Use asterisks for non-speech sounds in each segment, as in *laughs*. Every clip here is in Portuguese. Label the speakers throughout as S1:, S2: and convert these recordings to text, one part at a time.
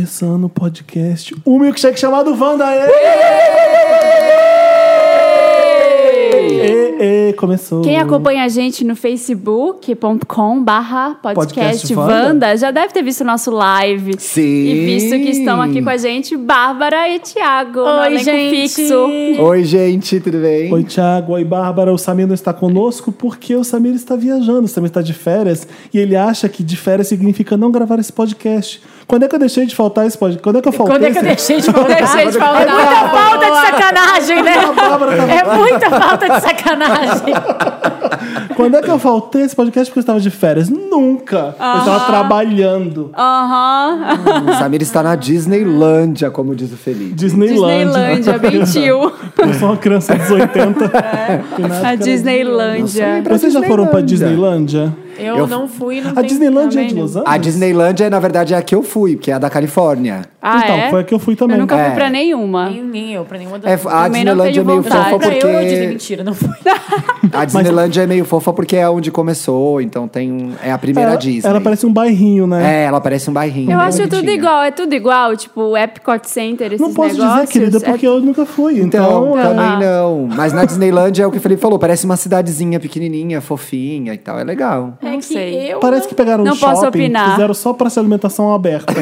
S1: Insano Podcast, um milkshake chamado Wanda. Ê! Ê, ê, começou.
S2: Quem acompanha a gente no facebook.com barra podcast
S1: Podcast Wanda.
S2: Wanda já deve ter visto o nosso live.
S3: Sim.
S2: E visto que estão aqui com a gente, Bárbara e Thiago. no
S4: Oi,
S2: elenco
S4: gente.
S2: fixo.
S3: Oi, gente, tudo bem?
S1: Oi, Thiago. Oi, Bárbara. O Samir não está conosco porque o Samir está viajando. O Samir está de férias e ele acha que de férias significa não gravar esse podcast. Quando é que eu deixei de faltar esse podcast? Quando é que eu faltei?
S4: Quando é que eu
S1: esse-
S4: deixei de falar?
S2: Deixa de falar.
S4: É muita falta de sacanagem, né?
S1: A Bárbara tá-
S4: É muita falta de sacanagem.
S1: Quando é que eu faltei esse podcast porque eu estava de férias? Nunca.
S4: Ah.
S1: Eu estava trabalhando.
S2: Aham.
S3: O Samir está na Disneylândia, como diz o Felipe.
S1: Disneylândia.
S2: Disneylândia, mentiu.
S1: *laughs* Eu sou uma criança dos
S4: *laughs*
S1: 80.
S4: É.
S1: Que na época
S2: A
S1: era-
S2: Disneylândia.
S1: Vocês já foram pra Disneylândia?
S4: Eu, não fui, não
S1: A Disneylândia é de Los Angeles?
S3: A Disneylândia, na verdade, é a que eu fui, que é a da Califórnia.
S2: Ah,
S1: então,
S2: é?
S1: foi a que eu fui também.
S2: Eu nunca fui
S3: É.
S2: pra nenhuma.
S4: Nem, nem eu, pra nenhuma das
S3: É, a
S2: Também não
S3: Disneylândia é
S2: tenho
S3: meio
S2: vontade.
S3: fofa
S4: Pra eu, eu digo
S3: porque.
S4: mentira, não fui.
S3: *laughs* A Disneylândia é meio fofa porque é onde começou, então tem um. É a primeira
S1: ela,
S3: Disney.
S1: ela parece um bairrinho, né?
S3: É, ela parece um bairrinho.
S2: Eu
S3: bem
S2: acho tudo
S3: bonitinha.
S2: igual, é tudo igual, tipo o Epcot Center, esses
S1: Não posso dizer,
S2: negócios.
S1: querida,
S2: é-
S1: porque eu nunca fui.
S3: Então,
S1: Então, é-
S3: também
S2: Ah.
S3: não. Mas na Disneylândia é o que o Felipe falou, parece uma cidadezinha pequenininha, fofinha e tal. É legal.
S2: Não
S4: é que
S2: sei.
S4: eu,
S1: parece que pegaram um
S2: Não posso
S1: shopping,
S2: opinar.
S1: fizeram só pra ser alimentação aberta.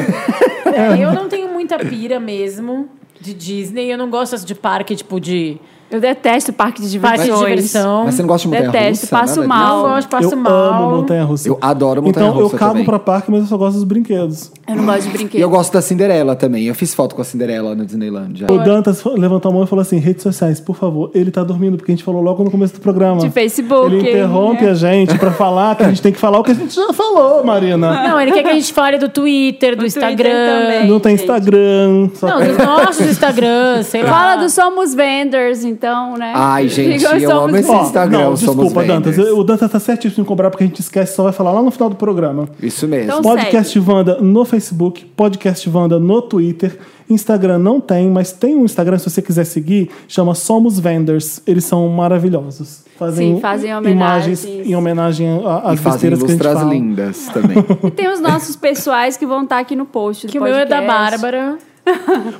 S4: não, é, eu não tenho muita pira mesmo de Disney. Eu não gosto de parque, tipo, de
S2: Eu detesto parque de diversões.
S4: parque de diversão.
S3: Mas você não gosta de montanha
S2: Detesto, passo
S4: Não
S2: mal.
S4: gosto, passo
S1: eu
S4: mal.
S1: amo montanha-russa.
S3: Eu adoro
S1: Então,
S3: montanha-russa
S1: eu cago
S3: também.
S1: pra parque, mas eu só gosto dos brinquedos.
S2: Eu não gosto de brinquedo.
S3: E eu gosto da Cinderela também. Eu fiz foto com a Cinderela na Disneylândia.
S1: O Dantas fo- levantou a mão e falou assim: redes sociais, por favor. Ele tá dormindo, porque a gente falou logo no começo do programa.
S2: De Facebook,
S1: Ele interrompe
S2: né?
S1: a gente pra falar que a gente tem que falar o que a gente já falou, Marina.
S4: Não, ele quer que a gente fale do Twitter, do,
S2: Twitter
S4: Instagram.
S2: também.
S1: Não tem
S2: gente.
S1: Instagram. Só
S4: Não,
S1: tem-
S4: dos nossos Instagram, sei lá.
S2: Fala do Somos Vendors, então, né?
S3: Ai, gente,
S2: Digam,
S3: eu amo esse-
S1: Ó,
S3: Instagram,
S1: não,
S3: somos
S1: desculpa, Dantas.
S3: venders.
S1: O Dantas tá certíssimo em cobrar porque a gente esquece, só vai falar lá no final do programa.
S3: Isso mesmo.
S2: Então,
S1: Podcast Vanda no Facebook, Podcast Vanda no Twitter. Instagram não tem, mas tem um Instagram, se você quiser seguir, chama Somos Vendors. Eles são maravilhosos. Fazem,
S2: Sim, fazem homenagens.
S1: imagens em homenagem a-
S3: e
S1: às
S3: fazem
S1: besteiras que a gente
S3: ilustras
S1: fala. *laughs*
S3: lindas também.
S2: E tem os nossos pessoais que vão estar aqui no post do
S4: Que o meu é da
S2: podcast.
S4: Bárbara.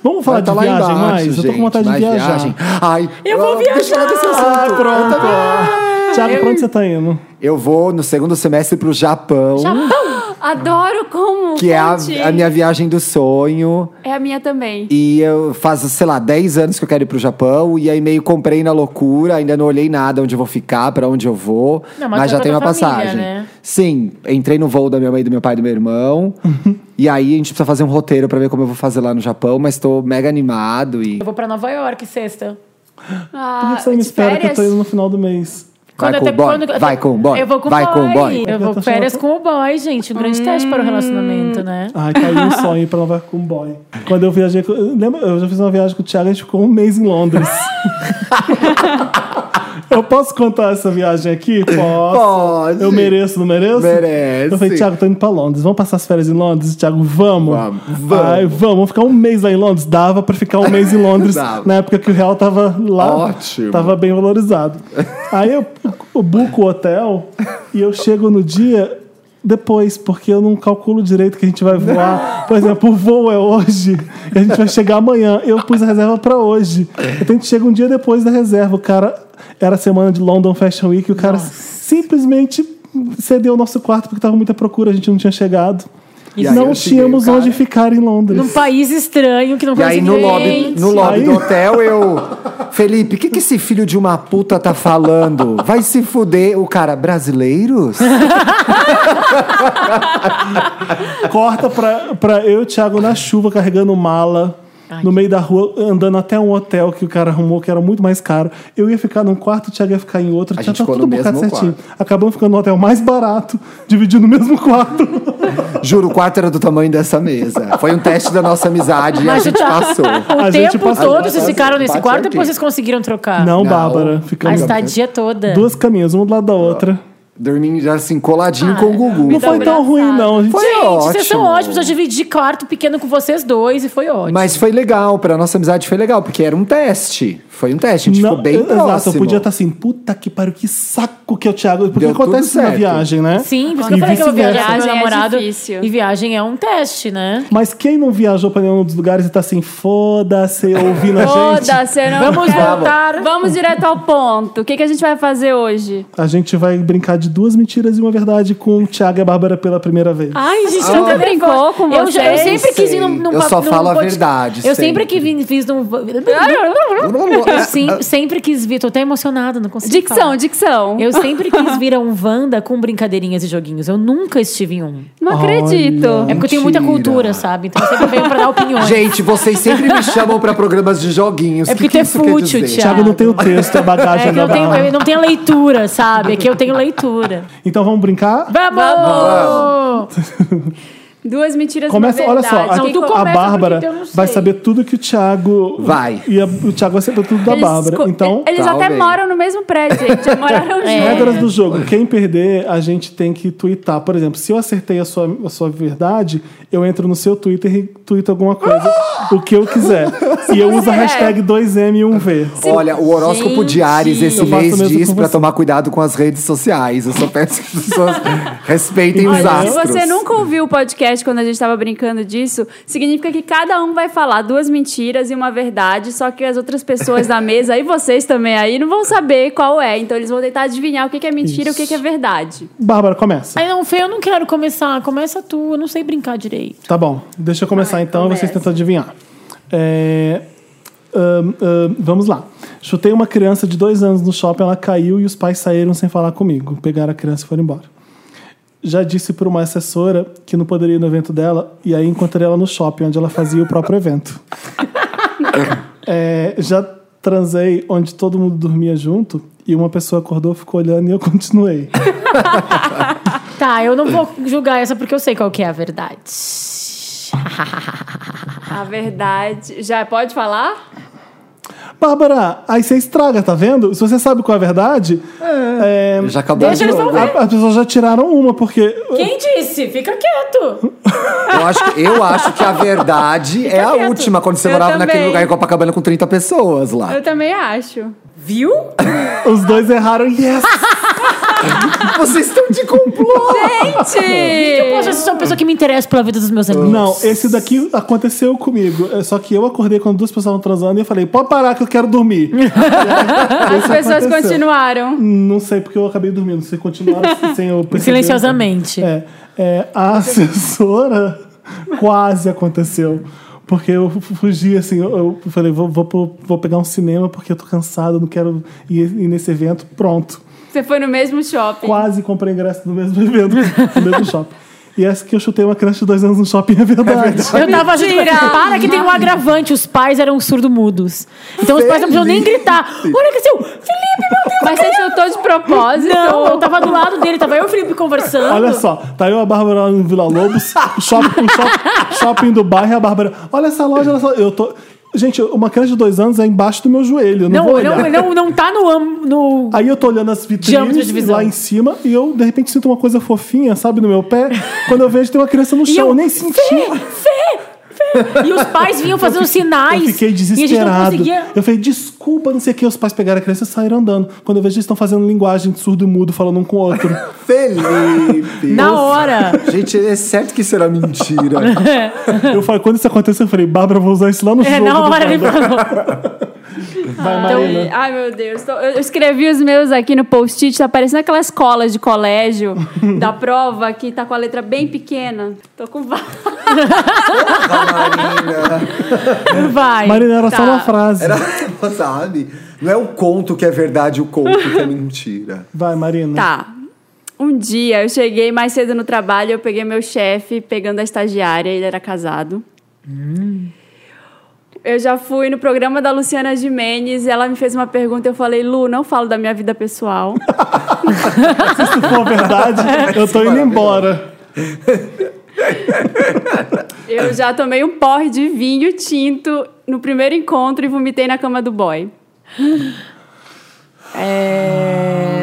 S1: Vamos falar
S3: Vai
S1: de
S3: tá lá
S1: viagem
S3: embaixo,
S1: mais? eu tô
S3: gente,
S1: com vontade de
S3: mais
S1: viajar. Ah,
S3: viagem. Ai,
S4: Eu vou
S3: deixa eu falar desse assunto.
S1: Thiago, pra onde você tá indo?
S3: Eu vou no segundo semestre pro Japão,
S2: *gasps* Adoro como.
S3: que é a,
S2: Conte.
S3: a minha viagem do sonho.
S2: É a minha também.
S3: E eu faz, sei lá, 10 anos que eu quero ir pro Japão. E aí meio comprei na loucura, ainda não olhei nada onde eu vou ficar, pra onde eu vou.
S4: Não, mas
S3: mas
S4: tu
S3: já
S4: é
S3: tenho a
S4: toda família,
S3: passagem.
S4: né?
S3: Sim, entrei no voo da minha mãe, do meu pai e do meu irmão.
S1: Uhum.
S3: e aí a gente precisa fazer um roteiro pra ver como eu vou fazer lá no Japão, mas tô mega animado e.
S4: Eu vou pra Nova York sexta.
S1: Por
S2: Ah,
S1: que você não me
S2: de
S1: espera que eu tô
S2: férias?
S1: indo no final do mês?
S3: Vai
S4: eu
S3: com o
S4: até-
S3: boy,
S4: eu
S3: vai
S4: até-
S3: com o boy,
S4: Eu vou com o
S3: vai
S4: boy.
S3: com o boy.
S4: Eu vou
S1: Eu tô
S4: férias
S1: achando-
S4: com o boy, gente. Um grande teste para o relacionamento, né?
S1: Ai, caiu um sonho ir pra Nova York com um boy. Quando eu viajei. com- Lembra? Eu já fiz uma viagem com o Thiago, a gente ficou um mês em
S3: *laughs*
S1: Londres. eu posso contar essa viagem aqui? Posso.
S3: Pode.
S1: Eu mereço, não mereço?
S3: Merece.
S1: Eu falei, Thiago, tô indo pra Londres. Vamos passar as férias em Londres? Thiago, vamos.
S3: Vamos, vamos.
S1: Ai, vamos. Vamos ficar um mês lá em Londres? Dava pra ficar um mês em Londres
S3: Dava.
S1: na época que o real tava lá.
S3: Ótimo.
S1: Tava bem valorizado. Aí eu, eu buco o hotel e eu chego no dia depois, porque eu não calculo direito que a gente vai voar. Por exemplo, o voo é hoje e a gente vai chegar amanhã. Eu pus a reserva pra hoje. Eu tenho que chegar um dia depois da reserva. O cara era a semana de London Fashion Week e o cara simplesmente cedeu o nosso quarto porque tava muita procura, a gente não tinha chegado.
S3: E aí
S1: não
S3: eu cheguei,
S1: tínhamos
S3: o cara-
S1: onde ficar em Londres.
S4: Num país estranho que não
S3: E
S4: consegue
S3: aí no
S4: ver.
S3: lobby, no lobby
S1: Aí-
S3: do hotel eu. Felipe, o que, que esse filho de uma puta tá falando? Vai se fuder. O cara, brasileiros?
S1: Corta pra, pra eu e o Thiago na chuva carregando mala. No meio da rua, andando até um hotel que o cara arrumou, que era muito mais caro. Eu ia ficar num quarto, o Thiago ia ficar em outro. tá
S3: A
S1: tinha
S3: gente ficou no
S1: bocado
S3: mesmo
S1: Acabamos ficando no hotel mais barato, dividindo o mesmo quarto.
S3: Juro, o quarto era do tamanho dessa mesa. Foi um teste da nossa amizade e a gente passou.
S4: tá- *laughs* O
S1: A gente
S4: tempo
S1: passou-
S4: todo vocês ficaram nesse
S3: Bate
S4: quarto,
S3: aqui.
S4: depois vocês conseguiram trocar. tá
S1: Não,
S3: Não.
S1: Bárbara.
S4: A
S1: Ficamos
S5: é
S4: estadia toda.
S1: duas caminhas, uma do lado da outra.
S3: Dormindo já assim, coladinho com o Gugu.
S1: Não
S4: um
S1: foi
S5: dá
S1: tão
S5: abraçado.
S1: ruim, não. A gente-
S3: Foi
S5: Gente, vocês
S3: ótimo.
S5: são ótimos. Eu dividi quarto pequeno com vocês dois e foi ótimo.
S3: Mas foi legal, pra nossa amizade foi legal, porque era um teste. Foi um teste, a gente
S1: Não,
S3: ficou bem
S1: exato,
S3: próximo.
S1: eu podia estar assim, puta que pariu, que saco que é o Thiago. Porque
S3: Deu tudo
S1: acontece na
S3: certo.
S1: viagem, né?
S5: Sim, porque
S1: E
S5: eu falei que eu vou
S1: vice-versa.
S5: viajar com meu
S2: Viagem é
S5: namorado.
S2: difícil.
S5: e viagem é um teste, né?
S1: Mas quem não viajou pra nenhum dos lugares e tá assim, foda-se, ouvindo
S5: *laughs*
S1: a gente,
S2: Foda-se, eu não
S5: Vamos
S2: quero.
S5: voltar.
S2: Vamos direto ao ponto. O que, que a gente vai fazer hoje?
S1: a gente vai brincar de duas mentiras e uma verdade com o Thiago e a Bárbara pela primeira vez.
S5: Ai, gente,
S2: Ah,
S5: nunca
S2: brincou com
S5: eu, já- eu
S2: vocês?
S5: sempre quis ir num,
S3: Sei.
S5: num
S3: Eu
S5: pa-
S3: só
S5: num
S3: falo a
S5: podcast.
S3: verdade,
S5: Eu
S3: sempre.
S5: sempre que vim, fiz num.
S3: É,
S5: Sim,
S3: *laughs*
S5: sempre quis vir, tô até emocionada, não consigo.
S2: Dicção,
S5: falar.
S2: dicção.
S5: Eu sempre quis vir a um Wanda com brincadeirinhas e joguinhos. Eu nunca estive em um.
S2: não acredito.
S5: É porque eu tenho muita
S3: Mentira.
S5: cultura, sabe? Então eu sempre venho pra dar opiniões.
S3: Gente, vocês sempre me chamam pra programas de joguinhos.
S5: É
S3: Que
S5: porque
S3: que
S5: tu é
S3: isso quer
S5: fútil,
S3: dizer?
S5: Thiago.
S1: Thiago não tem o texto, a bagagem
S5: *laughs* é que
S1: da
S5: eu, tenho,
S1: Bárbara.
S5: eu não tenho leitura, sabe? É que eu tenho leitura.
S1: Então vamos brincar?
S5: Vamos!
S2: Duas mentiras
S1: Começa,
S2: e uma
S1: olha
S2: verdade.
S1: só, a,
S5: Não, tu
S1: a
S5: começa
S1: Bárbara
S5: porque eu não sei.
S1: vai saber tudo que o Thiago.
S3: Vai.
S1: E a- o Thiago vai saber tudo da
S2: Eles co-
S1: Bárbara. Então, É.
S2: eles até
S3: Talvez.
S2: moram no mesmo prédio, gente. Já
S1: *laughs*
S2: moraram juntos.
S1: regras do jogo. Quem perder, a gente tem que twittar. Por exemplo, se eu acertei a sua, a sua verdade, eu entro no seu Twitter e tuito alguma coisa, o que eu quiser. E eu uso a
S2: É.
S1: hashtag 2M1V.
S3: Olha, o horóscopo
S5: Gente.
S3: de Ares esse
S1: Eu faço
S3: mês
S1: o mesmo
S3: diz
S1: com
S3: pra
S1: você.
S3: tomar cuidado com as redes sociais. Eu só peço que as
S5: *laughs*
S3: pessoas respeitem os
S2: Olha, se
S3: astros.
S2: você nunca ouviu o podcast quando a gente estava brincando disso, significa que cada um vai falar duas mentiras e uma verdade, só que as outras pessoas da mesa e vocês também aí não vão saber qual é. Então eles vão tentar adivinhar o que que é mentira e o que que é verdade.
S1: Bárbara, começa.
S5: Ai, não, Fê, eu não quero começar. Começa tu, eu não sei brincar direito.
S1: Tá bom, deixa eu começar
S2: Vai,
S1: então, vocês
S2: começa.
S1: tentam adivinhar. É, ahn, ahn, vamos lá. Chutei uma criança de dois anos no shopping, ela caiu e os pais saíram sem falar comigo. Pegaram a criança e foram embora. Já disse para uma assessora que não poderia ir no evento dela, e aí encontrei ela no shopping, onde ela fazia o próprio
S2: *laughs*
S1: evento. É, já transei onde todo mundo dormia junto, e uma pessoa acordou, ficou olhando e eu continuei.
S5: Tá, eu não vou julgar essa porque eu sei qual que é a verdade.
S2: A verdade. Já pode falar?
S1: Bárbara, aí você estraga, tá vendo? Se você sabe qual é a verdade, é,
S3: Já acabou de
S5: Deixa eles
S3: novo.
S5: resolver.
S1: a- as pessoas já tiraram uma, porque.
S5: Quem disse? Fica quieto!
S3: Eu acho, que- eu acho que a verdade é a
S2: quieto.
S3: última quando você
S2: Eu
S3: morava
S2: também.
S3: naquele lugar em Copacabana com 30 pessoas lá.
S2: Eu também acho.
S1: *laughs*
S5: Viu?
S1: Os dois erraram, yes!
S5: Ah!
S3: Vocês estão de complô!
S5: *laughs* Eu posso ser uma pessoa que me interessa pela vida dos meus amigos.
S1: Não, esse daqui aconteceu comigo. É, Só que eu acordei quando duas pessoas estavam transando e eu falei, pode parar que eu quero dormir.
S5: *laughs*
S2: As pessoas
S1: aconteceu.
S2: continuaram.
S1: Não sei porque eu acabei dormindo. Se continuaram assim, sem eu perceber.
S5: Silenciosamente.
S1: É, é, a *laughs* assessora quase aconteceu. Porque eu fu- fugi, assim, eu eu falei, vou, vou, pro- vou pegar um cinema porque eu tô cansado, não quero ir, ir nesse evento. Pronto.
S2: Você foi no mesmo shopping.
S1: Quase comprei ingresso no mesmo *laughs* evento, no mesmo shopping. E essa que eu chutei uma criança de dois anos no shopping é verdade.
S5: Eu tava junto
S2: Mentira!
S5: com... Para que tem um agravante. Os pais eram surdo-mudos. Então os pais não podiam nem gritar. Olha que seu... Felipe, meu Deus!
S2: Mas você chutou de propósito.
S5: Não, eu tava do lado dele. Tava eu e o Felipe conversando.
S1: Olha só, tá eu e a Bárbara lá no Vila Lobos, o shopping, o shop- shopping do bairro, e a Bárbara. Olha essa loja, olha essa Eu tô. Gente, uma criança de dois anos é embaixo do meu joelho, eu não,
S5: Não,
S1: vou olhar.
S5: não, não, não tá no... am- no...
S1: Aí eu tô olhando as
S5: Diâmetro de
S1: vitrines
S5: visão.
S1: lá em cima e eu, de repente, sinto uma coisa fofinha, sabe, no meu pé. Quando eu vejo, tem uma criança no chão. Eu,
S5: eu-
S1: nem senti.
S5: E os pais vinham fazendo
S1: Eu
S5: sinais.
S1: fiquei
S5: E a gente não
S1: desesperado.
S5: conseguia...
S1: Eu falei, desculpa, não sei o que. Os pais pegaram a criança e saíram andando. Quando eu vejo, eles estão fazendo linguagem de surdo e mudo, falando um com o
S5: *laughs*
S1: outro.
S3: Felipe!
S5: Na hora.
S3: Gente, é certo que isso era mentira.
S5: *laughs*
S1: eu falei, quando isso aconteceu, eu falei, Bárbara, eu vou usar isso lá no
S5: É,
S1: jogo.
S5: na
S1: do
S5: hora ele
S1: Bárbara."
S5: falou.
S1: Vai, Marina.
S2: Ai, ai, meu Deus. Tô- Eu eu escrevi os meus aqui no post-it, tá parecendo aquelas colas
S1: *laughs*
S2: de colégio da prova que tá com a letra bem pequena. Tô com va-
S5: Vai.
S1: Marina, era só
S2: Tá.
S1: uma frase.
S3: Era, sabe? Não é o conto que é verdade, o conto que é mentira.
S1: Vai, Marina.
S2: Tá. Um dia eu cheguei mais cedo no trabalho, eu peguei meu chefe pegando a estagiária, ele era casado. Eu já fui no programa da Luciana Gimenez e ela me fez uma pergunta. Eu falei, Lu, não falo da minha vida pessoal.
S1: Se
S5: Tá.
S1: *laughs* for verdade, eu tô indo embora.
S2: Eu já tomei um porre de vinho tinto no primeiro encontro e vomitei na cama do boy.
S5: É...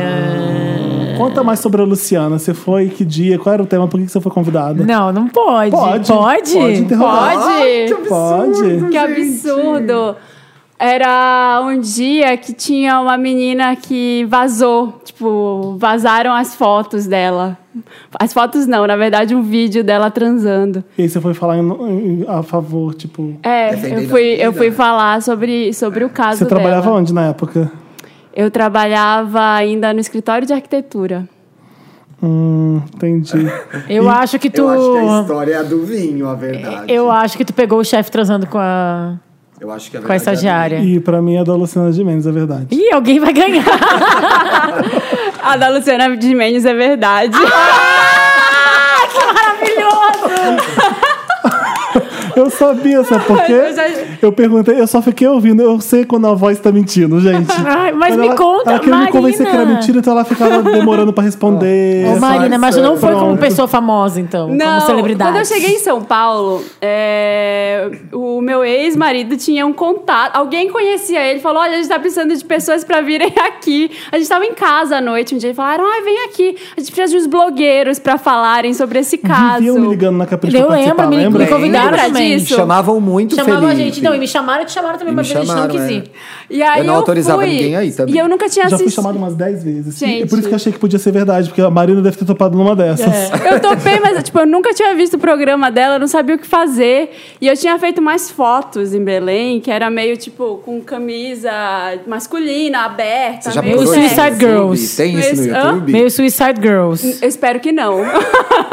S1: Conta mais sobre a Luciana. Você foi, que dia, qual era o tema, por que que você foi convidada?
S5: Não, não pode.
S1: Pode.
S5: Pode?
S1: Pode interrogar.
S2: Pode?
S3: Ai, que absurdo,
S1: Pode.
S2: Que
S3: gente.
S2: absurdo! Era um dia que tinha uma menina que vazou, tipo, vazaram as fotos dela. As fotos não, na verdade, um vídeo dela transando.
S1: E aí você foi falar em- em- a favor, tipo.
S2: É,
S3: Defendendo
S2: eu fui,
S3: a
S2: eu
S3: vida.
S2: fui
S3: né?
S2: falar sobre, sobre o caso
S1: Você trabalhava
S2: dela.
S1: onde na época?
S2: Eu trabalhava ainda no escritório de arquitetura.
S1: Hum, entendi.
S5: Eu acho que tu.
S3: Eu acho que a história é a do vinho, a verdade.
S5: Eu acho que tu pegou o chefe transando com a,
S3: Eu acho que a
S5: com a
S3: verdade é a do
S5: estagiária.
S1: E pra mim é da Luciana de Mendes, é verdade.
S5: Ih, alguém vai ganhar.
S2: A da Luciana de Mendes é *laughs* verdade.
S1: Eu sabia, sabe por quê?
S2: Eu já-
S1: Eu perguntei, eu só fiquei ouvindo. Eu sei quando a voz tá mentindo, gente.
S5: Ai, *laughs* mas
S1: Quando
S5: me
S1: ela,
S5: conta,
S1: Ela queria
S5: Marina.
S1: me convencer que era mentira, então ela ficava demorando pra responder.
S5: Ô, Marina, mas tu não foi como
S1: Pronto.
S5: pessoa famosa, então.
S2: Não,
S5: como celebridade.
S2: quando eu cheguei em São Paulo, é, o meu ex-marido tinha um contato. Alguém conhecia ele, falou: Olha, a gente tá precisando de pessoas pra virem *laughs* aqui. A gente tava em casa à noite um dia e falaram: Ai, vem aqui. A gente precisa de uns blogueiros pra falarem sobre esse caso.
S1: Viviam me ligando na capricha
S5: Eu
S1: pra participar,
S5: lembro, me,
S1: lembra?
S5: me convidaram
S2: Lembra disso?
S5: também.
S3: Chamavam muito
S5: Chamavam a
S3: Felipe.
S5: gente, não, e me chamaram e te chamaram também,
S3: E
S5: mas
S3: me
S5: a gente não
S3: chamaram,
S5: quis
S3: é.
S5: ir.
S2: E aí
S3: Eu não autorizava
S2: fui,
S3: ninguém aí também.
S2: E eu nunca tinha
S1: Já fui
S2: assistido.
S1: chamado umas 10 vezes. E
S2: Gente.
S1: por isso que eu achei que podia ser verdade, porque a Marina deve ter topado numa dessas.
S5: É.
S2: Eu topei, mas tipo, eu nunca tinha visto o programa dela, eu não sabia o que fazer. E eu tinha feito mais fotos em Belém, que era meio tipo com camisa masculina,
S3: Você
S2: aberta.
S3: já
S2: meio
S5: Meio
S3: procurou isso no
S5: Suicide
S3: YouTube?
S5: Girls.
S3: Tem isso no
S2: Mas- hã?
S3: YouTube?
S5: Meio Suicide Girls.
S2: Eu espero que não.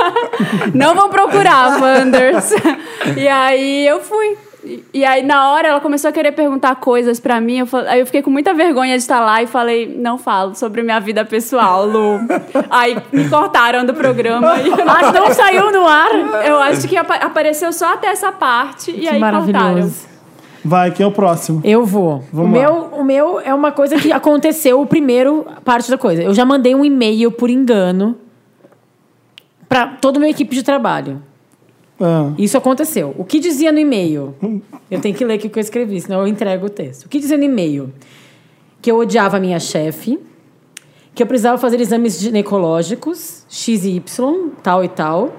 S2: *laughs* não vão procurar, Wanders. *laughs* e aí eu fui. E- E aí, na hora, ela começou a querer perguntar coisas pra mim. Eu fal- Aí eu fiquei com muita vergonha de estar lá e falei: Não falo sobre minha vida pessoal, Lu. aí me cortaram do programa. E eu não-
S5: Ah, não saiu no ar?
S2: Eu acho que apa- apareceu só até essa parte e
S5: Que
S2: aí cortaram.
S5: maravilhoso.
S1: Vai, quem é o próximo?
S5: Eu vou.
S1: Vamos
S5: o,
S1: lá.
S5: meu, o meu é uma coisa que aconteceu, o primeiro parte da coisa. Eu já mandei um e-mail por engano pra toda a minha equipe de trabalho.
S1: Ah,
S5: Isso aconteceu. O que dizia no e-mail? Eu tenho que ler aqui o que eu escrevi, senão eu entrego o texto. O que dizia no e-mail? Que eu odiava a minha chefe, que eu precisava fazer exames ginecológicos, X e Y, tal e tal,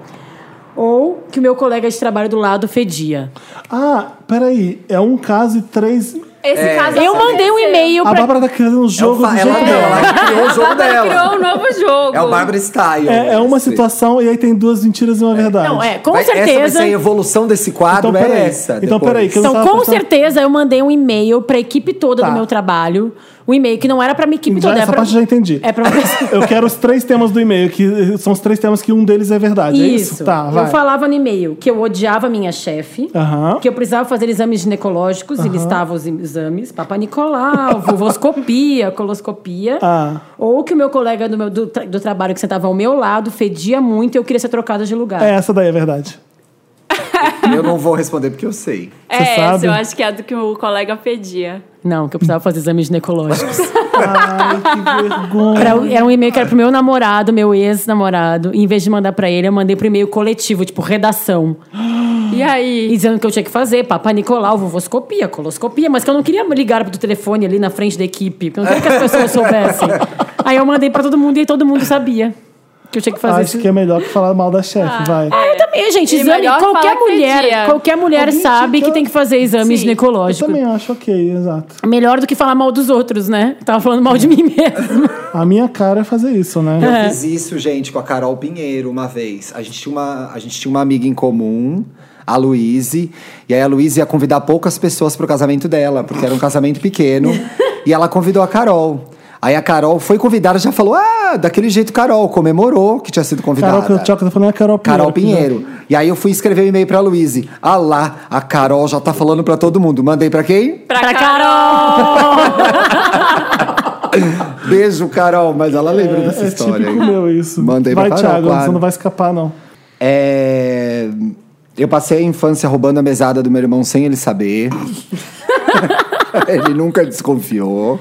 S5: ou que o meu colega de trabalho do lado fedia.
S1: ah peraí. É um caso e três.
S2: Esse
S3: É.
S2: caso
S5: Eu mandei um e-mail
S1: A
S5: pra
S1: Bárbara tá criando um jogo
S3: fa-
S1: do
S3: ela
S1: jeito
S3: criou,
S1: dela.
S3: ela criou o jogo
S2: Bárbara
S3: dela.
S2: criou um novo jogo.
S3: É o Bárbara Style.
S1: É, é uma
S3: Esse.
S1: situação e aí tem duas mentiras e uma verdade.
S5: Não, é, com
S3: Vai- Essa vai
S5: certeza.
S3: ser a evolução desse quadro,
S1: Então, peraí.
S3: é essa.
S1: Então,
S3: depois.
S1: peraí, que eu-
S5: Então,
S1: tava
S5: com
S1: pensando-
S5: certeza, eu mandei um e-mail pra equipe toda
S1: Tá.
S5: do meu trabalho. Um e-mail que não era pra minha equipe
S1: Já-
S5: toda.
S1: essa
S5: é pra,
S1: parte eu já entendi.
S5: *laughs* É pra uma pessoa.
S1: *laughs* Eu quero os três temas do e-mail, que são os três temas que um deles é verdade. É
S5: Isso.
S1: isso? Tá, vai.
S5: Eu falava no e-mail que eu odiava minha chefe,
S1: Aham.
S5: que eu precisava fazer exames ginecológicos, e listava os exames, Papa Nicolau,
S1: *laughs*
S5: vulvoscopia, coloscopia.
S1: Ah.
S5: Ou que o meu colega do, meu, do, tra- do trabalho que sentava ao meu lado fedia muito e eu queria ser trocada de lugar.
S1: É, essa daí é verdade.
S3: Eu não vou responder porque eu sei.
S1: Você
S2: É
S1: sabe?
S2: essa, eu acho que é a do que o colega pedia.
S5: Não, que eu precisava fazer exames ginecológicos.
S1: Ai, que vergonha.
S5: *laughs* Pra- era um e-mail que era pro meu namorado, meu ex-namorado. E em vez de mandar pra ele, eu mandei pro e-mail coletivo, tipo redação.
S2: E aí?
S5: E dizendo que eu tinha que fazer, papai Nicolau, vovoscopia, coloscopia, mas que eu não queria ligar pro telefone ali na frente da equipe. porque Eu não queria que as
S1: *laughs*
S5: pessoas soubessem. Aí eu mandei pra todo mundo e todo mundo sabia que eu tinha que fazer Ah,
S1: Acho
S5: isso.
S1: que é melhor que falar mal da chefe, vai.
S5: Eu também, gente,
S2: E
S5: exame.
S2: melhor
S5: Qualquer
S2: falar que
S5: mulher,
S2: pedia.
S5: qualquer mulher
S1: Alguém
S5: sabe
S1: tinha
S5: que
S1: que-
S5: tem que fazer exame
S2: Sim,
S1: Eu
S5: ginecológico.
S1: também acho ok, exato.
S5: Melhor do que falar mal dos outros, né? Eu tava falando mal de mim mesmo.
S1: *laughs* A minha cara é fazer isso, né?
S5: É.
S3: Eu fiz isso, gente, com a Carol Pinheiro uma vez. A gente tinha uma, a gente tinha uma amiga em comum, a Luíse. E aí a Luíse ia convidar poucas pessoas pro casamento dela, porque era um casamento pequeno. e ela convidou a Carol. Aí a Carol foi convidada já falou: Ah, daquele jeito, Carol, comemorou que tinha sido convidada.
S1: Carol que eu choco, tá falando é a Carol Pinheiro.
S3: Carol
S1: que já-
S3: Pinheiro. E aí eu fui escrever um e-mail pra Luíse. Ah lá, a Carol já tá falando pra todo mundo. Mandei pra quem?
S2: Pra,
S5: Pra
S2: Carol!
S3: Beijo, Carol. Mas ela lembra dessa
S1: É
S3: história.
S1: típico
S3: aí.
S1: meu isso.
S3: Mandei
S1: vai,
S3: pra Carol,
S1: Thiago,
S3: claro.
S1: você não vai escapar, não.
S3: É, Eu passei a infância roubando a mesada do meu irmão sem ele saber. *laughs* ele nunca desconfiou.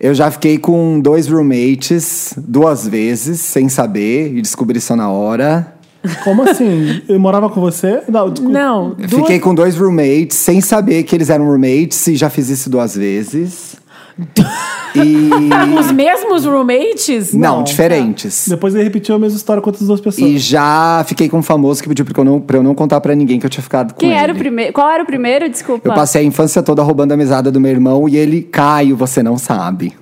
S3: Eu já fiquei com dois roommates duas vezes, sem saber, e descobri só na hora.
S1: Como assim? Eu morava com você? Não, desculpa.
S5: Não, duas...
S3: Fiquei com dois roommates sem saber que eles eram roommates e já fiz isso duas vezes. E.
S4: Os mesmos roommates?
S3: Não, diferentes.
S1: Depois ele repetiu a mesma história com outras duas pessoas.
S3: E já fiquei com um famoso que pediu pra eu não, pra eu não contar pra ninguém que eu tinha ficado com
S2: Quem
S3: ele.
S2: era o primeiro? Qual era o primeiro? Desculpa.
S3: Eu passei a infância toda roubando a mesada do meu irmão e ele, Caio, você não sabe.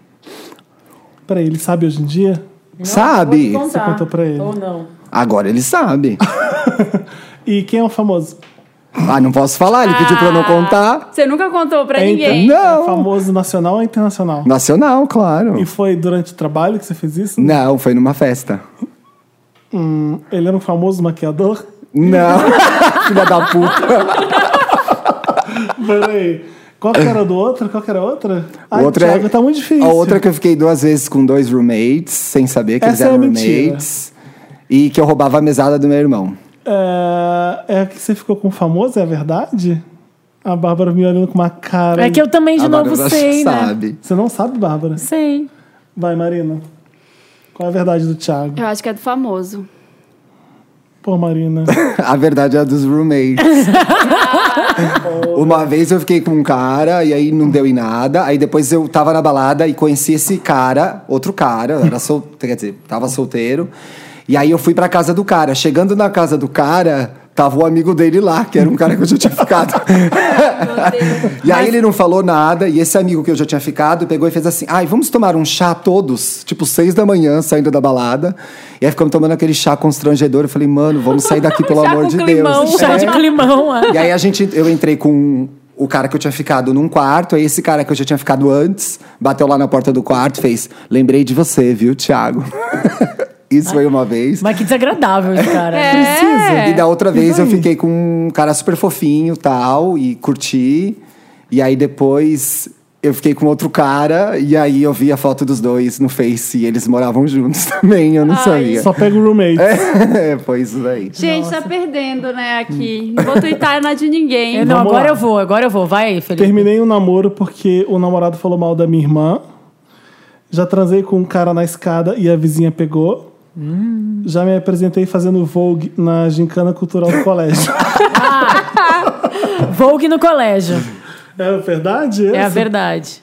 S1: Peraí, ele sabe hoje em dia?
S3: sabe?
S4: Vou te contar.
S5: Ah,
S1: Você contou pra ele.
S4: Ou não.
S3: Agora ele sabe.
S1: E quem é o famoso?
S3: ah, não posso falar, ele pediu pra eu não
S2: Ah,
S3: contar.
S2: Você nunca contou pra
S1: Então,
S2: ninguém.
S1: É
S3: Não.
S1: famoso nacional ou internacional?
S3: Nacional, claro.
S1: E foi durante o trabalho que você fez isso?
S3: Não, foi numa festa.
S1: Hum, ele era um
S3: *laughs*
S1: famoso maquiador?
S3: Não.
S1: *laughs*
S3: Filha da puta.
S1: Peraí. Qual que era do outro? Qual que era a outra? Ai,
S3: Outra é-
S1: Thiago, tá muito difícil.
S3: A outra é que eu fiquei duas vezes com dois roommates, sem saber que eles
S1: Essa é
S3: eram
S1: mentira.
S3: roommates. E que eu roubava a mesada do meu irmão.
S1: É, é a que você ficou com o famoso, é verdade? A Bárbara me olhando com uma cara.
S4: É que eu também, de
S3: a
S4: novo,
S3: Bárbara
S4: sei, né?
S3: sabe.
S1: Você não sabe, Bárbara?
S4: Sei.
S1: Vai, Marina. Qual é a verdade do Thiago?
S2: Eu acho que é do famoso.
S3: É.
S1: Pô,
S3: *laughs*
S1: Marina.
S3: A verdade é a dos roommates. Uma vez eu fiquei com um cara e aí não deu em nada. Aí depois eu tava na balada e conheci esse cara, outro cara, eu era
S2: *laughs*
S3: sol... quer dizer, tava solteiro. E aí eu fui pra casa do cara. Chegando na casa do cara, tava o amigo dele lá, que era um cara que eu já tinha
S2: *laughs*
S3: ficado. *laughs* e aí ele não falou nada, e esse amigo que eu já tinha ficado pegou e fez assim: ai, vamos tomar um chá todos, tipo seis da manhã, saindo da balada. E aí ficamos tomando aquele chá constrangedor. Eu falei, mano, vamos sair
S2: *laughs*
S3: daqui, pelo
S2: Chá
S3: amor
S2: com
S3: de
S2: climão.
S3: Deus.
S4: Chá
S3: É.
S4: de climão, é.
S3: *laughs* E aí a gente, eu entrei com o cara que eu tinha ficado num quarto, aí esse cara que eu já tinha ficado antes, bateu lá na porta do quarto, e fez: "Lembrei de você, viu, Thiago?" *laughs* Isso foi uma vez.
S4: Mas que desagradável esse cara.
S2: É.
S1: É.
S3: E da outra vez eu fiquei com um cara super fofinho, tal, e curti. E aí depois eu fiquei com outro cara e aí eu vi a foto dos dois no Face e eles moravam juntos *laughs* também, eu não sabia.
S1: Só pega o roommate.
S3: *laughs* É, foi isso daí.
S2: Gente, tá perdendo, né,
S1: Hum.
S2: aqui. Não vou tuitar na de ninguém.
S4: Eu não,
S1: Vamos
S4: agora
S1: lá.
S4: eu vou, agora eu vou. Vai aí, Felipe.
S1: Terminei um namoro porque o namorado falou mal da minha irmã. Já transei com um cara na escada e a vizinha pegou. Já me apresentei fazendo Vogue na gincana cultural do colégio.
S4: Vogue no colégio.
S1: é verdade?
S4: É a
S1: essa?
S4: verdade.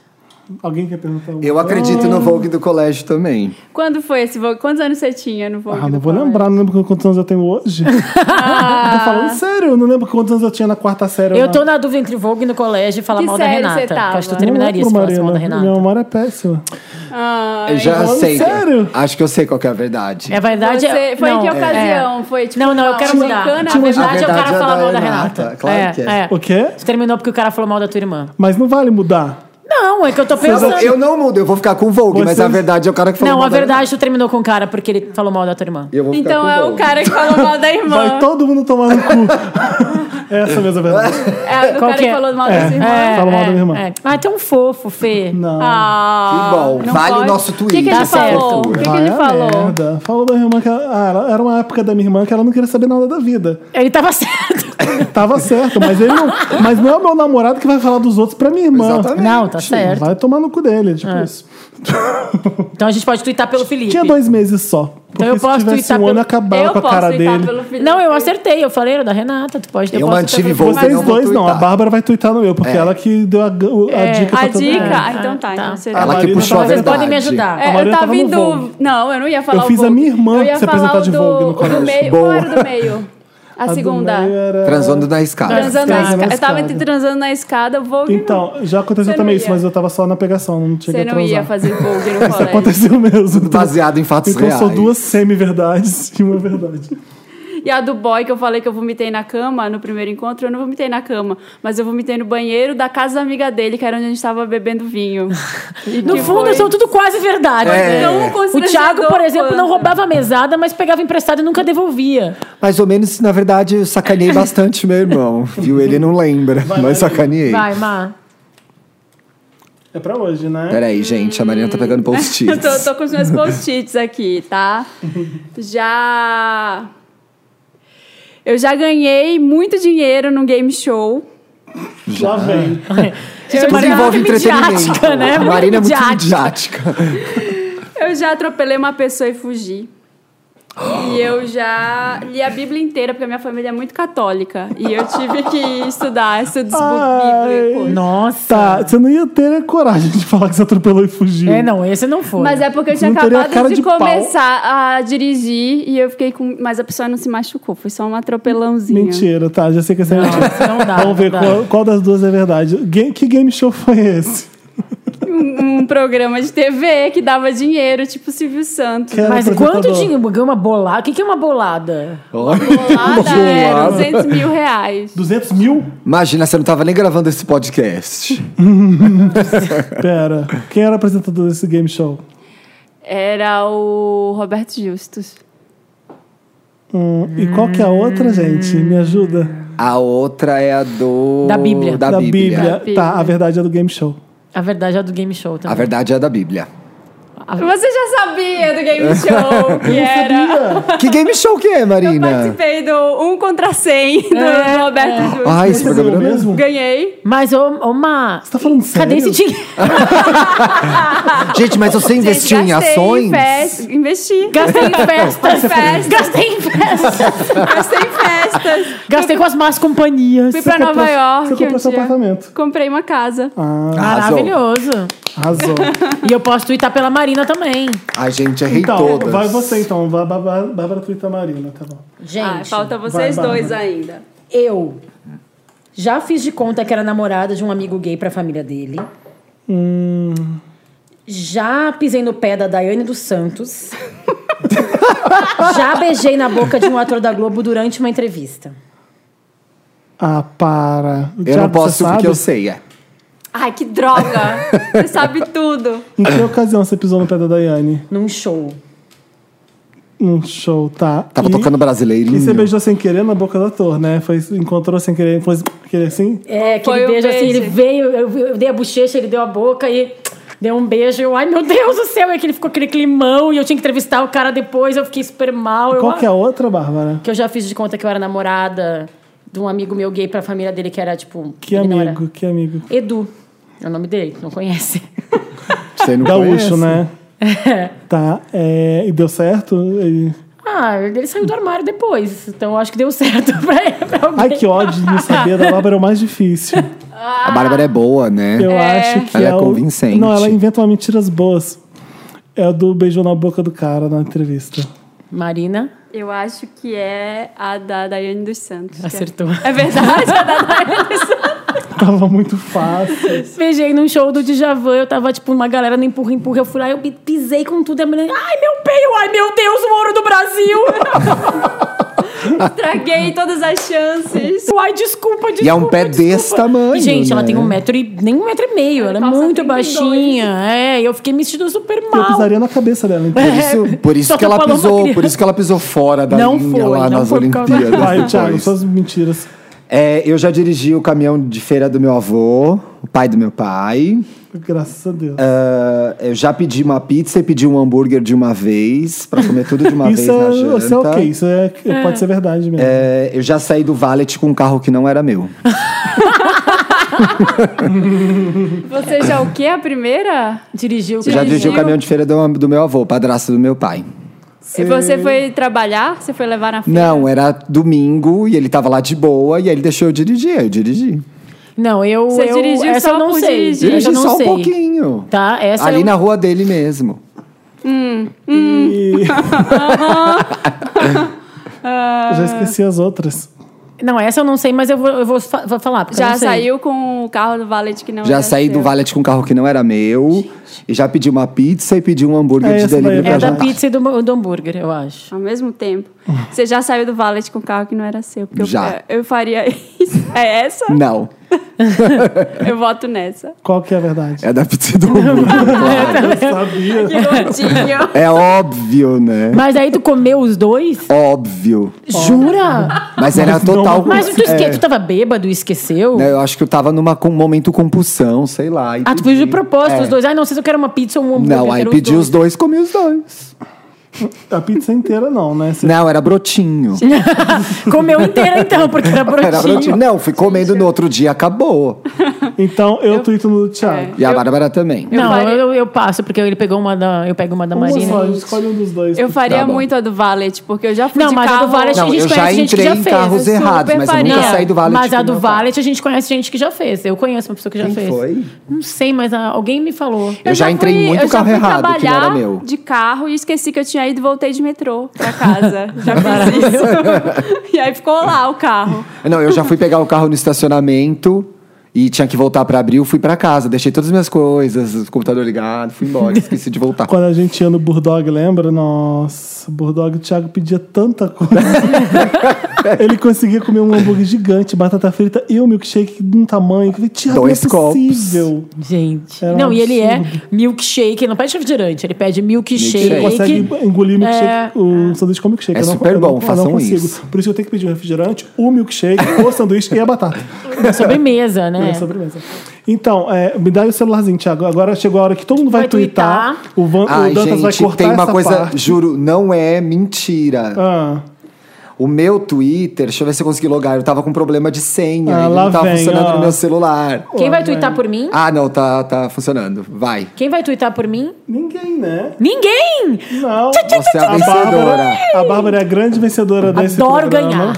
S1: Alguém quer perguntar alguma
S3: Eu
S1: coisa?
S3: acredito no Vogue do colégio também.
S2: Quando foi esse voo? Quantos anos você tinha no voo?
S1: Ah, não vou lembrar, não lembro quantos anos eu tenho hoje. Tô falando sério, eu não lembro quantos anos eu tinha na quarta série. ou
S4: Eu
S1: na-
S4: tô na dúvida entre Vogue no colégio e falar
S2: Que
S4: mal da
S2: série você
S4: Renata. que Eu acho que eu
S2: tava?
S4: terminaria
S1: não
S4: se falasse
S1: lembro,
S4: mal da
S1: Marina. Minha
S4: Renata.
S1: memória é péssima.
S2: Ah,
S3: Eu já
S1: falando
S3: sei.
S1: sério?
S3: Acho que eu sei qual que é a verdade.
S4: É verdade.
S2: você- foi
S4: não,
S2: em que
S4: é.
S2: ocasião? Foi tipo.
S4: Não, não, eu quero
S2: uma
S4: mudar.
S2: gincana?
S4: A verdade
S3: A
S4: é o
S3: verdade
S4: cara
S3: é
S4: falar
S3: da
S4: mal da
S3: Renata,
S4: Renata.
S3: claro que é.
S1: O quê?
S4: Você terminou porque o cara falou mal da tua irmã.
S1: Mas não vale mudar.
S4: Não, é que eu tô
S3: Eu
S4: pensando.
S3: não, eu não mudo, eu vou ficar com o Vogue, mas
S1: Você-
S3: a verdade é o cara que falou
S4: Não,
S3: mal
S4: a
S3: da-
S4: verdade tu terminou com o cara porque ele falou mal da tua irmã.
S3: Eu vou ficar
S2: Então
S3: com
S2: é o
S3: Vogue.
S2: cara que falou mal da irmã.
S1: Vai todo mundo tomar no cu. Essa mesmo é a verdade.
S2: É
S4: Qual
S2: o cara
S4: que
S2: que
S4: é?
S2: falou mal da sua irmã.
S1: É. Fala mal da minha irmã.
S4: é. Ah, é tão fofo, Fê.
S1: Não.
S2: Ah,
S3: Que bom,
S2: não
S3: vale o
S2: pode.
S3: nosso
S2: O que, que
S3: tweet.
S2: ele
S4: Tá certo.
S2: falou? O que, que
S1: Vai
S2: ele
S1: é a
S2: falou?
S1: Ah, merda. Falou da irmã que ela, ah, ela- era uma época da minha irmã que ela não queria saber nada da vida.
S4: Ele tava *laughs* certo.
S1: Tava *laughs* certo, mas ele não. Mas não é o meu namorado que vai falar dos outros pra minha irmã.
S3: Exatamente.
S4: Não, tá certo.
S1: Vai tomar no cu dele, tipo
S2: É.
S1: isso.
S4: Então a gente pode twittar pelo Felipe.
S1: Tinha dois meses só.
S2: Então
S1: Porque
S4: eu posso
S1: se tivesse um
S4: tuitar pelo-
S1: ano acabava
S2: Eu
S1: com a
S2: posso
S1: cara
S2: tuitar
S1: dele.
S2: pelo Felipe.
S4: Não, eu acertei. Eu falei era da Renata. Tu pode.
S3: Eu
S4: posso
S3: mantive
S4: twittar pelo
S3: Vogue.
S4: Felipe.
S3: Eu não
S1: Vocês
S3: vou É.
S1: dois não, a
S3: tuitar.
S1: Bárbara vai tuitar no eu, porque ela que deu a, o- a dica pra
S2: É, A
S1: todo mundo.
S2: dica? Ah, então tá. Então
S4: tá.
S2: você
S3: Ela que
S1: Marina
S3: puxou a
S1: tava-
S4: Vocês
S3: verdade.
S4: podem me ajudar.
S2: É, eu
S1: Marina
S2: tava
S1: tava
S2: em
S1: no voo.
S2: dúvida. Não, eu não ia falar
S1: Eu
S2: o
S1: fiz a
S2: Vogue.
S1: minha irmã
S2: eu ia
S1: se
S2: falar
S1: apresentar
S2: o
S1: de
S2: do,
S1: Vogue no
S2: o
S1: colégio.
S2: do meio,
S3: Boa.
S2: Qual era o
S1: *laughs*
S2: do meio? A,
S1: do
S2: segunda.
S1: meio era-
S3: Transando na escada.
S2: Transando na
S1: Transando na
S2: escada. Eu tava
S1: escada.
S2: entre transando na escada, Vogue. não.
S1: Então, já aconteceu
S2: Você não
S1: também isso,
S2: ia.
S1: mas eu tava só na pegação, não tinha
S2: Você
S1: que
S2: não ia
S1: transar.
S2: fazer
S1: *laughs*
S2: Vogue no
S1: Isso
S2: colégio.
S1: aconteceu mesmo.
S3: Baseado em fatos
S1: Então
S3: reais.
S1: são duas semi-verdades *laughs* e uma verdade.
S2: E a do boy que eu falei que eu vomitei na cama no primeiro encontro, eu não vomitei na cama, mas eu vomitei no banheiro da casa da amiga dele, que era onde a gente tava bebendo
S1: *laughs*
S2: vinho. E
S4: No
S2: que
S4: fundo,
S2: foi-
S4: são tudo quase verdade.
S3: É.
S4: né?
S2: Tão
S4: O Thiago, por
S2: constrangedor
S4: exemplo, não
S2: quanto.
S4: roubava a mesada, mas pegava emprestado e nunca devolvia.
S3: Mais ou menos, na verdade,
S4: *laughs*
S3: eu sacaneei bastante meu irmão. Viu? Ele não lembra, mas sacaneei.
S4: Vai, Má.
S1: É pra hoje, né?
S3: Peraí, gente, a Marina tá
S4: *laughs*
S3: pegando
S2: Eu tô,
S3: post-its.
S2: tô com os meus post-its aqui, tá? Já. Eu já ganhei muito dinheiro num game show.
S1: Já vem.
S2: Eu
S4: a
S2: já-
S3: Mas envolve
S4: Muito
S2: *laughs*
S4: midiática,
S3: entretenimento.
S4: né?
S3: A
S4: Muito
S3: Marina é muito
S4: midiática.
S3: midiática.
S2: Eu já atropelei uma pessoa e fugi. E eu já li a Bíblia inteira, porque a minha família é muito católica. E eu tive que estudar estudos
S1: Ai.
S2: bíblicos.
S5: Nossa.
S1: Tá, você não ia ter a coragem de falar que você atropelou e fugiu.
S5: É, não, esse não foi.
S2: Mas é porque eu tinha
S1: Não teria cara
S2: acabado de,
S1: de pau.
S2: começar a dirigir e eu fiquei com. Mas a pessoa não se machucou, foi só um atropelãozinho.
S1: Mentira, tá, já sei que essa é
S5: Não,
S1: mentira.
S5: esse não dá. não
S1: Vamos ver
S5: dá.
S1: qual, qual das duas é verdade. Game- que game show foi esse?
S2: Um, um programa de TV que dava dinheiro, tipo Silvio Santos.
S1: Que era
S5: Mas
S1: apresentador.
S5: quanto dinheiro? Ganhou uma bolada? O que, que é uma bolada?
S2: Bolada era
S3: Bolada.
S2: 200 mil reais.
S1: 200 mil?
S3: Imagina, você não tava nem gravando esse podcast.
S1: Pera, quem era apresentador desse game show?
S2: Era o Roberto Justus.
S1: Hum, e qual que é a outra, gente? Me ajuda.
S3: A outra é a do...
S5: Da Bíblia.
S3: Da, Bíblia.
S1: Bíblia.
S2: Bíblia.
S1: Tá, a verdade é do game show.
S5: A verdade é a do game show
S3: A
S5: também.
S3: verdade é a da Bíblia.
S2: Ah, Você já sabia do
S1: *laughs*
S2: game show que era.
S1: Sabia?
S3: Que game show que é,
S2: Eu
S3: Marina?
S2: participei do 1 contra 100 do
S5: É.
S2: Roberto Justus.
S3: Ai, Ah, esse
S1: Você ganhou
S3: programa... é
S1: mesmo?
S2: Ganhei.
S5: Mas, ô, ô Má,
S1: Você tá falando sério?
S5: cadê esse dinheiro?
S3: Gente, mas você investiu
S2: Gente,
S3: em
S2: gastei
S3: ações?
S2: fest- Investi.
S5: Gastei em festas.
S2: Em festas.
S5: Gastei em festas.
S2: Gastei em festas.
S5: Gastei com as más companhias.
S2: Fui pra Nova
S1: comprou-
S2: York.
S1: você comprou
S2: um
S1: seu
S2: dia.
S1: apartamento.
S2: Comprei uma casa.
S1: Ah,
S3: Arrasou.
S5: Maravilhoso.
S3: *laughs*
S1: arrasou.
S5: *laughs* E eu posso twittar pela Marina também.
S3: A gente errei
S1: Então,
S3: todas.
S1: vai você então. Vai Bá- Bá- Bárbara Tuita Marina, tá bom.
S2: Ah,
S5: Gente,
S2: falta vocês
S1: Vai,
S2: dois
S1: Bárbara.
S2: ainda.
S5: eu já fiz de conta que era namorada de um amigo gay pra família dele.
S1: Hum,
S5: Já pisei no pé da Daiane dos *laughs* Santos. já beijei na boca de um ator da Globo durante uma entrevista.
S1: ah, para.
S3: Eu não posso porque eu sei, é.
S2: Ai, que droga! Você sabe tudo.
S1: Em que ocasião você pisou no pé da Daiane?
S5: Num show.
S1: Num show, tá.
S3: Tava
S1: E-
S3: tocando brasileiro.
S1: E você beijou sem querer na boca do ator, né? Foi, encontrou sem querer, foi querer assim?
S5: É, aquele
S2: Foi um
S5: beijo assim,
S2: beijo.
S5: ele veio, eu, eu dei a bochecha, ele deu a boca e deu um beijo. Eu, ai meu Deus do céu, e aquele ficou aquele climão e eu tinha que entrevistar o cara depois, eu fiquei super mal. eu,
S1: Qual que é a outra, Bárbara?
S5: que eu já fiz de conta que eu era namorada de um amigo meu gay pra família dele, que era tipo.
S1: Que
S5: ele não
S1: amigo, que amigo.
S5: era- Edu. É o nome dele, não conhece. *laughs*
S3: Você não
S1: Gaúcho,
S3: conhece?
S1: né? Tá, é, e deu certo? E-
S5: Ah, ele saiu do armário depois, então eu acho que deu certo *laughs* pra ele. Pra alguém.
S1: Ai, que ódio de não saber, da Bárbara é o mais difícil.
S3: A Bárbara é boa, né?
S1: Eu acho que
S3: Ela é
S1: é o-
S3: convincente.
S1: Não, ela é inventa umas mentiras boas. É o do beijou na boca do cara na entrevista. *laughs*
S5: Marina
S2: Eu acho que é a da Daiane dos Santos.
S5: acertou.
S2: É verdade, a da Daiane dos Santos.
S1: Tava muito fácil.
S5: Beijei num show do Djavan, eu tava tipo uma galera no empurra, empurra. Eu fui lá, eu pisei com tudo. e A menina, ai meu peio, ai meu Deus, o ouro do Brasil. *laughs*
S2: Traguei todas as chances.
S5: ai, desculpa, desculpa.
S3: E é um pé
S5: desculpa.
S3: desse tamanho,
S5: E, gente, ela
S3: né?
S5: tem um metro e. nem um metro e meio, ela é
S2: calça
S5: muito
S2: 32.
S5: baixinha. É, e eu fiquei me sentindo super
S1: Eu
S5: mal.
S1: pisaria na cabeça dela. Então.
S3: Por
S5: *laughs*
S3: isso, por
S5: Só
S3: isso que
S5: que
S3: ela
S5: falou uma
S3: pisou,
S5: criança.
S3: por isso que ela pisou fora da
S5: Não
S3: linha
S5: foi,
S3: lá
S5: não
S3: nas
S5: foi por causa-
S3: Olimpíadas.
S1: Vai,
S3: *laughs*
S1: Thiago,
S3: depois.
S1: suas mentiras.
S3: É, eu já dirigi o caminhão de feira do meu avô, o pai do meu pai.
S1: Graças a Deus.
S3: Ah, eu já pedi uma pizza e pedi um hambúrguer de uma vez, pra comer tudo de uma vez
S1: *laughs* isso,
S3: na
S1: é,
S3: janta.
S1: isso é ok, isso é, pode ser verdade mesmo.
S3: É, eu já saí do valet com um carro que não era meu.
S2: Você já é o quê? A primeira?
S5: Dirigiu.
S3: Eu já dirigi o
S2: Dirigiu?
S3: caminhão de feira do, do meu avô, padrasto do meu pai.
S2: E você foi trabalhar? Você foi levar na feira?
S3: Não, era domingo e ele tava lá de boa e aí ele deixou eu dirigir, aí eu dirigi.
S5: Não, eu.
S2: Você
S5: eu-
S2: dirigiu
S5: essa
S2: só
S5: eu não
S2: por
S5: sei.
S2: dirigir?
S5: Essa
S3: Dirigi
S5: eu não
S3: só
S5: sei.
S3: um pouquinho.
S5: Tá, essa
S3: Ali
S5: eu...
S3: na rua dele mesmo.
S1: E- Já esqueci as outras.
S5: Não, essa eu não sei, mas eu vou, eu vou, fa- vou falar. porque eu
S2: Já
S5: não sei.
S2: saiu com o carro do Valet
S5: Ah,
S2: que não
S3: já
S2: era
S5: é
S3: saí do
S2: seu.
S3: valet com um carro que não era meu. E já pedi uma pizza e pedi um hambúrguer
S1: É,
S3: de
S1: essa daí
S3: delivery
S1: é
S5: É
S3: pra
S5: da
S3: jantar.
S5: pizza e do, do hambúrguer, eu acho.
S2: Ao mesmo tempo. Você já saiu do Valet com o carro que não era seu. Porque eu- eh,
S3: Já.
S2: Eu, faria isso. É essa?
S3: Não,
S2: Eu voto nessa.
S1: Qual que é a verdade?
S3: é da pizza e do
S5: *laughs*
S3: hambúrger.
S1: Eu sabia.
S2: Que gordinho.
S3: é óbvio, né?
S5: Mas aí tu comeu os dois?
S3: Óbvio.
S5: Jura?
S3: Mas era
S1: Mas não-
S3: total.
S5: Mas tu, esque...
S3: É,
S5: tu tava bêbado e esqueceu?
S3: né, eu acho que eu tava numa com, momento compulsão, sei lá. e
S5: Ah, tu
S3: pedi.
S5: pediu de propósito
S3: É.
S5: os dois. Ai, não sei se eu quero uma pizza ou um hambúrguer. eu
S3: Não, aí
S5: quero
S3: pedi os dois, comi os dois.
S1: A pizza inteira não, né? Você-
S3: Não, era brotinho. *laughs*
S5: Comeu inteira então, porque era brotinho.
S3: Era brotinho. Não, fui comendo no outro dia, acabou.
S1: Então eu, tuito no Thiago.
S3: E a Bárbara também.
S2: Eu
S5: não,
S2: faria-
S5: eu, eu passo, porque ele pegou uma da. Eu pego uma da
S1: Uma
S5: Marina.
S1: só, escolhe um dos dois.
S2: Eu faria
S3: Tá bom.
S2: muito a do Valet, porque eu já fui
S5: Não,
S2: de
S5: mas a do
S2: carro.
S5: Valet a
S3: Não,
S5: gente
S3: eu já
S5: conhece gente que
S3: entrei
S5: já
S3: em
S5: fez.
S3: carros
S5: Super
S3: errados, mas eu nunca
S5: faria.
S3: saí do Valet.
S5: Mas a
S3: com
S5: do
S3: meu carro.
S5: Valet a gente conhece gente que já fez. Eu conheço uma pessoa que já
S3: tá. Quem
S5: fez.
S3: foi?
S5: Não sei, mas ah, alguém me falou.
S3: Eu já entrei em
S2: fui-
S3: muito
S2: eu
S3: carro
S2: já fui
S3: errado, que não era
S2: trabalhar
S3: meu.
S2: de carro e esqueci que eu tinha ido e voltei de metrô
S3: *laughs*
S2: pra casa. Já fiz isso. *laughs* e aí ficou lá o carro.
S3: Não, eu já fui pegar o carro no estacionamento e tinha que voltar pra abril, fui pra casa, deixei todas as minhas coisas, o computador ligado, fui
S1: *laughs*
S3: embora, esqueci de voltar.
S1: Quando a gente ia no Burdog, lembra? Nossa, o Burdog, o Thiago pedia
S3: *laughs*
S1: tanta coisa. Ele conseguia comer um hambúrguer gigante, batata frita e um milkshake de um tamanho. que Eu falei, Thiago,
S3: Dois
S1: não é
S3: copos.
S1: possível.
S5: Gente.
S1: Era um
S5: não, e ele é milkshake. Ele não pede refrigerante, ele pede milkshake.
S1: Ele consegue engolir um milkshake, o sanduíche com milkshake.
S3: É
S1: Eu não-
S3: super
S1: eu não-
S3: bom,
S1: eu não
S3: façam
S1: consigo.
S3: isso.
S1: Por isso eu tenho que pedir um refrigerante, o milkshake, o sanduíche e a *laughs* batata.
S5: É sobremesa, né?
S1: É. sobremesa. Então, é, me dá aí o celularzinho, Thiago. Agora chegou a hora que todo mundo vai,
S5: Vai
S1: twittar.
S5: tuitar.
S1: O, Van,
S3: Ai,
S1: o Dantas vai
S3: gente,
S1: cortar
S3: tem uma
S1: essa
S3: coisa,
S1: parte.
S3: juro, não é mentira.
S1: Ah,
S3: O meu Twitter, deixa eu ver se eu consegui logar, eu tava com problema de senha,
S1: Ah,
S3: ele
S1: lá
S3: não tava
S1: vem,
S3: funcionando
S1: ó.
S3: no meu celular.
S5: Quem vai tuitar por mim?
S3: Ah, não, tá, tá funcionando. Vai.
S5: Quem vai tuitar por mim?
S1: ninguém, né?
S5: Ninguém!
S1: Não.
S3: Você é a
S1: A Bárbara,
S3: vencedora.
S1: a Bárbara é a grande vencedora desse
S5: Adoro
S1: programa.
S5: ganhar.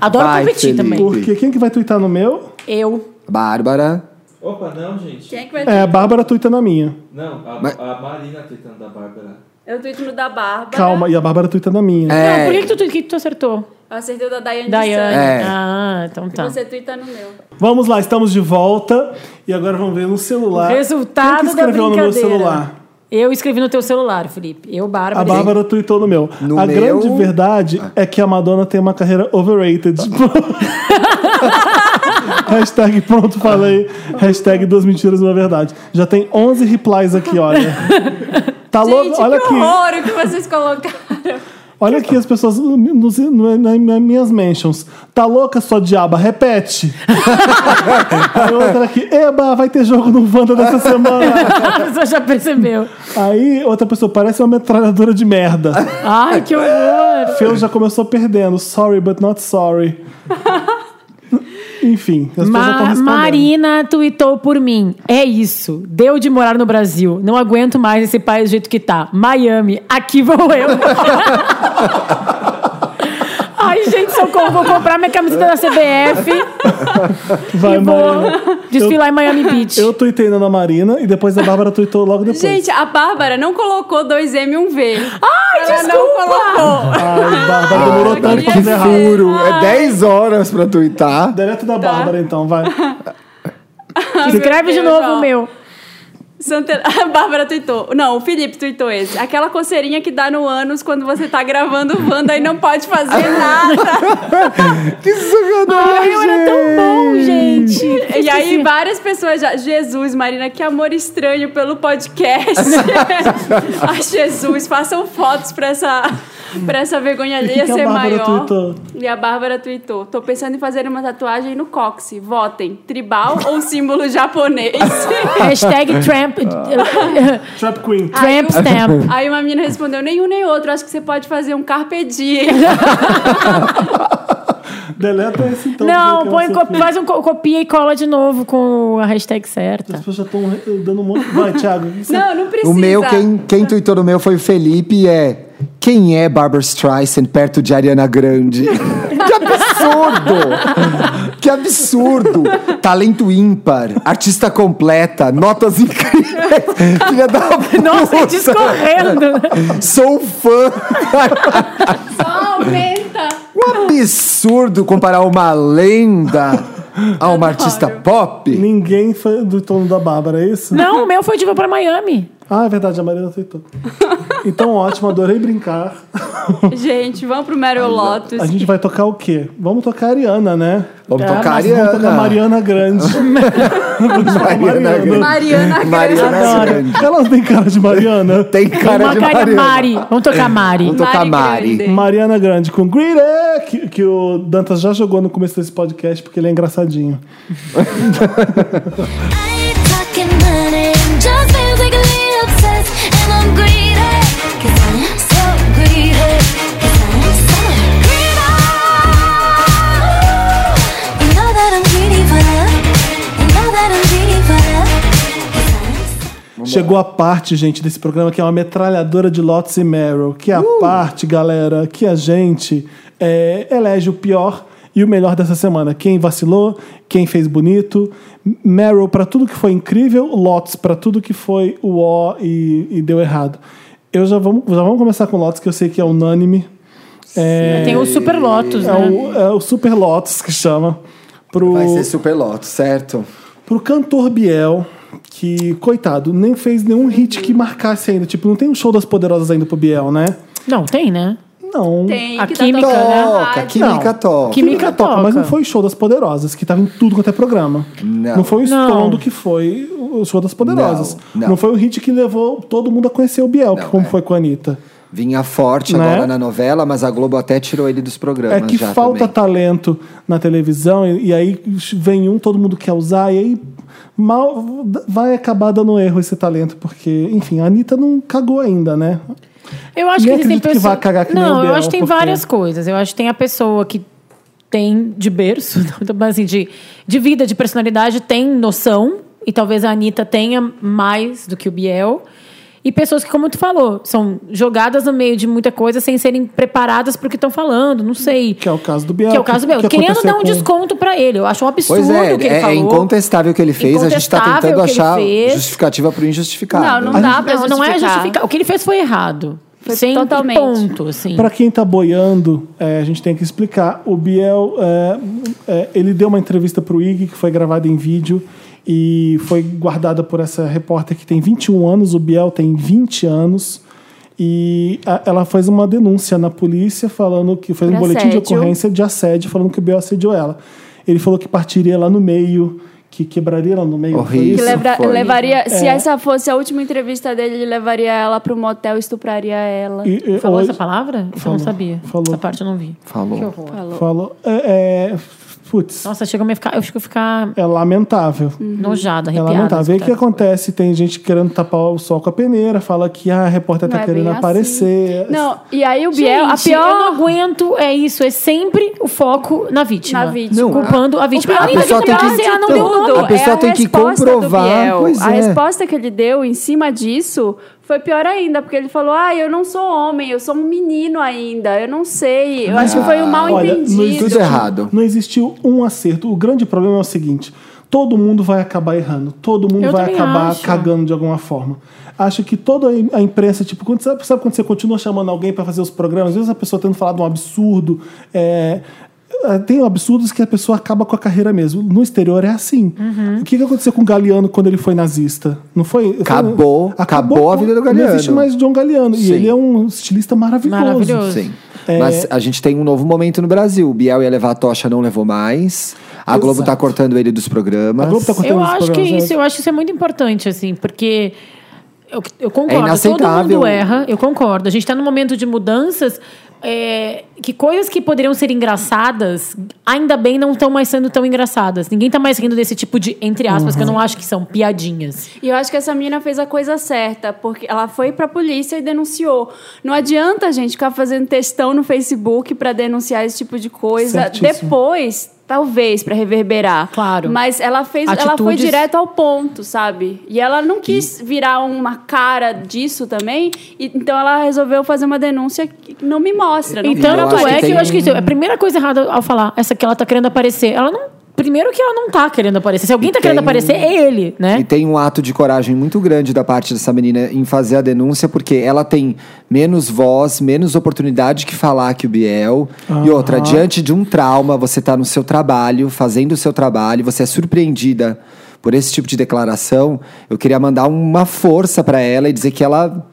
S5: Adoro
S3: Vai,
S5: competir
S3: Felipe.
S5: também.
S1: Porque quem que vai twittar no meu?
S5: Eu.
S3: Bárbara.
S6: Opa, não, gente.
S2: Quem é que vai
S1: É, a Bárbara tuita na minha.
S6: Não, a,
S3: Mas-
S6: a Marina tá tentando da Bárbara.
S2: Eu tuito no da Bárbara.
S1: Calma, e a Bárbara tuita na minha.
S5: Não, por que,
S3: É,
S5: que, tu, que tu acertou?
S2: Eu acertei o da Daiane.
S5: Daiane.
S2: Daiane.
S3: É.
S5: Ah, então tá.
S2: Você tuita no meu.
S1: Vamos lá, estamos de volta. E agora vamos ver no celular.
S5: Resultado
S1: Quem que escreveu
S5: da
S1: no meu
S5: brincadeira.
S1: celular?
S5: Eu escrevi no teu celular, Felipe. Eu, Bárbara.
S1: A
S5: *laughs*
S1: Bárbara tweetou no meu.
S3: No
S1: a
S3: meu?
S1: grande verdade é que a Madonna tem uma carreira overrated. Hashtag pronto, falei. Hashtag duas mentiras, uma verdade. Já tem 11 replies aqui, olha. Tá
S2: Gente,
S1: louco? Olha
S2: que
S1: aqui.
S2: horror o que vocês colocaram.
S1: Olha aqui as pessoas nos, no- nas minhas mentions. Tá louca, sua diaba? Repete. Aí outra aqui. Eba, vai ter jogo no Wanda dessa semana.
S5: A pessoa já percebeu.
S1: Aí outra pessoa. Parece uma metralhadora de merda.
S5: Ai, que horror.
S1: Phil já começou perdendo. Sorry, but not sorry. Enfim, as pessoas estão
S5: Ma
S1: respondendo.
S5: Marina tweetou por mim. É isso. Deu de morar no Brasil. Não aguento mais esse país do jeito que tá. Miami, aqui vou eu. *laughs* Ai, gente, socorro. Vou comprar minha camiseta da CBF
S1: Vai,
S5: e
S1: Marina.
S5: *laughs* vou desfilar Tipo, em Miami
S1: *laughs*
S5: Beach.
S1: Eu tuitei né, na Ana Marina e depois a Bárbara tuitou logo depois.
S2: Gente, a Bárbara não colocou 2M e 1V.
S5: Ai,
S2: Ela não *laughs* colocou.
S1: Ai, Bárbara demorou
S5: tá
S2: eu
S1: tanto
S2: queria
S1: pra
S3: que
S1: fazer errado.
S3: furo. É 10 horas pra tuitar.
S1: Direto da Bárbara, então, vai.
S5: Escreve de
S2: Meu Deus,
S5: novo
S2: ó.
S1: *laughs*
S5: o meu.
S2: Santana- *laughs* A Bárbara tweetou. Não, o Felipe tweetou esse. Aquela coceirinha que dá no ânus quando você tá gravando o Wanda e não pode fazer nada.
S3: Que sacanagem.
S5: Eu era é tão bom, gente.
S2: e aí várias pessoas já... Jesus, Marina, que amor estranho pelo podcast. Ai, Jesus, façam fotos pra essa, pra essa vergonha
S1: E o que
S2: alheia
S1: que a
S2: ser
S1: Bárbara
S2: maior.
S1: tweetou?
S2: E a Bárbara tweetou. Tô pensando em fazer uma tatuagem no cóccix. Votem. Tribal ou símbolo japonês? *laughs*
S5: Hashtag Tramp,
S1: Ah.
S5: eh,
S1: Trap Queen.
S5: tramp Stamp.
S2: Aí uma menina respondeu, nenhum nem outro, acho que você pode fazer um carpe diem.
S1: Deleta esse, então.
S5: Não,
S1: porque ela
S5: põe,
S1: se
S5: co-
S1: fez.
S5: faz um co- copia e cola de novo com a hashtag
S1: As
S5: certa.
S1: pessoas já estão dando um monte. Vai,
S5: *laughs*
S1: Thiago. Você...
S2: Não, não precisa.
S3: O meu, quem, quem tuitou no meu foi o Felipe e é. Quem é Barbara Streisand perto de Ariana Grande? *laughs* que absurdo! que absurdo! Talento ímpar, artista completa, notas incríveis, *laughs* filha da puta.
S5: Nossa, discorrendo.
S3: Sou fã.
S2: Só aumenta.
S3: Um absurdo comparar uma lenda a uma artista pop.
S1: Ninguém foi do tono da Bárbara, é isso?
S5: Não, o meu foi de voo pra Miami.
S1: Ah, é verdade, a Marina
S5: *laughs*
S1: tweetou. Então, ótimo, adorei brincar.
S2: Gente, vamos pro Meryl Lotus.
S1: A gente vai tocar o quê? Vamos tocar a Ariana, né?
S5: É.
S3: Vamos tocar
S1: Mas vamos tocar Mariana Grande.
S3: Mariana Grande.
S2: Mariana Grande.
S3: Mariana Grande.
S1: Ela não tem cara de Mariana.
S3: Tem cara
S1: é
S5: Uma
S3: de
S5: cara
S3: Mariana.
S5: Mari. Vamos tocar Mari.
S3: Vamos tocar Mari.
S2: Grande.
S1: Mariana Grande com Greedy, que, que o Dantas já jogou no começo desse podcast, porque ele é engraçadinho.
S7: I ain't talking money, I'm just physically obsessed, and I'm greedy, 'cause I'm so greedy, 'cause I'm so greedy. You know that I'm greedy for love, you know that I'm greedy
S1: Chegou a parte, gente, desse programa que é uma metralhadora de Lotus e Meryl. Que é a
S3: Uh!
S1: parte, galera, que a gente é, elege o pior e o melhor dessa semana. Quem vacilou, quem fez bonito. Meryl pra tudo que foi incrível, Lotus pra tudo que foi o ó e, e deu errado. Eu já vamos, já vamos começar com Lotus, que eu sei que é unânime. É,
S5: Tem o Super Lotus,
S1: é
S5: né?
S1: o, é o Super Lotus que chama. Pro,
S3: Vai ser Super Loto, certo?
S1: pro cantor Biel, que, coitado, nem fez nenhum hit que marcasse ainda. Tipo, não tem um show das poderosas ainda pro Biel, né?
S5: Não, tem, né?
S1: Não.
S2: Tem
S5: A
S2: que
S5: química,
S2: tá tocando na
S3: Toca,
S2: rádio.
S3: química toca.
S5: né? Que- Química toca.
S1: mas não foi o show das poderosas, que tava em tudo quanto é programa.
S3: Não.
S1: foi o
S5: Não.
S1: estrondo que foi o show das poderosas.
S3: Não, não.
S1: foi o hit que levou todo mundo a conhecer o Biel, que
S3: Não,
S1: como
S3: é.
S1: foi com a Anitta.
S3: Vinha forte
S1: Né?
S3: agora na novela, mas a Globo até tirou ele dos
S1: É
S3: programas
S1: que
S3: já
S1: falta
S3: também.
S1: talento na televisão, e, e aí vem um, todo mundo quer usar, e aí mal vai acabar dando erro esse talento, porque, enfim, a Anitta não cagou ainda, né?
S5: Eu
S1: Nem
S5: acho que existem
S1: acredito que
S5: pessoas.
S1: vá cagar que nem o
S5: não, eu
S1: Biel,
S5: acho que tem
S1: porque-
S5: várias coisas. Eu acho que tem a pessoa que tem de berço, *laughs* mas assim, de, de vida, de personalidade, tem noção. E talvez a Anitta tenha mais do que o Biel. E pessoas que, como tu falou, são jogadas no meio de muita coisa sem serem preparadas pro que estão falando. Não sei.
S1: Que é o caso do Biel.
S5: Que é o caso do Biel.
S1: que
S5: Querendo
S1: aconteceu
S5: dar um
S1: com-
S5: desconto pra ele. Eu acho um absurdo
S3: Pois é,
S5: o que ele
S3: é,
S5: falou.
S3: é incontestável o que ele fez. A gente tá
S5: Incontestável
S3: tentando
S5: o que ele
S3: achar
S5: fez.
S3: justificativa pro injustificável.
S2: Não dá pra
S5: não, não é
S2: justificar.
S5: justificar. O que ele fez foi errado.
S2: Foi
S5: Sem
S2: totalmente.
S5: ponto, assim.
S1: Pra quem tá boiando, é, a gente tem que explicar. O Biel, é, é, ele deu uma entrevista pro IG, que foi gravada em vídeo e foi guardada por essa repórter que tem 21 anos, o Biel tem 20 anos. E a- ela fez uma denúncia na polícia falando que fez um
S2: Por
S1: boletim de
S2: assédio.
S1: ocorrência de assédio falando que o Biel assediou ela. Ele falou que partiria lá no meio, que quebraria lá no meio. não foi
S3: Horrível.
S2: Que
S1: isso?
S2: levra-
S3: foi. é.
S2: levaria, se essa fosse a última entrevista dele, ele levaria ela pro motel e estupraria ela.
S1: E, e,
S5: Falou
S1: hoje-
S5: essa palavra? Eu
S1: Falou.
S5: não sabia.
S1: Falou.
S5: Essa parte eu não vi.
S3: Falou.
S2: Falou.
S1: Falou. É, é, putz,
S5: Nossa, chega a me ficar. Eu fico ficar
S1: é lamentável.
S2: Hum,
S5: nojada,
S1: É
S5: arrepiada.
S1: lamentável. E o que
S5: escutar.
S1: acontece? Tem gente querendo tapar o sol com a peneira, fala que ah, a repórter
S2: Não
S1: tá
S2: é bem
S1: querendo
S2: assim.
S1: aparecer.
S2: Não, e aí o Biel,
S5: Gente,
S2: a pior.
S5: Eu não aguento, é isso. É sempre o foco na vítima.
S2: Na vítima.
S3: Não,
S5: Culpando a vítima.
S2: pior
S5: Além
S2: é
S5: da
S2: que
S3: pessoa
S5: vítima,
S3: tem
S5: ela
S3: que-
S5: assim, ela não
S4: Então,
S2: tudo,
S5: deu nome.
S3: A pessoa
S2: é
S3: tem que
S2: resposta do
S3: comprovar,
S2: Biel.
S3: pois
S2: A
S3: é.
S2: resposta que ele deu em cima disso foi pior ainda, porque ele falou: Ah, eu não sou homem, eu sou um menino ainda, eu não sei. Eu acho que foi um mal
S1: Olha, não
S2: entendido.
S1: existe-
S3: Tudo errado.
S1: Não existiu um acerto. O grande problema é o seguinte: todo mundo vai acabar errando, todo mundo
S5: Eu
S1: vai
S5: também
S1: acabar
S5: acho.
S1: cagando de alguma forma. Acho que toda a im- a imprensa, tipo, quando, sabe, sabe quando você continua chamando alguém pra fazer os programas, às vezes a pessoa tendo falado um absurdo. é, é, tem absurdos que a pessoa acaba com a carreira mesmo. No exterior é assim.
S2: Uhum.
S1: O que, que aconteceu com o Galeano quando ele foi nazista? Não foi? foi-
S3: Acabou- acabou a vida do
S1: Não
S3: Galeano.
S1: existe mais John Galeano. E
S3: Sim.
S1: ele é um estilista maravilhoso.
S5: Maravilhoso.
S3: Sim.
S1: É.
S3: Mas a gente tem um novo momento no Brasil. O Biel ia levar a tocha, não levou mais. A Globo tá cortando ele dos programas.
S1: A Globo tá cortando
S5: Eu
S1: os
S5: acho que
S1: programas, né?
S5: isso, eu acho que isso é muito importante, assim, porque eu, eu
S3: É
S5: concordo, todo
S3: inaceitável.
S5: mundo erra, eu concordo. A gente está num momento de mudanças é, que coisas que poderiam ser engraçadas, ainda bem não estão mais sendo tão engraçadas. Ninguém está mais rindo desse tipo de, entre aspas, que eu não acho que são piadinhas.
S2: E eu acho que essa menina fez a coisa certa, porque ela foi pra polícia e denunciou. Não adianta a gente ficar fazendo textão no Facebook pra denunciar esse tipo de coisa.
S1: Certíssimo.
S2: Depois, talvez, pra reverberar.
S5: Claro.
S2: Mas ela fez, ela foi
S5: Atitudes.
S2: direto ao ponto, sabe? E ela não quis virar uma cara disso também, e- então ela resolveu fazer uma denúncia que não me mostra. Não
S5: Então,
S3: eu
S5: tanto
S3: acho que
S5: é que,
S3: tem
S5: eu acho que
S3: um-
S5: isso, a primeira coisa errada ao falar, essa que ela tá querendo aparecer, ela não. Primeiro que ela não tá querendo aparecer. Se alguém tá querendo
S3: tem um-
S5: aparecer, é ele,
S3: E
S5: né?
S3: tem um ato de coragem muito grande da parte dessa menina em fazer a denúncia, porque ela tem menos voz, menos oportunidade que falar que o Biel. E outra, diante de um trauma, você tá no seu trabalho, fazendo o seu trabalho, você é surpreendida por esse tipo de declaração. Eu queria mandar uma força para ela e dizer que ela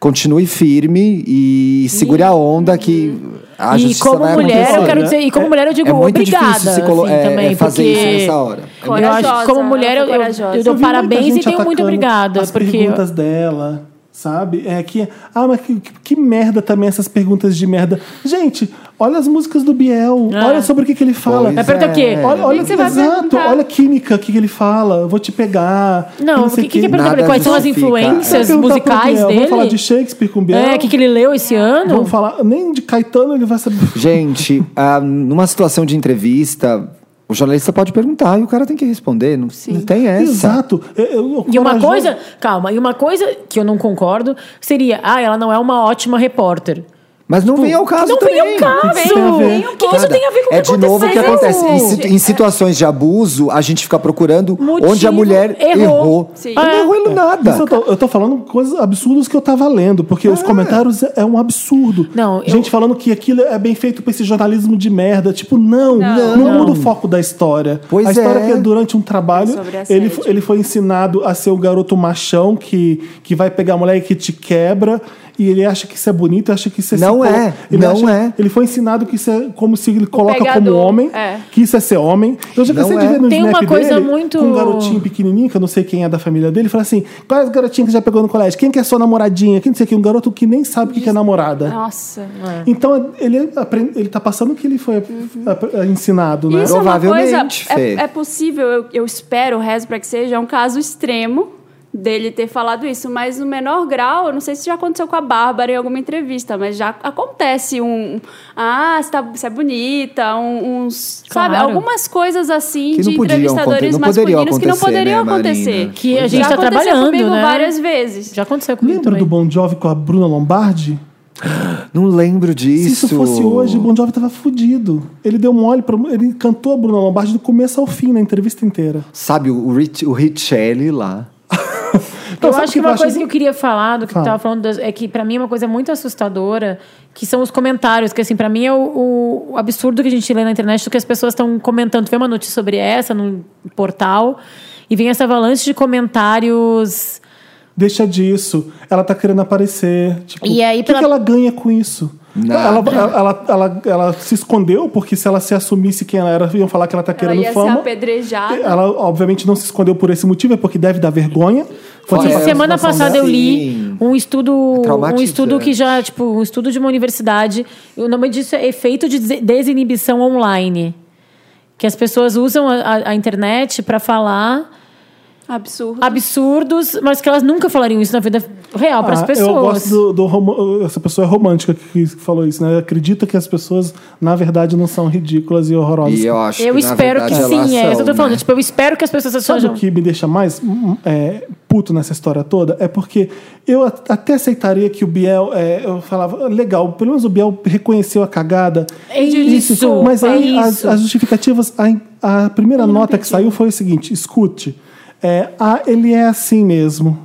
S3: continue firme e segure a onda que a
S5: e
S3: justiça é
S5: como
S3: vai
S5: mulher, eu
S3: acontecer.
S5: quero dizer, e como mulher eu digo
S3: é muito
S5: obrigada.
S3: difícil se colo-
S5: assim,
S3: é-
S5: também,
S3: é fazer
S5: porque...
S3: isso nessa hora. É
S5: Eu acho
S2: Corajosa,
S5: que como mulher eu,
S2: ela
S5: eu,
S2: foi corajosa.
S5: eu dou
S1: vi muita
S5: parabéns e
S1: gente
S5: tenho muito
S1: atacando
S5: obrigada.
S1: As
S5: Porque
S1: perguntas dela, sabe? É que. Ah, mas que, que merda também essas perguntas de merda. Gente, olha as músicas do Biel.
S5: É.
S1: Olha sobre o que, que ele fala.
S5: Vai perguntar o quê?
S3: É.
S1: Olha, olha
S2: O que que você vai
S1: exato,
S2: perguntar?
S1: olha a química, o que, que ele fala. Vou te pegar.
S5: Não, o
S1: sei
S5: que, que, que é
S1: quê.
S5: perguntar pra ele?
S3: Nada
S5: Quais são as
S3: justifica,
S1: Vai
S5: influências
S1: perguntar pro
S5: musicais
S1: Biel.
S5: dele?
S1: Vamos falar de Shakespeare com o Biel.
S5: É, o que, que ele leu esse ano?
S1: Vamos falar. Nem de Caetano ele vai saber.
S3: Gente, ah, numa situação de entrevista, O jornalista pode perguntar e o cara tem que responder. Não, não tem essa.
S1: Exato. Eu- eu-
S5: E uma
S1: corajoso-
S5: coisa, calma, e uma coisa que eu não concordo seria, ah, ela não é uma ótima repórter.
S3: Mas
S1: Tipo,
S3: não vem ao caso
S5: não
S3: também.
S5: vem ao caso.
S4: Vem, vem ao
S5: O que, que isso
S3: Nada.
S5: tem a ver com o que
S3: É de novo o que acontece. Em,
S5: aconteceu?
S3: situ- em situações de abuso, a gente fica procurando
S5: Motivo,
S3: onde a mulher
S5: errou.
S3: errou.
S4: Sim.
S3: Ela
S5: É.
S3: não errou em nada.
S1: Isso eu, tô, eu tô falando coisas absurdas que eu tava lendo, porque os comentários é, é um absurdo.
S5: Não, eu-
S1: Gente falando que aquilo é bem feito pra esse jornalismo de merda. Tipo, não, não, muda o foco da história.
S3: Pois
S1: a história
S3: é.
S1: que durante um trabalho
S4: Sobre assédio.
S1: ele, fo- ele foi ensinado a ser o garoto machão que, que vai pegar a mulher e que te quebra. E ele acha que isso é bonito, acha que isso é
S3: Não
S1: ser-
S3: é,
S1: ele
S3: não
S1: acha-
S3: é.
S1: Ele foi ensinado que isso é como se ele coloca como
S4: pegador,
S1: homem,
S4: é.
S1: que isso é ser homem. Eu já
S3: Não
S1: cansei de
S3: é.
S1: ver no
S5: Tem uma
S1: snap
S5: coisa
S1: dele,
S5: muito-
S1: com um garotinho pequenininho, que eu não sei quem é da família dele, fala assim: quais garotinhos que já pegou no colégio? Quem que é sua namoradinha? Quem não sei o que? Um garoto que nem sabe o que, que é namorada.
S4: Nossa.
S5: Ah, é.
S1: Então ele, apre- ele tá passando o que ele foi
S5: Uhum.
S1: apre- ensinado, né?
S4: Isso é uma coisa.
S3: Provavelmente,
S4: É,
S3: Fê.
S4: é possível, eu, eu espero, rezo pra que seja um caso extremo dele ter falado isso, mas no menor grau, eu não sei se já aconteceu com a Bárbara em alguma entrevista, mas já acontece um. Ah, você, tá, você é bonita, um- uns.
S5: Claro.
S4: Sabe, algumas coisas assim
S3: Que não
S4: de
S3: podiam
S4: entrevistadores
S3: acontecer, não poderiam
S4: masculinos que não
S3: acontecer,
S4: poderiam
S3: né,
S4: acontecer.
S3: Marina?
S5: Que a
S4: Já
S5: gente tá
S4: aconteceu
S5: trabalhando,
S4: comigo
S5: né?
S4: várias vezes.
S5: Já aconteceu comigo
S1: Lembra do
S5: também.
S1: Bon Jovi com a Bruna Lombardi?
S3: Não lembro disso.
S1: Se isso fosse hoje, o Bon Jovi tava fudido. Ele deu mole pra. Ele cantou a Bruna Lombardi do começo ao fim, na entrevista inteira.
S3: Sabe o, Rich, o Richelli lá?
S1: Então,
S5: eu
S1: sabe o
S5: acho que é uma
S1: acho?
S5: coisa que eu queria falar do que
S1: Fala.
S5: tu tava falando das- é que pra mim é uma coisa muito assustadora que são os comentários que assim pra mim é o, o absurdo que a gente lê na internet do que as pessoas estão comentando Tu vê uma notícia sobre essa num portal e vem essa avalanche de comentários
S1: Deixa disso. Ela tá querendo aparecer. Tipo,
S5: E aí,
S1: o que,
S5: pela-
S1: que ela ganha com isso? Ela,
S3: Nada.
S1: ela, ela, ela- ela se escondeu, porque se ela se assumisse quem ela era, iam falar que ela tá
S4: Ela
S1: querendo
S4: ia ser
S1: fama.
S4: apedrejada.
S1: Ela, obviamente, não se escondeu por esse motivo, é porque deve dar vergonha. Quando
S5: Gente,
S1: você tá
S5: Tipo, semana
S1: numa situação É
S5: passada eu li
S3: Sim.
S5: um estudo, um
S3: Traumatizante.
S5: estudo que já, tipo, um estudo de uma universidade. O nome disso é efeito de des- desinibição online. Que as pessoas usam a, a- a internet para falar
S4: Absurdo.
S5: absurdos, mas que elas nunca falariam isso na vida real para as
S1: Ah,
S5: pessoas.
S1: Eu gosto do, do romo- Essa pessoa é romântica que falou isso, né? Acredita que as pessoas, na verdade, não são ridículas e horrorosas.
S3: E é eu acho
S5: Eu
S3: que, na
S5: espero que
S3: verdade, elas
S5: sim, é.
S3: são,
S5: Isso eu tô falando,
S3: né?
S5: tipo, eu espero que as pessoas
S1: Sabe
S5: sejam.
S1: o que me deixa mais hum, é, puto nessa história toda? É porque eu a- até aceitaria que o Biel, é, eu falava, legal, pelo menos o Biel reconheceu a cagada.
S5: É isso,
S1: mas
S5: é
S1: aí as,
S5: isso.
S1: as justificativas, a, a primeira nota que saiu foi o seguinte: escute, é, ah, ele é assim mesmo.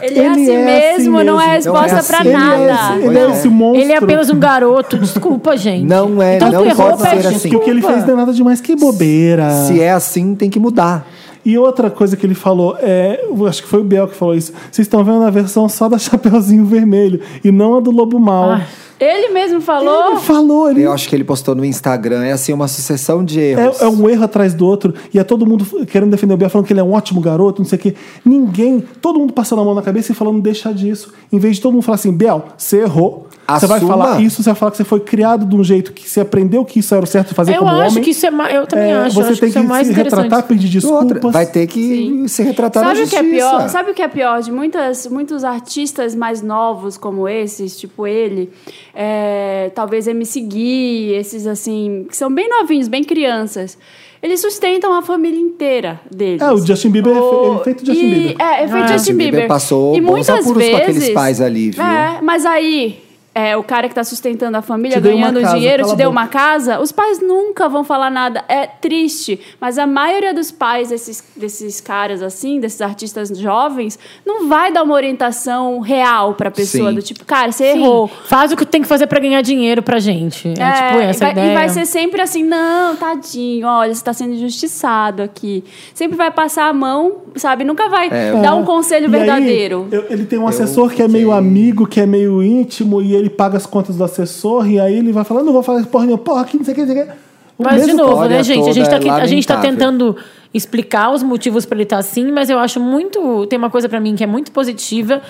S4: Ele, é assim mesmo, não é
S1: mesmo.
S4: resposta
S3: Não é
S4: pra
S3: assim
S4: nada.
S3: mesmo.
S1: Ele é
S3: Não.
S1: esse monstro.
S5: Ele é apenas um garoto, desculpa, gente.
S3: Não é,
S5: então
S3: não
S5: tu errou,
S3: pode ser
S5: pede
S3: assim.
S1: Que o que ele
S5: desculpa.
S1: fez não é nada demais, que bobeira.
S3: Se é assim, tem que mudar.
S1: E outra coisa que ele falou, é, eu acho que foi o Biel que falou isso. Vocês estão vendo a versão só da *laughs* Chapeuzinho Vermelho e não a do Lobo Mal.
S5: Ah,
S4: Ele mesmo falou.
S1: Ele falou, ele.
S3: Eu acho que ele postou no Instagram. É assim, uma sucessão de erros.
S1: É, é um erro atrás do outro, e é todo mundo f- querendo defender o Biel, falando que ele é um ótimo garoto, não sei o quê. Ninguém, todo mundo passando a mão na cabeça e falando, deixa disso. Em vez de todo mundo falar assim, Biel, você errou. Você vai
S3: Assuma.
S1: falar isso, você vai falar que você foi criado de um jeito que você aprendeu que isso era o certo de fazer
S5: Eu
S1: como
S5: acho
S1: homem.
S5: que isso é mais. Eu também
S1: É,
S5: acho.
S1: Você
S5: eu
S1: tem
S5: acho que isso é mais
S1: se
S5: interessante.
S1: retratar, pedir desculpas.
S3: Outra, vai ter que se retratar na
S4: Sabe o que
S3: justiça.
S4: é pior? Sabe o que é pior de muitas, muitos artistas mais novos como esses, tipo ele, é, talvez MC Gui, esses assim, que são bem novinhos, bem crianças. Eles sustentam a família inteira deles.
S1: É, o Justin Bieber é fe- ele é feito Justin
S4: e-
S1: Bieber.
S4: É, efeito
S5: Ah.
S4: Justin
S3: Justin Bieber
S4: Bieber.
S3: passou
S4: e
S3: bons
S4: muitas
S3: apuros com
S4: vezes,
S3: aqueles pais ali, viu?
S4: É, mas aí é, o cara que tá sustentando a família,
S1: Te deu uma
S4: ganhando
S1: casa,
S4: dinheiro, te
S1: cala a
S4: deu
S1: boca.
S4: uma casa, os pais nunca vão falar nada. É triste. Mas a maioria dos pais desses, desses caras assim, desses artistas jovens, não vai dar uma orientação real pra pessoa.
S3: Sim.
S4: Do tipo, cara, você
S5: Sim,
S4: errou.
S5: Faz o que tem que fazer pra ganhar dinheiro pra gente. É,
S4: É,
S5: tipo essa
S4: e,
S5: a
S4: vai,
S5: ideia.
S4: e vai ser sempre assim, não, tadinho, olha, você tá sendo injustiçado aqui. Sempre vai passar a mão, sabe? Nunca vai
S1: É.
S2: É.
S4: dar um conselho
S1: E aí,
S4: verdadeiro.
S1: eu- ele tem um assessor que é meio
S3: fiquei-
S1: amigo, que é meio íntimo, e ele paga as contas do assessor, e aí ele vai falar, não vou falar porra nenhuma, porra, aqui, não sei o que, não sei o que. O
S5: Mas, de
S1: mesmo-
S5: novo,
S3: história
S5: né, gente? A gente,
S3: toda
S5: tá,
S3: é
S5: aqui- a gente tá
S3: lamentável.
S5: tentando tá explicar os motivos pra ele estar assim, mas eu acho muito. Tem uma coisa pra mim que é muito positiva.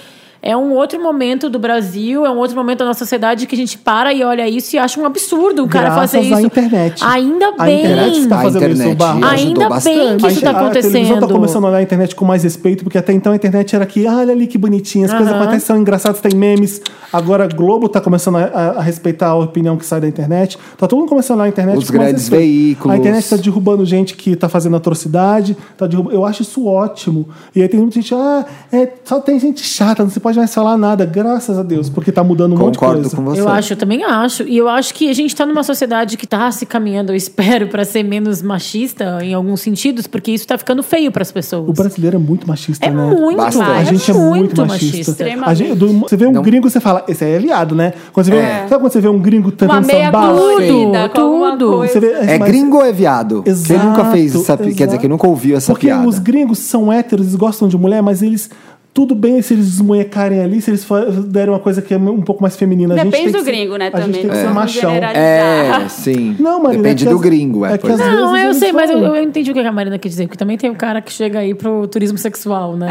S5: É um outro momento do Brasil, é um outro momento da nossa sociedade que a gente para e olha isso e acha um absurdo o cara
S1: Graças
S5: fazer isso.
S1: à internet.
S5: Ainda
S1: A
S5: bem.
S1: internet está
S3: A
S1: fazendo isso.
S3: internet
S1: o barro.
S3: ajudou
S5: Ainda bem
S3: bastante.
S5: que isso
S1: A-
S5: tá
S1: a televisão
S5: acontecendo.
S1: tá começando a olhar a internet com mais respeito, porque até então a internet era que, ah, olha ali que bonitinha, as coisas acontecem, são engraçadas, tem memes. Agora a Globo tá começando a, a- a respeitar a opinião que sai da internet. Tá todo mundo começando a olhar a internet
S3: Os
S1: com mais
S3: grandes
S1: respeito.
S3: veículos.
S1: A internet tá derrubando gente que tá fazendo atrocidade, tá derrubando. Eu acho isso ótimo. E aí tem muita gente, ah, é, só tem gente chata, não se pode mais falar nada. Graças a Deus, porque tá mudando um monte
S3: Concordo
S1: de coisa.
S3: com você.
S5: Eu acho, eu também acho. E eu acho que a gente está numa sociedade que está se caminhando, eu espero, para ser menos machista em alguns sentidos, porque isso está ficando feio para as
S1: O
S5: pessoas.
S1: brasileiro é muito machista,
S5: É
S1: né?
S5: muito,
S3: Bastante.
S5: mais,
S1: A gente é muito machista.
S2: Extremamente.
S1: A gente- do- você vê um gringo, você fala, esse aí é viado, né? Quando você vê, Sabe quando você vê um gringo
S2: Uma
S1: tentando
S2: meia
S1: sambar?
S2: colorida,
S5: Tudo,
S2: com alguma
S5: tudo.
S2: coisa.
S1: Você vê,
S3: É
S1: mas-
S3: gringo ou é viado?
S1: Exato,
S3: quem nunca fez essa pi- Quer dizer,
S1: exato.
S3: quem nunca ouviu essa
S1: Porque
S3: piada?
S1: os gringos são héteros, eles gostam de mulher, mas eles... Tudo bem se eles desmunhecarem ali, se eles fa- derem uma coisa que é um pouco mais feminina. A gente
S2: Depende
S1: tem
S2: do
S1: que ser-
S2: gringo, né,
S1: A
S2: também.
S1: gente tem que
S2: Não
S1: ser
S2: vamos
S1: machão.
S2: generalizar.
S3: É, sim.
S1: Não, Marina,
S3: Depende
S1: é que
S3: do
S1: às-
S3: gringo, é.
S1: é que
S3: pois
S1: às
S3: é.
S1: vezes
S5: Não, eu
S1: eles
S5: sei, mas eu,
S1: falam.
S5: eu entendi o que a Marina quer dizer, porque também tem o cara que chega aí pro turismo sexual, né?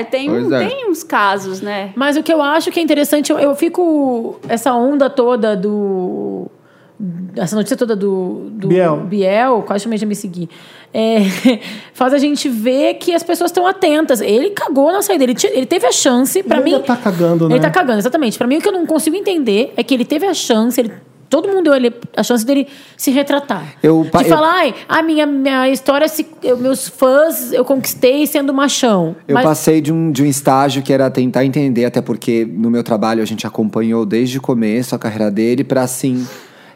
S2: É, tem,
S3: Pois é.
S2: tem uns casos, né?
S5: Mas o que eu acho que é interessante, eu, eu fico. Essa onda toda do. Essa notícia toda do, do
S1: Biel.
S5: Biel, quase chamei de me seguir. é, *laughs* faz a gente ver que as pessoas estão atentas. Ele cagou na saída, ele, ti- ele teve a chance, pra
S1: Ele
S5: mim.
S1: ainda tá cagando, né?
S5: Ele tá cagando, exatamente. Pra mim, o que eu não consigo entender é que ele teve a chance, ele- todo mundo deu ele a chance dele se retratar.
S3: Eu-
S5: de
S3: pa- eu-
S5: falar, ai, a minha, minha história, se, eu- meus fãs, eu conquistei sendo machão.
S3: Eu
S5: Mas-
S3: passei de um, de um estágio que era tentar entender, até porque no meu trabalho a gente acompanhou desde o começo a carreira dele, pra assim,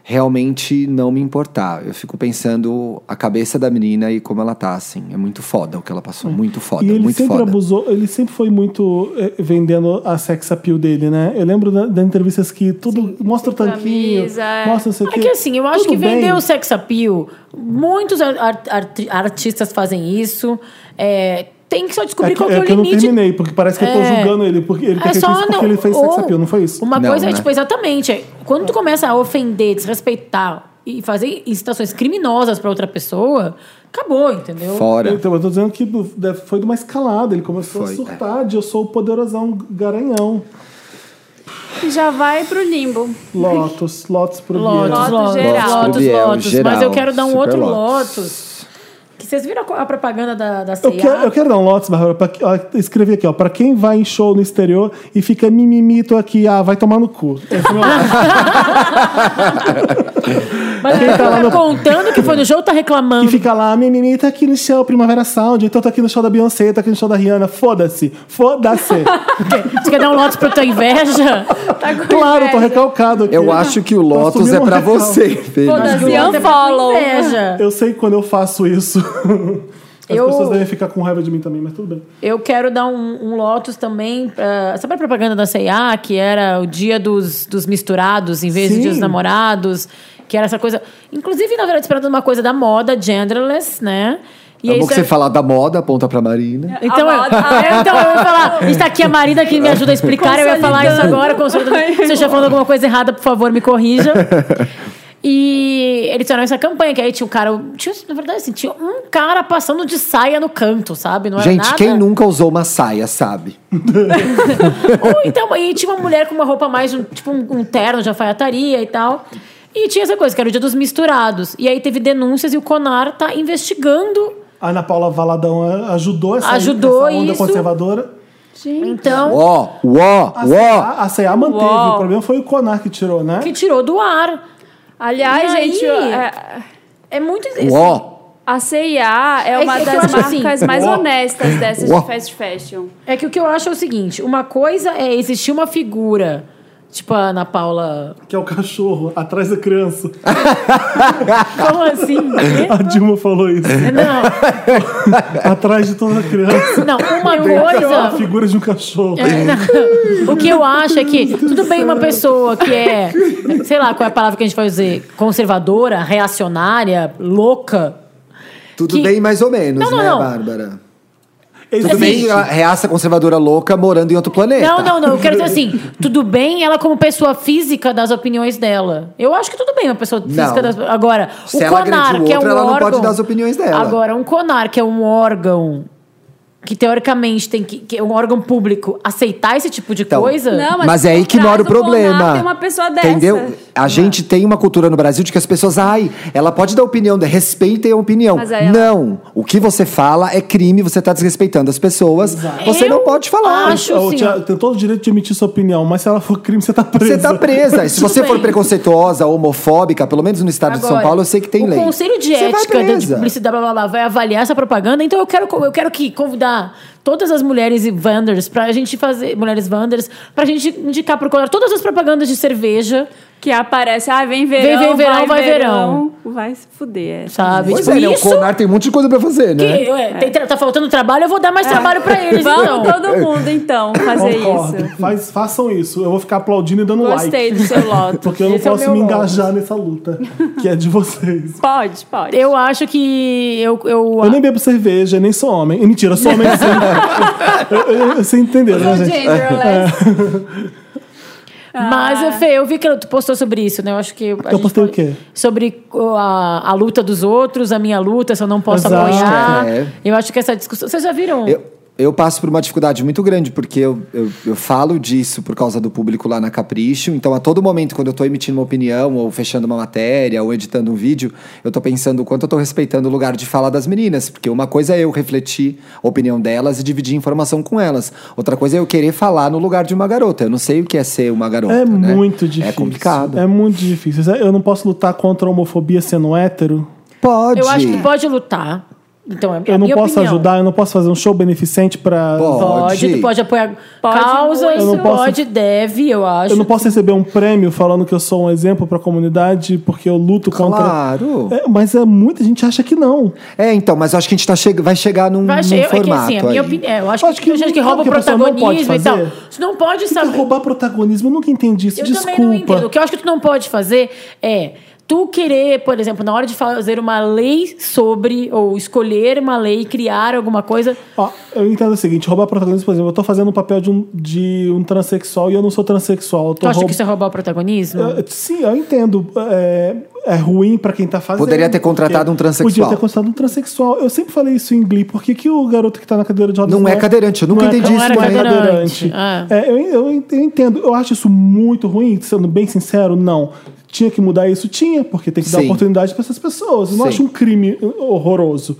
S3: realmente não me importar. Eu fico pensando a cabeça da menina e como ela tá, assim. É muito foda o que ela passou, muito foda,
S1: Hum. E ele
S3: muito
S1: sempre
S3: foda.
S1: abusou, ele sempre foi muito eh, vendendo a sex appeal dele, né? Eu lembro da- das entrevistas que tudo mostra o tanquinho,
S2: camisa, é.
S1: mostra não sei o
S5: É
S1: quê.
S5: que assim, eu acho
S1: Tudo
S5: que vender
S1: bem.
S5: o sex appeal, muitos ar- ar- arti- artistas fazem isso. É, tem que só descobrir
S1: É que,
S5: qual que
S1: é
S5: é o
S1: que eu não
S5: limite.
S1: terminei, porque parece que eu tô
S5: É.
S1: julgando ele, porque ele
S5: É
S1: fez
S5: só
S1: isso porque
S5: não-
S1: ele fez sex
S5: ou
S1: appeal, não foi isso?
S5: Uma
S3: Não,
S5: coisa é
S3: né?
S5: tipo, exatamente. é, Quando tu começa a ofender, desrespeitar e fazer incitações criminosas pra outra pessoa, acabou, entendeu?
S3: Fora.
S1: Então, eu tô dizendo que do- da- foi de uma escalada, ele começou
S3: Foi, é.
S1: a surtar de eu sou o poderosão garanhão.
S2: E já vai pro limbo.
S1: Lotus, Lotus pro
S5: Lotus,
S1: Biel.
S5: Lotus,
S2: geral.
S5: Lotus,
S3: Lotus pro
S5: Lotus,
S3: Biel,
S5: Mas eu
S3: geral,
S5: quero dar um
S3: super
S5: outro
S3: Lotus.
S5: Lotus. Que vocês viram a a propaganda da, da
S1: Eu
S5: C&A?
S1: quero, eu quero dar um Lotus, Bárbara, pra, que- ó, escrevi aqui, ó, pra quem vai em show no exterior e fica mimimito aqui, ah, vai tomar no cu. Esse é o meu Lotus.
S5: Mas quem tá contando que foi no jogo, tá
S1: E
S5: reclamando.
S1: fica lá, mimimi, tá aqui no show, Primavera Sound, então tá aqui no show da Beyoncé, tá aqui no show da Rihanna, foda-se,
S5: *laughs*
S1: foda-se.
S5: Você quer dar um Lotus pra tua inveja?
S2: Tá com
S1: *laughs* claro,
S5: é.
S2: inveja.
S1: tô recalcado aqui.
S3: Eu acho que o
S1: Tô
S3: Lotus
S1: assumindo
S3: é
S1: um
S3: pra
S1: recalque.
S3: você, filho.
S2: Foda-se.
S5: Lotus
S2: Unfollow.
S5: é pra tua inveja.
S1: Eu sei que quando eu faço isso. *laughs* As
S5: Eu-
S1: pessoas devem ficar com raiva de mim também, mas tudo bem.
S5: Eu quero dar um, um Lotus também. pra- sabe a propaganda da C&A, que era o dia dos, dos misturados em vez
S1: Sim.
S5: do dia dos namorados? Que era essa coisa. Inclusive, na verdade, esperando uma coisa da moda, genderless, né? E
S3: É bom
S5: isso
S3: que você falar da moda, aponta pra Marina.
S5: Então,
S2: A
S5: eu,
S2: moda-
S5: eu- então eu ia falar. Está aqui a Marina que me ajuda a explicar. Eu ia falar isso
S2: Consolidando.
S5: agora. consolidando. Se eu estiver falando alguma coisa errada, por favor, me corrija. E eles fizeram essa campanha, que aí tinha um cara. Tinha, na verdade, assim, tinha um cara passando de saia no canto, sabe? Não era
S3: Gente,
S5: nada.
S3: quem nunca usou uma saia, sabe?
S5: *laughs* Ou então, aí tinha uma mulher com uma roupa mais, um- tipo um, um terno de alfaiataria e tal. E tinha essa coisa, que era o dia dos misturados. E aí teve denúncias e o Conar tá investigando.
S1: A Ana Paula Valadão eh, ajudou essa,
S5: Ajudou
S1: essa onda
S5: isso.
S1: conservadora.
S5: Então,
S3: Ó, ó,
S1: A
S3: ó.
S1: CA, a CA manteve,
S2: Uau.
S1: o problema foi o Conar que tirou, né?
S5: que tirou do ar.
S2: Aliás,
S5: E aí?
S2: gente, é-
S5: É muito.
S3: Ó.
S2: a CIA é uma
S5: é que eu
S2: das
S5: acho assim.
S2: marcas mais
S1: Uau.
S2: honestas dessas
S3: Uau.
S2: de fast fashion.
S5: É que o que eu acho é o seguinte: uma coisa é existir uma figura, tipo a Ana Paula.
S1: Que é o cachorro, atrás da criança.
S5: Como assim?
S1: A Dilma falou
S5: *laughs*
S1: isso.
S5: Não,
S1: atrás de toda criança.
S5: não, uma
S1: A
S5: coisa.
S1: figura de um cachorro.
S5: É. O que eu acho é que, tudo bem, uma pessoa que é, sei lá qual é a palavra que a gente vai dizer, conservadora, reacionária, louca.
S3: Tudo
S5: Que-
S3: bem, mais ou menos,
S5: Não, não,
S3: né,
S5: não.
S3: Bárbara?
S1: Ele
S3: Tudo
S1: também-
S3: bem, a reaça conservadora louca morando em outro planeta.
S5: Não, não, não. Eu quero dizer assim, tudo bem ela como pessoa física das opiniões dela. Eu acho que tudo bem uma pessoa física
S3: Não.
S5: das Agora,
S3: Se
S5: o
S3: ela
S5: CONAR,
S3: agrediu
S5: que é um
S3: outro, ela não
S5: órgão.
S3: pode dar as opiniões dela.
S5: Agora, um CONAR, que é um órgão que teoricamente tem que, que é um órgão público aceitar esse tipo de
S3: Então,
S5: coisa?
S2: Não, mas
S3: mas, é aí
S2: por
S3: que
S2: trás
S3: mora o
S2: do Bonar
S3: problema.
S2: tem uma pessoa dessa.
S3: Entendeu? A gente tem uma cultura no Brasil de que as pessoas, ai, ela pode dar opinião, respeitem a opinião.
S2: Mas aí ela-
S3: Não. O que você fala é crime, você tá desrespeitando as pessoas. Você não
S5: Eu
S3: pode falar.
S5: acho-
S1: Ô,
S5: sim.
S1: Thiago, tem todo o direito de emitir sua opinião, mas se ela for crime, você tá presa.
S3: Você tá presa. E se você for
S5: bem.
S3: preconceituosa, homofóbica, pelo menos no estado de São
S2: Agora,
S3: Paulo, eu sei que tem
S5: o
S3: lei.
S5: Conselho
S3: Você
S5: de
S3: vai
S5: Ética da- de
S3: presa.
S5: Publicidade blá, blá, blá, vai avaliar essa propaganda. Então eu quero, co- eu quero que convidar todas as mulheres e Wanders pra gente fazer. Mulheres Wanders, pra gente indicar pro Conor todas as propagandas de cerveja,
S2: Que aparece, ah, vem verão,
S5: Vem, vem verão, vai
S2: Vai se fuder. é.
S5: sabe?
S3: Pois
S5: Tipo,
S3: é, né?
S5: isso
S3: o Conar tem um monte de coisa pra fazer,
S5: que,
S3: né? É.
S5: ué, tem tra- tá faltando trabalho, eu vou dar mais trabalho
S3: *laughs*
S5: pra eles. então.
S2: Vamos todo mundo, então, fazer
S1: Concordo.
S2: isso.
S1: Faz- façam isso. Eu vou ficar aplaudindo e dando
S2: Gostei
S1: like.
S2: do seu loto.
S1: Porque eu não
S4: Esse é o
S1: posso
S4: meu
S1: me
S4: logo.
S1: engajar nessa luta, que é de
S4: *laughs*
S1: vocês.
S2: Pode, pode.
S5: Eu acho que eu, eu,
S1: Eu nem bebo cerveja, nem sou homem. E mentira, eu sou homem sim. eu, eu, eu, você entendeu, né, gente? *laughs*
S2: genderless.
S5: Mas,
S3: Ah.
S5: eh, Fê, eu vi que tu postou sobre isso, né? Eu acho que. a gente
S1: postei o
S5: pode-
S1: quê?
S5: Sobre o- a, a luta dos outros, a minha luta, se eu não posso
S1: Exato.
S5: apoiar.
S3: É.
S5: Eu acho que essa discussão. Vocês já viram?
S3: Eu, eu passo por uma dificuldade muito grande, porque eu, eu, eu falo disso por causa do público lá na Capricho. Então, a todo momento, quando eu tô emitindo uma opinião, ou fechando uma matéria, ou editando um vídeo, eu tô pensando o quanto eu tô respeitando o lugar de fala das meninas. Porque uma coisa é eu refletir a opinião delas e dividir informação com elas. Outra coisa é eu querer falar no lugar de uma garota. Eu não sei o que é ser uma garota.
S1: É
S3: né?
S1: muito difícil.
S3: É complicado.
S1: É muito difícil. Eu não posso lutar contra a homofobia sendo hétero.
S3: Pode.
S5: Eu acho que pode lutar. Então, é é a
S1: Eu não
S5: minha
S1: posso
S5: opinião.
S1: ajudar, eu não posso fazer um show beneficente pra.
S5: Pode, tu pode apoiar
S2: Pode
S5: causas,
S2: muito. Eu
S1: não posso-
S5: pode, deve, eu acho.
S1: Eu não posso receber um prêmio falando que eu sou um exemplo pra comunidade porque eu luto contra.
S3: Claro.
S1: É, mas é muita gente acha que não.
S3: É, então, mas eu acho que a gente tá che... vai chegar num,
S5: Vai
S3: num
S5: che- é que
S3: formato
S5: assim, a minha
S3: aí.
S5: opinião. Eu acho, que, tem gente que
S1: não-
S5: rouba
S1: que a pessoa não pode
S5: protagonismo e tal.
S1: fazer.
S5: Tu não pode
S1: Tem que
S5: saber.
S1: roubar protagonismo, eu nunca entendi isso.
S5: Eu
S1: Desculpa.
S5: também não entendo. O que eu acho que tu não pode fazer é tu querer, por exemplo, na hora de fazer uma lei sobre ou escolher uma lei, criar alguma coisa.
S1: Ó, eu entendo o seguinte, roubar protagonismo, por exemplo, eu tô fazendo o papel de um, de um transexual e eu não sou transexual. Eu tô
S5: Tu acha
S1: roub-
S5: que isso é roubar o protagonismo?
S1: Eu- Sim, eu entendo. É, é ruim pra quem tá fazendo.
S3: Poderia ter contratado
S1: porque
S3: um transexual.
S1: Podia ter contratado um transexual. Eu sempre falei isso em Glee. Por que, que o garoto que tá na cadeira de rodas
S3: Não é cadeirante, eu nunca
S1: é
S3: entendi
S1: ca-
S5: isso
S1: não é
S5: também.
S1: cadeirante.
S5: Cadeirante,
S1: É, eu, eu ent- eu entendo. Eu acho isso muito ruim, sendo bem sincero, não. Tinha que mudar isso? Tinha, porque tem que dar
S3: Sim.
S1: oportunidade pra essas pessoas. Eu não
S3: Sim.
S1: acho um crime horroroso.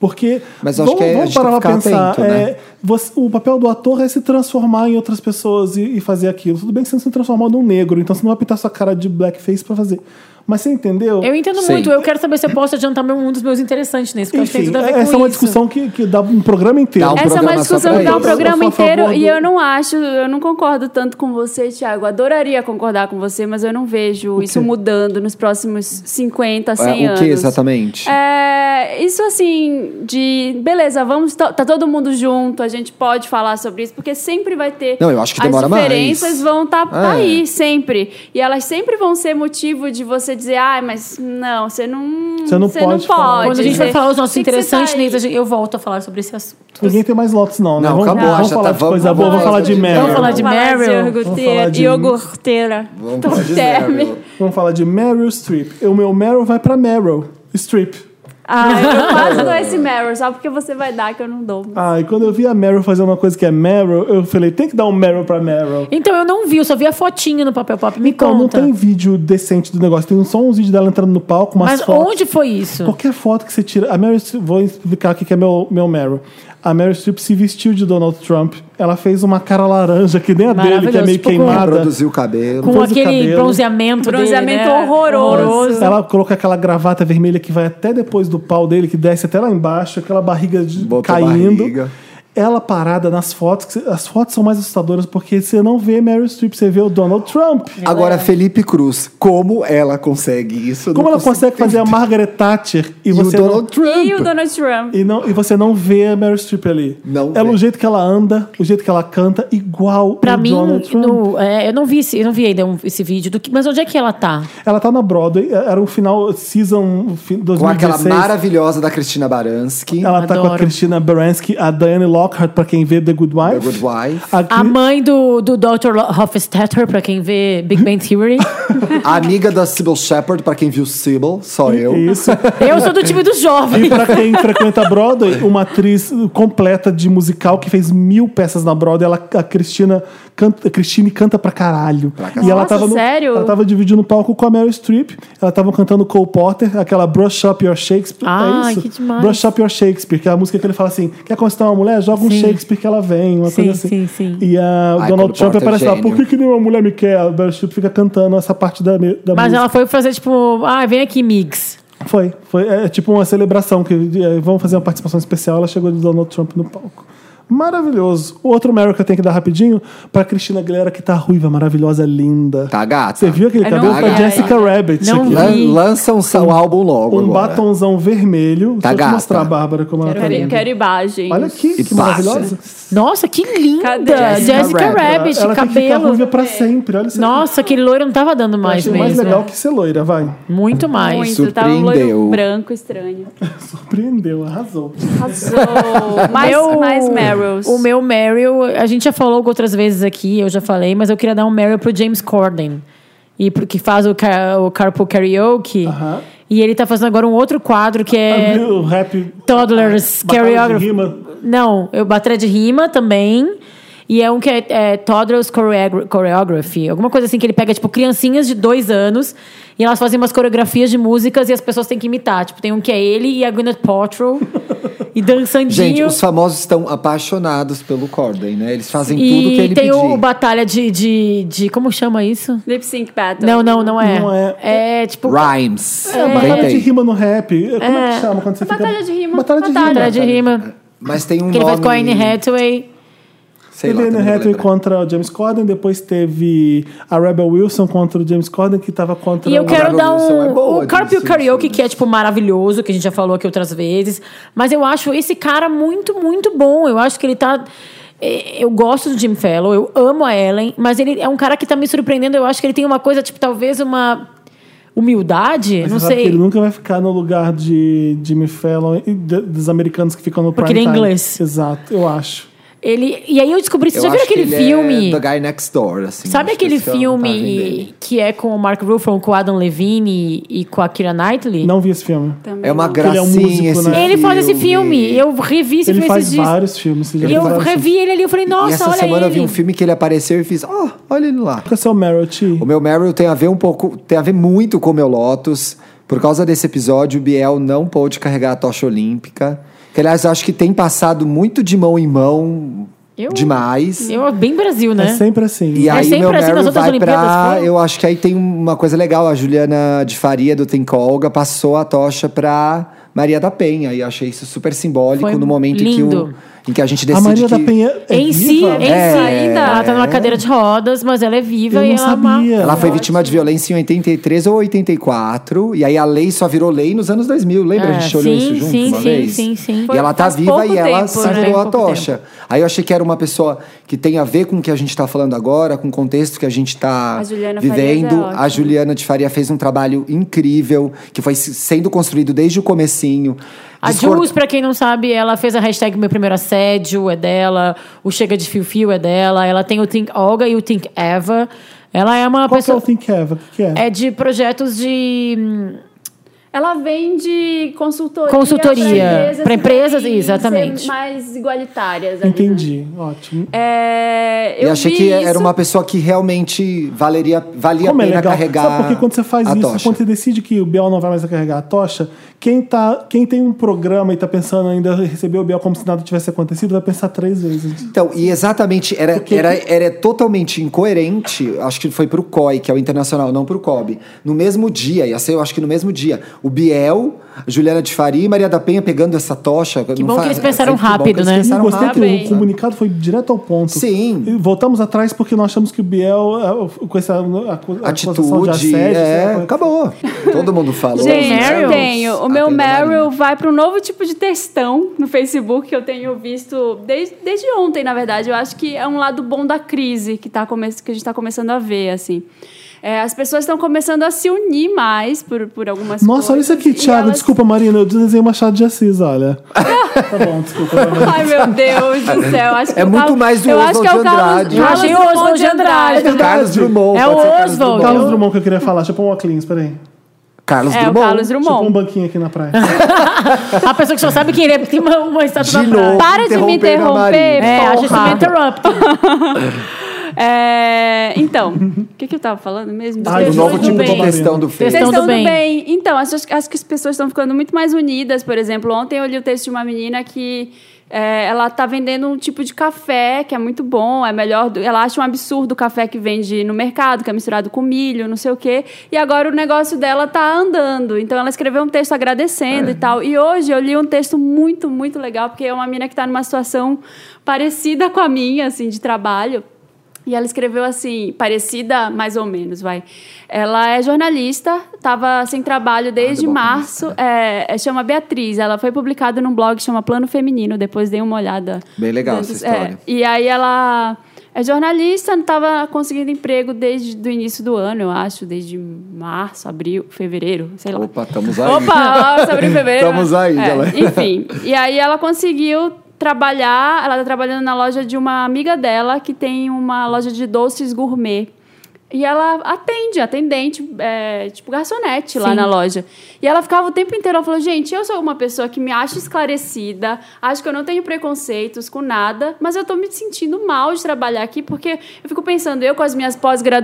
S1: Porque.
S3: Mas eu acho
S1: vamos,
S3: que é- a
S1: vamos
S3: gente tem
S1: parar
S3: que
S1: pra
S3: ficar
S1: pensar.
S3: atento, né?
S1: é, você- o papel do ator é se transformar em outras pessoas e, e fazer aquilo. Tudo bem que você não se transformou num negro, então você não vai pintar sua cara de blackface pra fazer. Mas você entendeu?
S5: Eu entendo
S3: Sim.
S5: muito. Eu quero saber se eu posso adiantar meu- um dos meus interessantes nisso, porque eu acho que
S1: Enfim,
S5: tem tudo a ver com
S1: essa é uma
S5: isso.
S1: discussão que, que dá um programa inteiro.
S3: Dá um
S2: Essa é uma
S3: programa só
S2: discussão
S3: pra
S2: que dá um
S3: isso.
S2: programa
S1: Eu sou a favor
S2: inteiro e
S1: do-
S2: eu não acho, eu não concordo tanto com você, Thiago. Adoraria concordar com você, mas eu não vejo isso mudando nos próximos 50, 100
S3: É, o
S2: anos.
S3: que exatamente?
S2: É, isso assim, de beleza, vamos, to- tá todo mundo junto, a gente pode falar sobre isso, porque sempre vai ter.
S3: Não, eu acho que demora
S2: As
S3: mais.
S2: diferenças vão estar
S3: É.
S2: aí, sempre. E elas sempre vão ser motivo de você dizer, ai, mas não, você não.
S1: Você não pode falar.
S5: Quando a gente
S2: Você-
S5: vai falar os nossos
S2: Tem que
S5: interessantes,
S2: você tá
S5: Ney, a gente- eu volto a falar sobre esse assunto.
S1: Ninguém tem mais lotes, não, né?
S3: Não,
S1: vamos,
S3: acabou,
S1: vamos
S3: já
S1: falar
S3: tá-
S1: de
S3: vamos-
S1: coisa boa, vamos
S3: vamos
S1: falar
S3: falar
S1: de
S3: de-
S1: Meryl.
S5: Vamos falar de Meryl.
S1: Vamos falar
S2: iogurteira.
S1: de-
S2: iogurteira.
S3: Vamos falar de Meryl.
S1: Vamos falar de Meryl Streep. O meu Meryl vai pra Meryl Streep.
S2: Ah, eu quase dou esse Meryl, só porque você vai dar que eu não dou.
S1: Ah, e quando eu vi a Meryl fazer uma coisa que é Meryl, eu falei, tem que dar um Meryl pra Meryl.
S5: Então, eu não vi, eu só vi a fotinha no papel pop. Me
S1: Então, não
S5: conta.
S1: tem vídeo decente do negócio. Tem só uns vídeos dela entrando no palco, umas
S5: Mas
S1: fotos.
S5: onde foi isso?
S1: Qualquer foto que você tira. A Meryl Streep, vou explicar o que que é meu, meu Meryl. A Meryl Streep se vestiu de Donald Trump. Ela fez uma cara laranja, que nem a dele, que é
S5: Maravilhoso,
S1: meio
S5: tipo com-
S1: queimada.
S3: Produziu o cabelo.
S5: Com
S1: Pôs o
S5: aquele
S1: cabelo.
S5: bronzeamento
S2: Bronzeamento
S5: dele, né?
S2: horroroso.
S1: Ela coloca aquela gravata vermelha que vai até depois do pau dele, que desce até lá embaixo, aquela barriga de-
S3: Botou
S1: caindo.
S3: barriga.
S1: Ela parada nas fotos, que cê- as fotos são mais assustadoras porque você não vê Meryl Streep, você vê o Donald Trump.
S5: É.
S3: Agora, Felipe Cruz, como ela consegue isso? Eu
S1: Como
S3: não
S1: ela consegue fazer a Margaret Thatcher e,
S3: E o
S1: você não,
S3: Donald Trump.
S2: E o Donald Trump.
S1: e não e você não vê a Meryl Streep ali?
S3: Não
S1: Ela
S3: vê.
S1: o jeito que ela anda, o jeito que ela canta, igual
S5: Pra
S1: o
S5: mim,
S1: Donald Trump.
S5: no- é, eu não vi esse, eu não vi ainda um- esse vídeo do que, mas onde é que ela tá?
S1: Ela tá na Broadway, era um final season fi-
S3: Com aquela
S1: 2016.
S3: maravilhosa da Cristina Baranski.
S1: Ela tá com a
S5: Adoro.
S1: Cristina Baranski, a Diane Lockhart, pra quem vê The Good Wife.
S3: The Good Wife.
S1: A, Cri-
S5: A mãe do, do Dr. Lo- Hofstadter, pra quem vê Big Bang
S1: *laughs*
S5: Theory.
S3: A amiga da Sybil Shepherd, pra quem viu Sybil, só eu.
S1: Isso.
S5: Eu sou do time dos
S1: E
S5: jovens.
S1: pra quem frequenta Broadway, uma atriz completa de musical que fez mil peças na Broadway. Ela, a Cristina canta, a Cristine canta pra caralho. e ela
S2: Nossa,
S1: tava no-
S2: sério?
S1: Ela tava dividindo o palco com a Meryl Streep. Ela tava cantando Cole Porter, aquela Brush Up Your Shakespeare.
S5: Ai,
S1: é isso?
S5: que demais.
S1: Brush Up Your Shakespeare, que é a música que ele fala assim: quer conquistar uma mulher? Joga um
S5: Sim.
S1: Shakespeare que ela vem, uma
S5: Sim,
S1: coisa assim.
S5: sim, sim.
S1: E a, o
S3: Ai, Cole
S1: Donald Trump
S3: Porter, é
S1: aparece lá:
S3: gênio.
S1: por que, que nenhuma mulher me quer? A Meryl Streep fica cantando essa parte da, me- da
S5: Mas
S1: música.
S5: ela foi fazer, tipo, ah, vem aqui, Migs.
S1: Foi, foi. É tipo uma celebração, que é, vamos fazer uma participação especial. Ela chegou de Donald Trump no palco. Maravilhoso. O outro Meryl que eu tenho que dar rapidinho pra Cristina Aguilera, que tá ruiva, maravilhosa, linda.
S3: Tá gata.
S1: Você viu aquele
S2: Eu
S1: cabelo?
S2: não
S1: Foi
S2: vi
S1: Jessica Rabbit.
S5: Não
S1: aqui.
S5: vi.
S3: Lan- lança um, sa- um álbum logo.
S1: Um
S3: agora.
S1: batonzão vermelho.
S3: Tá
S1: Deixa eu te
S3: gata.
S1: mostrar, Bárbara, como ela tá
S2: Quero,
S1: linda.
S2: quero imagens.
S1: Olha aqui,
S3: E passa.
S1: que maravilhosa.
S5: Nossa, que linda!
S2: Cadê?
S5: Jessica,
S3: Jessica
S5: Rabbit,
S1: é ela tem que ficar
S5: É, cabelo.
S1: ruiva pra sempre. Olha isso aqui.
S5: Nossa, aquele loiro não tava dando mais
S1: Achei
S5: mesmo.
S1: mais legal que ser loira, vai.
S5: Muito mais.
S2: Muito, tá um
S3: surpreendeu. *laughs*
S2: loiro branco estranho.
S1: Surpreendeu, arrasou.
S2: Arrasou. mais,
S5: Meu-
S2: mais Meryls.
S5: O meu Meryl, a gente já falou outras vezes aqui, eu já falei, mas eu queria dar um Meryl pro James Corden. E pro que faz o, car o Carpool Karaoke.
S1: Aham.
S5: E ele tá fazendo agora um outro quadro que é
S1: O rap.
S5: Toddlers
S1: Batalha de
S5: Choreography.
S1: rima.
S5: Não, eu batalha de rima também. E é um que é, é Toddlers Choreogra- Choreography. Alguma coisa assim que ele pega, tipo, criancinhas de dois anos e elas fazem umas coreografias de músicas e as pessoas têm que imitar. Tipo, tem um que é ele e a Gwyneth
S1: *laughs*
S5: Paltrow. e dançandinho.
S3: Gente, os famosos estão apaixonados pelo Corden, né? Eles fazem tudo que
S5: E
S3: ele
S5: tem
S3: pedir.
S5: o batalha de, de, de- Como chama isso?
S2: Lip Sync Battle.
S5: Não, não, não é.
S1: Não é.
S5: É tipo.
S3: Rhymes.
S1: É, batalha de
S3: Inventei.
S1: rima no rap. Como é que chama quando você fica...
S2: Batalha de rima.
S1: Batalha de
S2: Batalha
S5: Batalha
S1: rima.
S5: de rima.
S3: Mas tem um
S5: Que ele
S3: nome...
S5: faz com a Anne Hathaway.
S3: Sei lá,
S1: Teve é
S3: também
S1: Anne
S3: não vou
S1: Hathaway
S3: lembrar.
S1: contra o James Corden, depois teve a Rebel Wilson contra o James Corden, que tava contra
S5: E eu
S1: o...
S5: quero
S3: Barbara
S5: dar
S3: Wilson
S5: um.
S3: é boa
S5: o
S3: de
S5: Carpio
S3: Simpsons.
S5: Karaoke, que é, tipo, maravilhoso, que a gente já falou aqui outras vezes. Mas eu acho esse cara muito, muito bom. Eu acho que ele tá. eh, Eu gosto do Jim Fellow, eu amo a Ellen, mas ele é um cara que tá me surpreendendo. Eu acho que ele tem uma coisa, tipo, talvez uma humildade,
S1: Mas
S5: não
S1: você sabe
S5: sei.
S1: que ele nunca vai ficar no lugar de Jimmy Fallon e de- dos americanos que ficam no
S5: Porque
S1: prime
S5: ele é
S1: time.
S5: inglês.
S1: Exato, eu acho.
S5: Ele, e aí eu descobri, você
S3: Eu
S5: já viu
S3: acho que
S5: aquele
S3: ele é
S5: filme?
S3: The Guy Next Door, assim.
S5: Sabe
S3: acho que
S5: aquele
S3: essa é a vantagem
S5: filme
S3: dele.
S5: que é com o Mark Ruffalo, com o Adam Levine e Então, com a Kira Knightley?
S1: Não vi esse filme.
S2: Também
S3: É uma
S2: não.
S1: ele é um músico,
S3: gracinha esse
S1: né?
S5: Ele faz esse filme. Eu revi esse
S1: Ele
S5: filme
S1: faz
S5: esses dias.
S1: vários filmes. Você já
S5: E
S1: viu
S5: eu
S1: vários filmes.
S5: revi ele ali, eu falei,
S3: e
S5: nossa,
S3: essa
S5: olha
S3: semana
S5: ele.
S3: eu vi um filme que ele apareceu e fiz, ó, olha ele lá.
S1: Qual é o seu Meryl T?
S3: O meu Meryl tem a ver um pouco, tem a ver muito com o meu Lotus. Por causa desse episódio, o Biel não pôde carregar a tocha olímpica. Que, aliás, eu acho que tem passado muito de mão em mão
S5: Eu-
S3: demais.
S5: Eu, bem Brasil,
S1: É
S5: né?
S1: sempre assim.
S3: E
S5: É
S3: aí,
S5: sempre
S3: meu
S5: assim nas
S3: Meryl
S5: outras
S3: vai
S5: Olimpíadas,
S3: pra.
S5: foi?
S3: Eu acho que aí tem uma coisa legal. A Juliana de Faria, do Tem Colga, passou a tocha pra Maria da Penha. E eu achei isso super simbólico
S5: Foi
S3: no momento em que,
S5: lindo.
S3: o, em que a gente
S1: a
S3: decide.
S1: Maria
S3: que...
S1: da Penha é
S5: em si,
S1: viva?
S5: em si ainda. Ela tá numa cadeira de rodas, mas ela é viva
S1: Eu
S5: e
S1: não
S5: ela é uma-
S1: sabia.
S3: Ela foi vítima de violência em 83 ou 84. E aí a lei só virou lei nos anos 2000. Lembra? a
S5: É,
S3: gente olhou
S5: sim,
S3: isso junto
S5: sim,
S3: uma
S5: sim,
S3: vez?
S5: sim, sim.
S3: E ela tá
S2: Faz
S3: viva
S2: pouco
S3: e ela
S2: tempo, né?
S3: segurou a
S5: Pouco
S3: tocha. Aí eu achei que era uma pessoa que tem a ver com o que a gente tá falando agora, com o contexto que a gente tá
S2: A Juliana Farias é
S3: vivendo.
S2: ótima.
S3: a Juliana de Faria fez um trabalho incrível, que foi se- sendo construído desde o comecinho.
S5: A
S3: Discor-
S5: Jules, pra quem não sabe, ela fez a hashtag Meu Primeiro Assédio, é dela. O Chega de Fio Fio é dela. Ela tem o Think Olga e o Think Eva. Ela é uma
S1: Qual que é
S5: pessoa...
S1: o Think Eva? O que, que é?
S5: É de projetos de hum,
S2: Ela vende consultoria.
S5: Consultoria. Pra
S2: Para empresas, que
S5: empresas,
S2: querem
S5: exatamente.
S2: ser mais igualitárias. ali, né?
S1: Entendi, ótimo.
S2: É,
S3: E
S2: eu
S3: achei
S2: vi
S3: que
S2: isso.
S3: era uma pessoa que realmente valeria, valia
S1: Como
S3: a
S1: é
S3: pena
S1: legal.
S3: carregar.
S1: Sabe porque quando você faz
S3: a
S1: isso,
S3: tocha.
S1: quando você decide que o Biel não vai mais carregar a tocha, quem, tá, quem tem um programa e tá pensando ainda em receber o Biel como se nada tivesse acontecido, vai pensar três vezes.
S3: Então, e exatamente, era, era, era totalmente incoerente, acho que foi pro COI, que é o internacional, não pro COB. No mesmo dia, ia ser, eu acho que no mesmo dia, o Biel, Juliana de Faria e Maria da Penha pegando essa tocha. é, Que
S5: bom que eles pensaram rápido, né?
S1: E
S3: Pensaram
S1: gostei
S3: rápido.
S1: que o comunicado foi direto ao ponto.
S3: Sim.
S1: E voltamos atrás porque nós achamos que o Biel, eh, com essa a- a- a acusação
S3: Atitude,
S1: de assédio,
S3: é,
S1: sei lá,
S3: acabou. Todo mundo falou. Ah,
S2: Gente,
S5: Meryl?
S2: eu
S1: né?
S2: tenho.
S1: Ah,
S2: O meu
S3: Atenda,
S2: Meryl
S3: Marina.
S2: vai para um novo tipo de textão no Facebook que eu tenho visto desde, desde ontem, na verdade. Eu acho que é um lado bom da crise que, tá come- que a gente está começando a tá ver, assim. É, as pessoas estão começando a se unir mais por, por algumas
S1: Nossa, olha
S2: coisas.
S1: isso aqui,
S2: E
S1: Thiago.
S2: elas-
S1: Desculpa, Marina, eu desenhei o Machado de
S3: *laughs*
S1: Assis, olha. tá bom, desculpa. vai, vai.
S2: Ai, meu Deus do céu. Acho que
S3: É
S2: o
S3: muito
S2: Carlos-
S3: mais o
S2: eu acho que é o
S3: Oswald de Andrade.
S2: Carlos,
S5: Eu achei o
S2: Carlos
S5: Oswald de
S3: É
S5: Andrade.
S1: verdade.
S3: Carlos Drummond.
S5: É
S3: pode
S5: o
S3: ser Carlos
S5: Oswald.
S3: Drummond.
S1: Carlos Drummond que eu queria falar. Deixa eu pôr um óculos, peraí.
S3: Carlos
S2: É, o
S3: Drummond.
S2: Carlos
S1: Deixa eu pôr um
S2: Drummond.
S1: banquinho aqui na praia.
S5: A pessoa que só sabe quem ele é, porque tem uma, uma estátua
S3: De
S5: na praia.
S3: novo.
S2: Para de me
S3: Interromperam a Marina.
S2: interromper,
S5: É, acho isso
S2: porra.
S5: uma interrupt.
S2: É, então, o que, que eu tava falando mesmo?
S1: Ai,
S3: O
S1: do
S3: novo
S5: Tudo
S3: tipo de
S5: bem.
S3: questão do Fê.
S5: Vocês
S2: Vocês
S5: estão
S2: estão
S5: do
S2: do
S5: bem.
S2: bem. Então, acho, acho que as pessoas estão ficando muito mais unidas. Por exemplo, ontem eu li o texto de uma menina que é, ela tá vendendo um tipo de café que é muito bom, é melhor. do- Ela acha um absurdo o café que vende no mercado, que é misturado com milho, não sei o quê. E agora o negócio dela tá andando. Então ela escreveu um texto agradecendo
S3: É.
S2: e tal. E hoje eu li um texto muito, muito legal, porque é uma menina que está numa situação parecida com a minha, assim, de trabalho. E ela escreveu assim, parecida mais ou menos, vai. Ela é jornalista, estava sem trabalho desde março, é, é, chama Beatriz. Ela foi publicada num blog que chama Plano Feminino, depois dei uma olhada.
S3: Bem legal
S2: Dentro-
S3: essa história.
S2: é, e aí ela é jornalista, não estava conseguindo emprego desde o início do ano, eu acho, desde março, abril, fevereiro, sei lá.
S3: Opa, estamos aí.
S2: Opa, ó, sobre o fevereiro.
S3: Estamos aí,
S2: É,
S3: galera.
S2: Enfim, e aí ela conseguiu trabalhar, ela tá trabalhando na loja de uma amiga dela que tem uma loja de doces gourmet. E ela atende, atendente, é, tipo garçonete lá na loja. E ela ficava o tempo inteiro, ela falou, gente, eu sou uma pessoa que me acho esclarecida, acho que eu não tenho preconceitos com nada, mas eu tô me sentindo mal de trabalhar aqui, porque eu fico pensando, eu com as minhas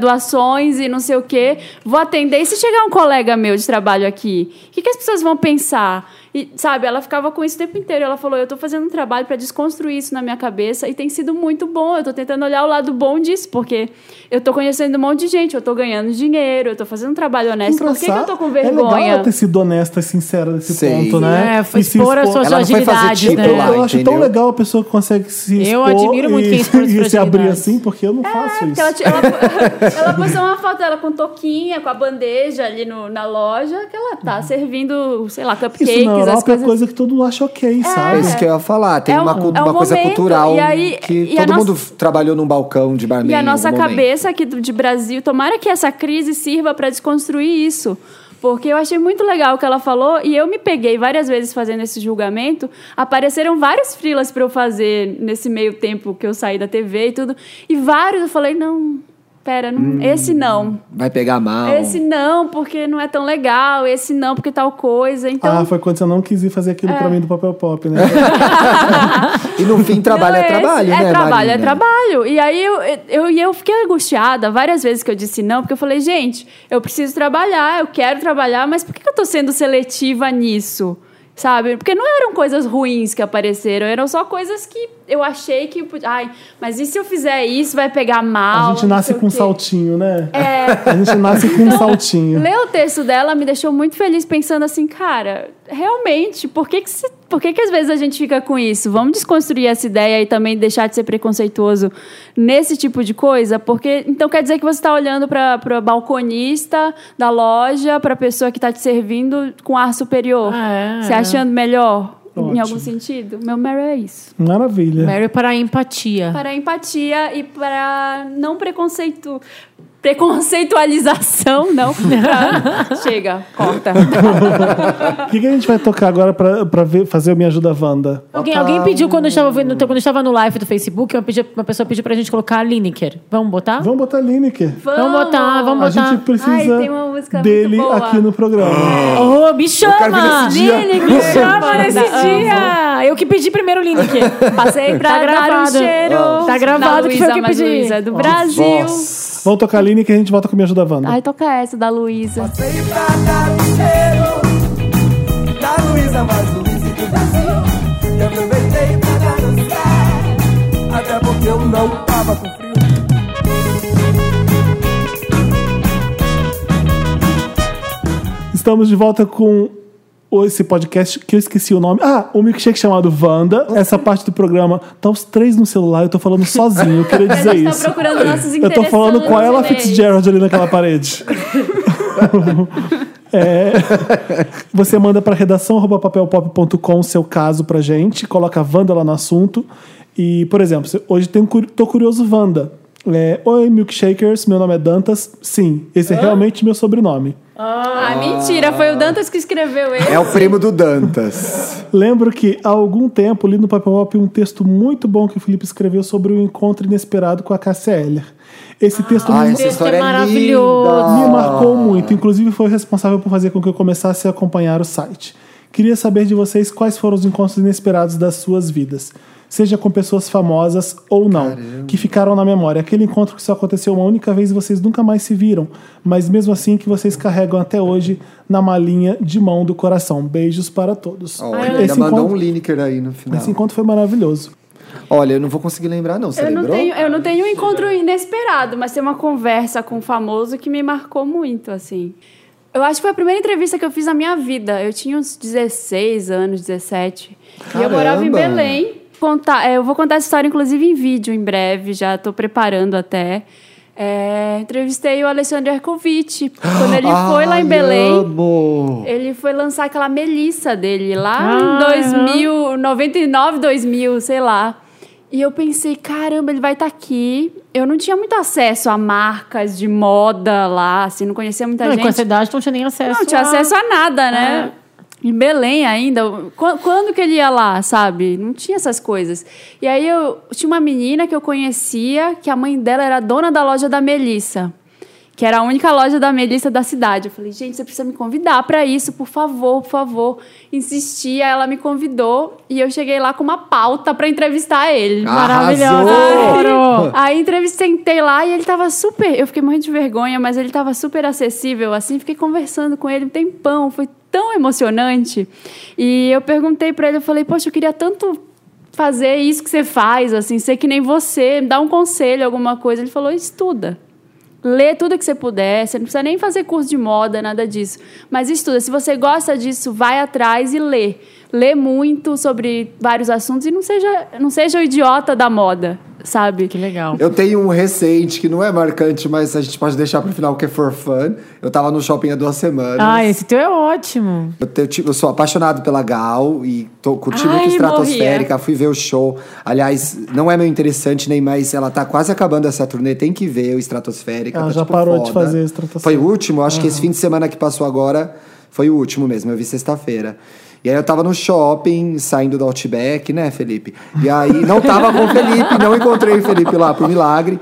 S2: pós-graduações e não sei o quê, vou atender, e se chegar um colega meu de trabalho aqui, o que, que as pessoas vão pensar? E, sabe, ela ficava com isso o tempo inteiro. Ela falou: Eu tô fazendo um trabalho para desconstruir isso na minha cabeça e tem sido muito bom. Eu tô tentando olhar o lado bom disso, porque eu tô conhecendo um monte de gente, eu tô ganhando dinheiro, eu tô fazendo um trabalho honesto. Por que, que eu tô com
S1: É legal
S2: vergonha?
S1: ela ter sido honesta e sincera nesse
S3: Sim.
S1: ponto, né?
S5: É, foi
S1: E se
S5: expor as suas
S3: Ela não foi fazer
S5: fragilidades,
S3: tipo
S5: né?
S3: lá.
S1: Eu acho tão
S3: entendeu?
S1: legal a pessoa que consegue se expor
S5: Eu admiro
S1: *laughs*
S5: muito
S1: e,
S5: quem expõe as
S1: e se abrir
S5: fragilidades.
S1: assim, porque eu não faço
S2: É, Porque
S1: isso.
S2: ela, ti- ela, *laughs* ela postou uma foto dela com toquinha, com a bandeja ali no, na loja, que ela tá servindo, sei lá, cupcakes,
S1: Isso na
S2: as
S1: Europa é
S2: coisas.
S1: coisa que todo mundo acha ok,
S3: É
S1: sabe?
S3: isso que eu ia falar. Tem
S2: É um-
S3: uma, cu-
S2: é um
S3: uma coisa
S2: momento,
S3: cultural
S2: e aí-
S3: que
S2: e a
S3: todo
S2: nossa-
S3: mundo trabalhou num balcão de barman.
S2: E a
S3: em
S2: nossa
S3: algum momento.
S2: cabeça aqui do- de Brasil, tomara que essa crise sirva para desconstruir isso. Porque eu achei muito legal o que ela falou e eu me peguei várias vezes fazendo esse julgamento. Apareceram vários frilas para eu fazer nesse meio tempo que eu saí da TV e tudo. E vários eu falei, não, pera, não, esse não.
S3: Vai pegar mal.
S2: Esse não, porque não é tão legal. Esse não, porque tal coisa.
S3: é
S2: Então,
S1: Ah, foi quando você não quis ir fazer aquilo
S2: É.
S1: pra mim do papel pop,
S2: *laughs*
S1: né?
S3: E no fim, trabalho
S2: Não,
S3: é
S2: esse-
S3: trabalho,
S2: É
S3: né,
S2: trabalho,
S3: Marina?
S2: é trabalho. E aí eu, eu, e eu fiquei angustiada várias vezes que eu disse não, porque eu falei, gente, eu preciso trabalhar, eu quero trabalhar, mas por que que eu tô sendo seletiva nisso? Sabe? Porque não eram coisas ruins que apareceram, eram só coisas que eu achei que. eu pod- Ai, mas e se eu fizer isso, vai pegar mal?
S1: A gente
S2: não
S1: nasce
S2: sei o
S1: com um
S2: quê.
S1: saltinho, né? É. A gente nasce com um
S2: Então,
S1: saltinho.
S2: Ler o texto dela me deixou muito feliz pensando assim, cara, realmente, por que que, se- por que que às vezes a gente fica com isso? Vamos desconstruir essa ideia e também deixar de ser preconceituoso nesse tipo de coisa? Porque então quer dizer que você está olhando para o balconista da loja, para a pessoa que está te servindo com ar superior,
S5: É.
S2: se achando melhor em
S1: Ótimo.
S2: algum sentido? Meu Mary é isso.
S1: Maravilha.
S2: Né?
S5: Mary para a empatia.
S2: Para a empatia e para não preconceito... Preconceitualização, não.
S5: *laughs*
S2: Pra- Chega, corta.
S1: O que, que a gente vai tocar agora pra, pra ver, fazer o Me Ajuda Wanda?
S5: Alguém, alguém pediu quando eu estava vendo- quando eu estava no live do Facebook, uma, pedi- uma pessoa pediu pra gente colocar a Lineker. Vamos botar?
S1: Vamos botar Lineker.
S5: Vamos botar, vamos
S1: A
S5: botar.
S1: gente precisa
S2: Ai, tem uma música
S1: dele
S2: muito boa.
S1: aqui no
S3: Ah.
S1: programa.
S5: Oh, me
S3: quero ver
S5: chama!
S3: nesse dia.
S5: Lineker, me chama nesse
S2: Amo.
S5: dia! Eu que pedi primeiro
S3: *laughs*
S5: o Lineker.
S2: Passei pra
S5: Tá
S2: dar um
S5: gravado.
S2: cheiro.
S5: Tá gravado
S2: da
S5: que foi o que eu
S2: mas
S5: pedi.
S2: Luísa é do Brasil.
S3: Voz.
S1: Vamos tocar Lineker e a gente volta com o Me Ajuda Wanda.
S2: Ai, tá. toca é essa da Luísa.
S8: Passei pra dar um cheiro Da Luísa, mais Luísa do Brasil E aproveitei pra dançar Até porque eu não tava com frio
S1: Estamos de volta com o- esse podcast que eu esqueci o nome. Ah, o milkshake chamado Wanda. Essa parte do programa tá os três no celular, eu tô falando sozinho, eu queria
S2: *laughs* A
S1: dizer
S2: gente tá
S1: isso.
S2: procurando nossos
S1: Eu tô
S2: interessantes.
S1: falando com a Ella
S2: e-mails.
S1: Fitzgerald ali naquela parede. É, você manda para redação arroba papelpop.com o seu caso pra gente, coloca Wanda lá no assunto. E, por exemplo, se- hoje tem um cur- Tô Curioso Wanda. É, Oi, milkshakers, meu nome é Dantas. Sim, esse é realmente meu sobrenome.
S2: Ah, mentira, foi o Dantas que escreveu ele.
S3: É o primo do Dantas.
S1: Lembro que há algum tempo li no Papel Pop um texto muito bom que o Felipe escreveu sobre o encontro inesperado com a Cássia Eller. Esse texto
S3: Ah,
S1: me,
S3: essa história é
S5: maravilhoso.
S1: me
S3: linda.
S1: marcou muito, inclusive foi o responsável por fazer com que eu começasse a acompanhar o site. Queria saber de vocês quais foram os encontros inesperados das suas vidas. Seja com pessoas famosas ou não, que ficaram na memória. Aquele encontro que só aconteceu uma única vez e vocês nunca mais se viram, mas mesmo assim que vocês carregam até hoje na malinha de mão do coração. Beijos para todos.
S3: Olha, ainda mandou um Lineker aí no final.
S1: Esse encontro foi maravilhoso.
S3: Olha, eu não vou conseguir lembrar, não. Você
S2: Eu não,
S3: lembrou?
S2: tenho, eu não tenho um encontro inesperado, mas tem uma conversa com um famoso que me marcou muito, assim. Eu acho que foi a primeira entrevista que eu fiz na minha vida. Eu tinha uns 16 anos, 17. E eu
S3: Caramba!
S2: morava em Belém. Contar, é, eu vou contar essa história, inclusive, em vídeo em breve, já estou preparando até. É, entrevistei o Alexandre Ercovitch
S3: *gasps*
S2: quando ele foi lá em
S3: Ai,
S2: Belém.
S3: Amo.
S2: Ele foi lançar aquela Melissa dele lá
S5: Ah,
S2: em 2000, 99, 2000, sei lá. E eu pensei, caramba, ele vai estar aqui. Eu não tinha muito acesso a marcas de moda lá, assim, não conhecia muita
S5: Não, e
S2: gente.
S5: com essa idade não tinha nem acesso.
S2: Não tinha
S5: a-
S2: acesso a nada, né? Em Belém ainda. Qu- Quando que ele ia lá, sabe? Não tinha essas coisas. E aí eu tinha uma menina que eu conhecia, que a mãe dela era dona da loja da Melissa. Que era a única loja da Melissa da cidade. Eu falei, gente, você precisa me convidar para isso, por favor, por favor. Insisti, aí ela me convidou e eu cheguei lá com uma pauta para entrevistar ele.
S5: *laughs* Maravilhosa.
S2: Aí entrevistei lá e ele tava super. Eu fiquei morrendo de vergonha, mas ele tava super acessível, assim. Fiquei conversando com ele um tempão, foi tão emocionante. E eu perguntei pra ele, eu falei, poxa, eu queria tanto fazer isso que você faz, assim, ser que nem você, me dá um conselho, alguma coisa. Ele falou, estuda. Lê tudo que você puder, você não precisa nem fazer curso de moda, nada disso. Mas estuda, se você gosta disso, vai atrás e lê. Lê muito sobre vários assuntos e não seja, não seja o idiota da moda, sabe?
S5: Que legal.
S3: Eu tenho um recente que não é marcante, mas a gente pode deixar pro final, que é for fun. Eu tava no shopping há duas semanas.
S5: Ah, esse teu é ótimo.
S3: Eu, te- eu ti- eu sou apaixonado pela Gal e tô, curti
S2: Ai,
S3: muito Estratosférica, fui ver o show. Aliás, não é meu interessante nem mais, ela tá quase acabando essa turnê, tem que ver o Estratosférica.
S1: Ela
S3: tá,
S1: já
S3: tipo,
S1: parou de
S3: foda.
S1: fazer assim. Estratosférica.
S3: Foi o último, acho que esse fim de semana que passou agora foi o último mesmo, eu vi sexta-feira. E aí eu tava no shopping, saindo do Outback, né, Felipe? E aí não tava com o Felipe, não encontrei o Felipe lá, por milagre.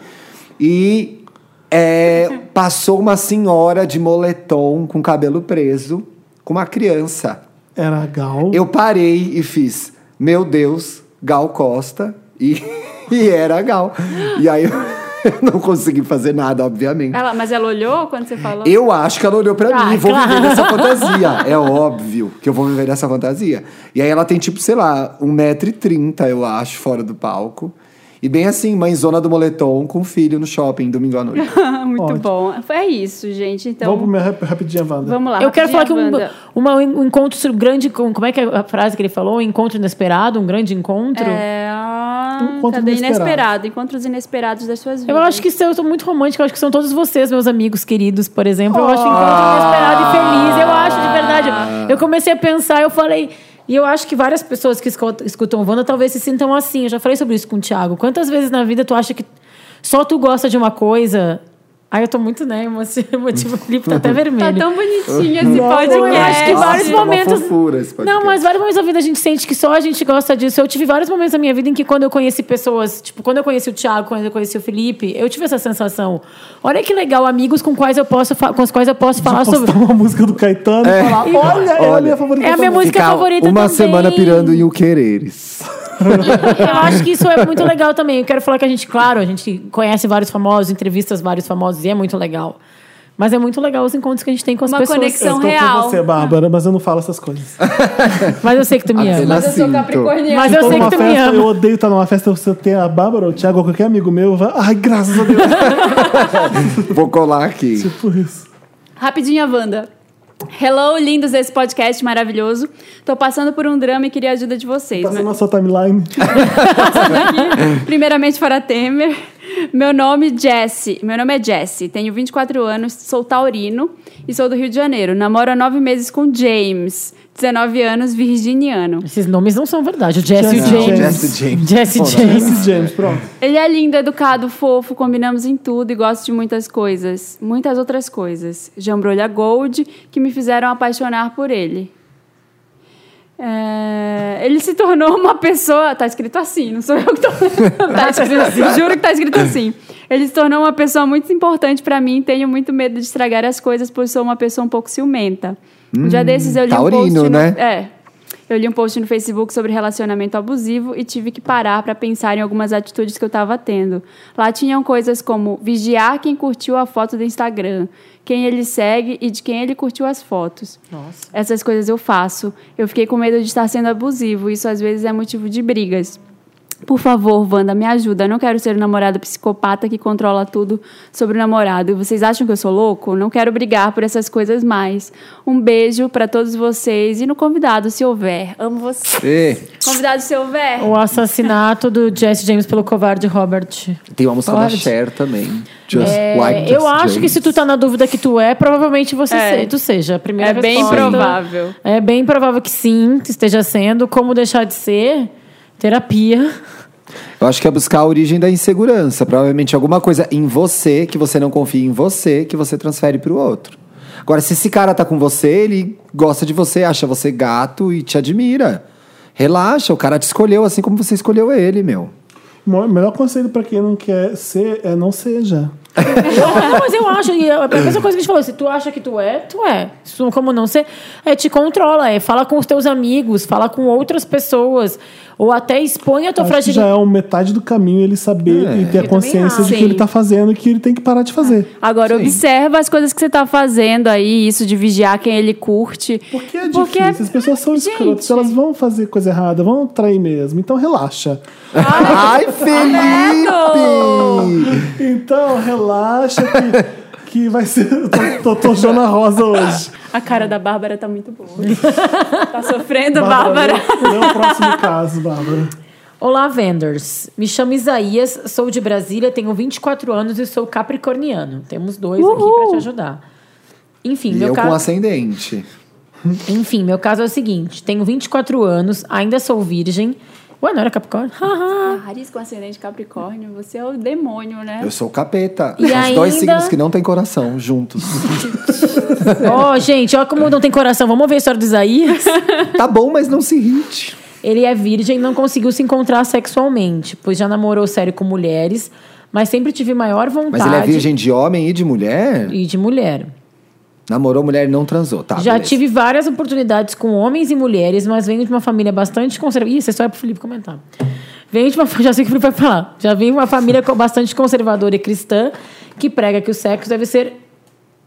S3: E é, passou uma senhora de moletom com cabelo preso, com uma criança.
S1: Era a Gal.
S3: Eu parei e fiz, meu Deus, Gal Costa. E, *laughs* e era a Gal. E aí eu *laughs* não consegui fazer nada, obviamente.
S2: Ela, mas ela olhou quando você falou?
S3: Eu acho que ela olhou pra
S5: Ah,
S3: mim, vou
S5: claro.
S3: viver nessa
S5: *laughs*
S3: fantasia. É óbvio que eu vou viver nessa fantasia. E aí ela tem, tipo, sei lá, 1,30m, eu acho, fora do palco. E bem assim, mãezona do moletom com filho no shopping, domingo à noite.
S2: Muito
S1: Ótimo.
S2: bom. É isso, gente. Então,
S1: Vamos pro
S2: vamos,
S1: meu rap, rapidinha, Wanda.
S2: lá.
S5: Eu quero falar que um,
S2: Wanda.
S5: uma- um encontro sur- grande, com- como é que é a frase que ele falou? Um encontro inesperado, um grande encontro.
S2: É, ah,
S1: Encontros
S2: cadê?
S1: inesperados.
S2: Inesperado. Encontros inesperados das suas vidas.
S5: Eu acho que isso- eu sou muito romântica, eu acho que são todos vocês, meus amigos queridos, por exemplo. Eu acho encontro inesperado e feliz, eu acho de verdade. Eu comecei a pensar, eu falei. E eu acho que várias pessoas que escot- escutam Wanda talvez se sintam assim. Eu já falei sobre isso com o Thiago. Quantas vezes na vida tu acha que só tu gosta de uma coisa? Ai, eu tô muito, né? emoci- *laughs* Emotivo, o Felipe tá até
S2: Tá
S5: vermelho.
S2: tão bonitinho esse podcast.
S5: eu acho que É, vários
S3: Nossa, é uma
S5: momentos.
S3: fofura esse podcast.
S5: não, mas vários momentos da vida a gente sente que só a gente gosta disso. Eu tive vários momentos da minha vida em que quando eu conheci pessoas, tipo, quando eu conheci o Thiago, quando eu conheci o Felipe, eu tive essa sensação. Olha que legal, amigos com quais eu posso fa- com os quais eu posso falar sobre.
S1: Postar *laughs* uma música do Caetano e falar, olha, é a
S3: Olha,
S1: minha favorita.
S5: é a minha
S1: também."
S5: música
S3: Ficar
S5: favorita
S3: uma
S5: também.
S3: semana pirando em o quereres.
S5: *laughs* Eu acho que isso é muito legal também. Eu quero falar que a gente, claro, a gente conhece vários famosos, entrevistas vários famosos e é muito legal. Mas é muito legal os encontros que a gente tem com as
S2: Uma
S5: pessoas.
S2: conexão.
S1: Eu tô
S2: Real.
S1: com você, Bárbara, mas eu não falo essas coisas.
S5: Mas eu sei que tu me ama.
S3: Apenas
S2: Mas eu sou
S3: Tá sinto.
S2: capricorniana.
S5: Mas eu
S1: Tô
S5: sei que
S1: numa
S5: tu me
S1: festa,
S5: ama.
S1: eu odeio estar numa festa, você tem a Bárbara, o Thiago, ou qualquer amigo meu, vai, ai, graças a Deus,
S3: Vou colar aqui.
S1: tipo isso.
S2: Rapidinha, Wanda. Hello, lindos desse podcast maravilhoso. Tô passando por um drama e queria a ajuda de vocês.
S1: Passando
S2: Mas-
S1: na sua
S5: *laughs*
S1: timeline.
S2: Primeiramente, para Temer. *laughs* Meu nome é Jesse. Meu nome é Jesse, tenho 24 anos, sou taurino e sou do Rio de Janeiro. Namoro há nove meses com James. 19 anos, virginiano.
S5: Esses nomes não são verdade. O Jesse e o
S1: Jesse
S5: James.
S1: James.
S3: Jesse James.
S5: Jesse
S3: Pô,
S5: James.
S1: Esse James, pronto.
S2: Ele é lindo, educado, fofo, combinamos em tudo e gosto de muitas coisas. Muitas outras coisas. Jambrolha Gold, que me fizeram apaixonar por ele. É, Ele se tornou uma pessoa. Tá escrito assim, não sou eu que tô. tá escrito assim, juro que tá escrito assim. Ele se tornou uma pessoa muito importante pra mim. Tenho muito medo de estragar as coisas, pois sou uma pessoa um pouco ciumenta. Um dia desses eu li um post.
S3: taurino,
S2: no-
S3: né?
S2: é. Eu li um post no Facebook sobre relacionamento abusivo e tive que parar para pensar em algumas atitudes que eu estava tendo. Lá tinham coisas como vigiar quem curtiu a foto do Instagram, quem ele segue e de quem ele curtiu as fotos. Nossa. Essas coisas eu faço. Eu fiquei com medo de estar sendo abusivo, isso às vezes é motivo de brigas. Por favor, Wanda, me ajuda. Eu não quero ser o namorado psicopata que controla tudo sobre o namorado. E vocês acham que eu sou louco? Não quero brigar por essas coisas mais. Um beijo pra todos vocês e no convidado, se houver. Amo você.
S3: E
S2: Convidado, se houver.
S5: O assassinato do Jesse James pelo covarde Robert.
S3: tem uma música
S5: Pode.
S3: da Cher também. Just
S5: É,
S3: like Jesse
S5: eu acho que
S3: James.
S5: se tu tá na dúvida que tu é, provavelmente você
S2: É.
S5: se- tu seja. A primeira
S2: É bem
S5: resposta-
S3: Tá.
S2: provável.
S5: É bem provável que sim, que esteja sendo. Como deixar de ser? Terapia.
S3: Eu acho que é buscar a origem da insegurança. Provavelmente alguma coisa em você, que você não confia em você, que você transfere pro outro. Agora, se esse cara tá com você, ele gosta de você, acha você gato e te admira. Relaxa, o cara te escolheu assim como você escolheu ele, meu.
S1: Mo- melhor conselho pra quem não quer ser é não seja.
S5: *laughs* Não, mas eu acho, e é a mesma coisa que a gente falou, se tu acha que tu é, tu é. Se tu- Como não ser, é, te controla, é, fala com os teus amigos, fala com outras pessoas, ou até expõe a tua
S1: Acho que já
S5: fragilidade.
S1: é um metade do caminho ele saber
S3: É.
S1: e ter a
S5: Eu
S1: consciência
S5: também É.
S1: de que
S2: acho.
S1: ele tá fazendo e que ele tem que parar de fazer.
S2: Agora, observa as coisas que você tá fazendo aí, isso de vigiar quem ele curte.
S1: Porque é difícil, as pessoas são
S2: Gente.
S1: escrotas, elas vão fazer coisa errada, vão trair mesmo. Então relaxa.
S5: *laughs*
S3: Ai, Felipe!
S1: Então relaxa que, que vai ser. Tô, tô, tô Jona Rosa hoje.
S2: A cara da Bárbara tá
S1: *laughs*
S2: muito boa. tá sofrendo, Bárbara?
S1: Lê lê né? é o próximo caso, Bárbara.
S5: Olá, vendors. Me chamo Isaías, sou de Brasília, tenho 24 anos e sou capricorniano. Temos dois aqui pra te ajudar. Enfim,
S3: E
S5: meu
S3: eu
S5: caso.
S3: com ascendente.
S5: Enfim, meu caso é o seguinte: tenho 24 anos, ainda sou virgem. Ué, não era
S3: *laughs*
S5: Capricórnio?
S2: Aries Ah, com ascendente Capricórnio, você é o demônio, né?
S3: Eu sou o capeta.
S5: E
S3: São os dois
S5: ainda-
S3: signos que não tem coração
S5: *laughs*
S3: juntos.
S5: Ó, gente, ó como não tem coração. Vamos ver a história
S3: *laughs*
S5: do Isaías.
S3: tá bom, mas não se irrite.
S5: Ele é virgem e não conseguiu se encontrar sexualmente, pois já namorou sério com mulheres, mas sempre tive maior vontade.
S3: Mas ele é virgem de homem e de mulher?
S5: E de mulher.
S3: Namorou mulher e não transou, tá?
S5: Já
S3: beleza.
S5: tive várias oportunidades com homens e mulheres, mas venho de uma família bastante conservadora. Ih, essa história é pro Felipe comentar. Venho de uma. *laughs* Já sei o que o Felipe vai falar. Já venho de uma família co- bastante conservadora e cristã que prega que o sexo deve ser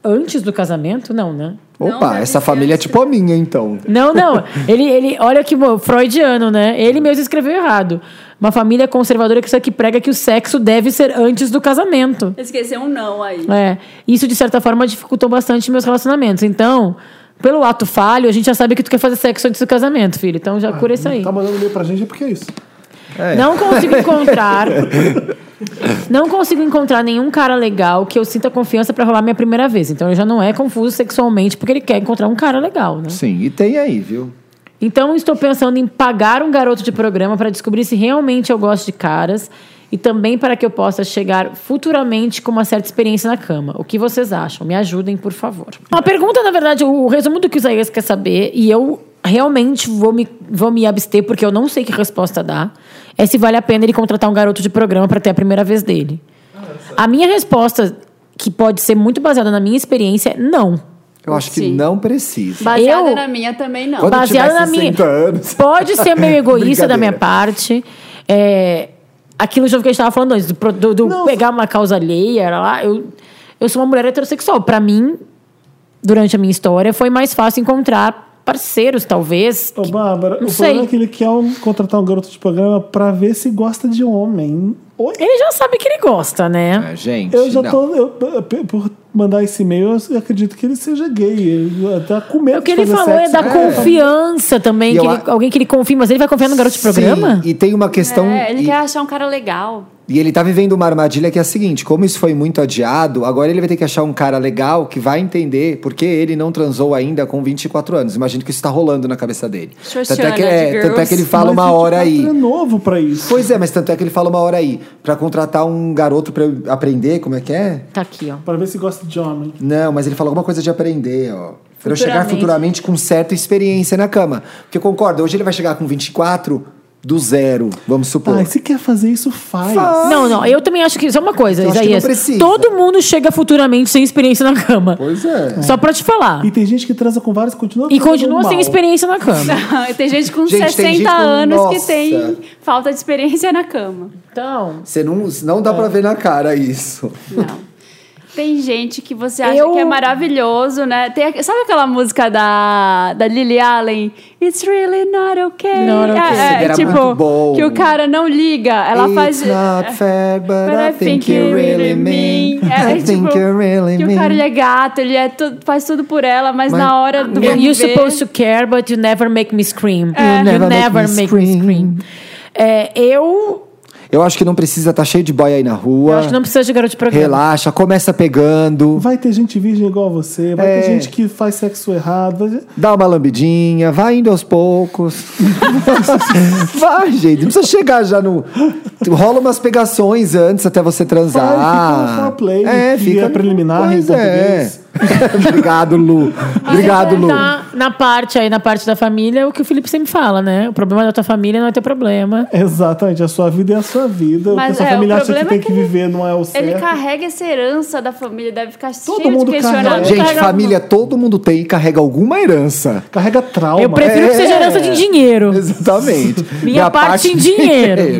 S5: antes do casamento? Não, né?
S3: Opa, essa família é tipo a minha, então.
S5: Não, não. Ele, ele, olha que bom, freudiano, né? Ele mesmo escreveu errado. Uma família conservadora que só que prega que o sexo deve ser antes do casamento.
S2: Esqueceu um não aí.
S5: É. Isso, de certa forma, dificultou bastante meus relacionamentos. Então, pelo ato falho, a gente já sabe que tu quer fazer sexo antes do casamento, filho. Então já cura isso aí.
S1: Tá mandando e-mail pra gente é porque é isso. *laughs*
S5: Não consigo encontrar. não consigo encontrar nenhum cara legal que eu sinta confiança pra rolar minha primeira vez. Então ele já não é confuso sexualmente porque ele quer encontrar um cara legal, né?
S3: Sim, e tem aí, viu?
S5: Então estou pensando em pagar um garoto de programa para descobrir se realmente eu gosto de caras e também para que eu possa chegar futuramente com uma certa experiência na cama. O que vocês acham? Me ajudem, por favor. Uma pergunta, na verdade, o resumo do que o Isaías quer saber e eu realmente vou me, vou me abster porque eu não sei que resposta dar é se vale a pena ele contratar um garoto de programa para ter a primeira vez dele. A minha resposta, que pode ser muito baseada na minha experiência, é não.
S3: Eu acho que
S2: Sim.
S3: não precisa.
S2: Baseada
S5: Eu-
S2: na minha também não.
S3: Quando
S5: Baseado
S3: tiver
S5: na minha.
S3: 60 anos.
S5: Pode
S3: *laughs*
S5: ser meio egoísta da
S3: Brincadeira.
S5: minha parte. É, aquilo que a gente estava falando antes, do, pro- do- do pegar uma causa alheia, era lá. Eu, eu sou uma mulher heterossexual. Para mim, durante a minha história, foi mais fácil encontrar parceiros, talvez.
S1: Ô,
S5: que-
S1: Bárbara,
S5: não
S1: o
S5: sei.
S1: problema é que ele quer um- contratar um garoto de programa pra ver se gosta de homem. Oi?
S5: Ele já sabe que ele gosta, né?
S3: Ah, gente,
S1: Eu já
S3: não.
S1: tô. eu- p- por mandar esse e-mail, eu acredito que ele seja gay. Ele tá com medo
S5: O que
S1: de
S5: ele
S1: fazer
S5: falou é
S1: sexo.
S5: da confiança
S3: E
S5: também.
S3: eu
S5: que ele-
S3: a-
S5: alguém que ele confia, mas ele vai confiar no garoto de
S3: Sim,
S5: programa?
S3: e tem uma questão...
S2: É, ele
S3: e-
S2: quer achar um cara legal. *laughs*
S3: E ele tá vivendo uma armadilha que é a seguinte: como isso foi muito adiado, agora ele vai ter que achar um cara legal que vai entender por que ele não transou ainda com 24 anos. Imagino que isso tá rolando na cabeça dele.
S2: Xoxana
S3: Tanto é que,
S2: de
S3: é, tanto é
S2: girls.
S3: que ele fala uma hora aí.
S1: É novo pra isso.
S3: Pois é, mas tanto é que ele fala uma hora aí. Pra contratar um garoto pra eu aprender, como é que é?
S5: Tá aqui, ó.
S1: Pra ver se gosta de homem.
S3: Não, mas ele fala alguma coisa de aprender, ó. Pra eu chegar futuramente com certa experiência na cama. Porque eu concordo, hoje ele vai chegar com 24 do zero, vamos supor.
S1: Ai, Tá, se quer fazer isso, faz.
S5: Não, não, eu também acho que. Só uma coisa,
S3: Eu acho que não
S5: Isaías.
S3: precisa.
S5: Todo mundo chega futuramente sem experiência na cama.
S3: Pois é.
S5: Só pra te falar.
S1: E tem gente que transa com vários e continua
S5: E
S1: transando
S5: continua
S1: mal.
S5: sem experiência
S2: *laughs*
S5: na cama.
S2: tem gente com
S3: Gente, tem
S2: 60
S3: gente com-
S2: anos que
S3: Nossa.
S2: tem falta de experiência na cama.
S5: Então.
S3: Você não, não dá pra ver na cara isso.
S2: Não. Tem gente que você acha
S5: Eu-
S2: que é maravilhoso, né? Tem, a- sabe aquela música da, da Lily Allen? It's really not okay.
S5: Not
S2: É,
S5: okay.
S2: é,
S3: Era
S2: tipo,
S3: muito bom.
S2: que o cara não liga. Ela
S3: It's
S2: faz.
S3: not fair, but,
S2: But
S3: I think you really mean.
S2: *laughs* É,
S3: *laughs*
S2: é
S3: I think
S2: tipo,
S3: you really
S2: que
S3: mean.
S2: o cara ele é gato, ele é tu- faz tudo por ela, mas,
S3: Mas-
S2: na hora do.
S5: You
S2: vamos ver-
S5: supposed to care, but you never make me scream. You
S3: never make me scream.
S5: É, eu
S3: Eu acho que não precisa, tá cheio de boy aí na rua.
S5: Eu acho que não precisa de garoto de programa.
S3: Relaxa, começa pegando,
S1: Vai ter gente virgem igual a você, vai
S3: É.
S1: ter gente que faz sexo errado. vai-
S3: dá uma lambidinha, vai indo aos poucos.
S1: *laughs*
S3: vai, gente, não precisa chegar já no. Rola umas pegações antes até você transar.
S1: Vai, fica no foreplay,
S3: é,
S1: que
S3: fica.
S1: é preliminar em
S3: pois é. *laughs* Obrigado, Lu. Obrigado, Lu.
S5: Tá na parte aí, na parte da família, é o que o Felipe sempre fala, né? O problema da tua família não é teu problema.
S1: *laughs* Exatamente, a sua vida é a sua vida. o que a
S2: Mas,
S1: sua
S2: é, o
S1: família acha que
S2: problema
S1: tem
S2: é
S1: que,
S2: que ele-
S1: viver não é o certo.
S2: Ele carrega essa herança da família, deve ficar cheio
S1: mundo
S2: de questionamentos.
S1: carrega.
S3: Gente, família, todo mundo tem e carrega alguma herança.
S1: Carrega trauma.
S5: Eu prefiro que
S3: É.
S5: seja herança de dinheiro.
S3: Exatamente.
S5: Minha parte em dinheiro.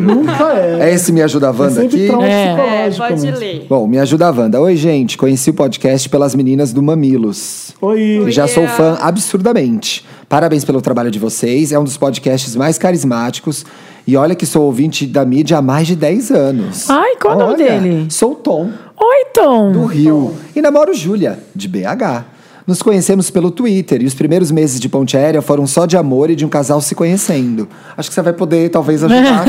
S2: *laughs*
S1: Nunca é.
S3: É esse Me Ajuda a Wanda
S1: Sempre
S3: aqui?
S1: trauma
S5: É.
S2: É,
S1: psicológico.
S2: pode
S1: mesmo.
S2: ler.
S3: Bom, Me Ajuda a Wanda. Oi, gente. Conheci o podcast pelas meninas do Mamilos.
S1: Oi.
S3: Já sou fã absurdamente. Parabéns pelo trabalho de vocês. É um dos podcasts mais carismáticos. E olha que sou ouvinte da mídia há mais de 10 anos.
S5: Ai, qual é o nome
S3: Olha,
S5: dele?
S3: Sou o Tom,
S5: Oi, Tom.
S3: do Rio. E namoro Júlia, de BH. Nos conhecemos pelo Twitter e os primeiros meses de Ponte Aérea foram só de amor e de um casal se conhecendo. Acho que você vai poder, talvez,
S5: *laughs*
S3: ajudar.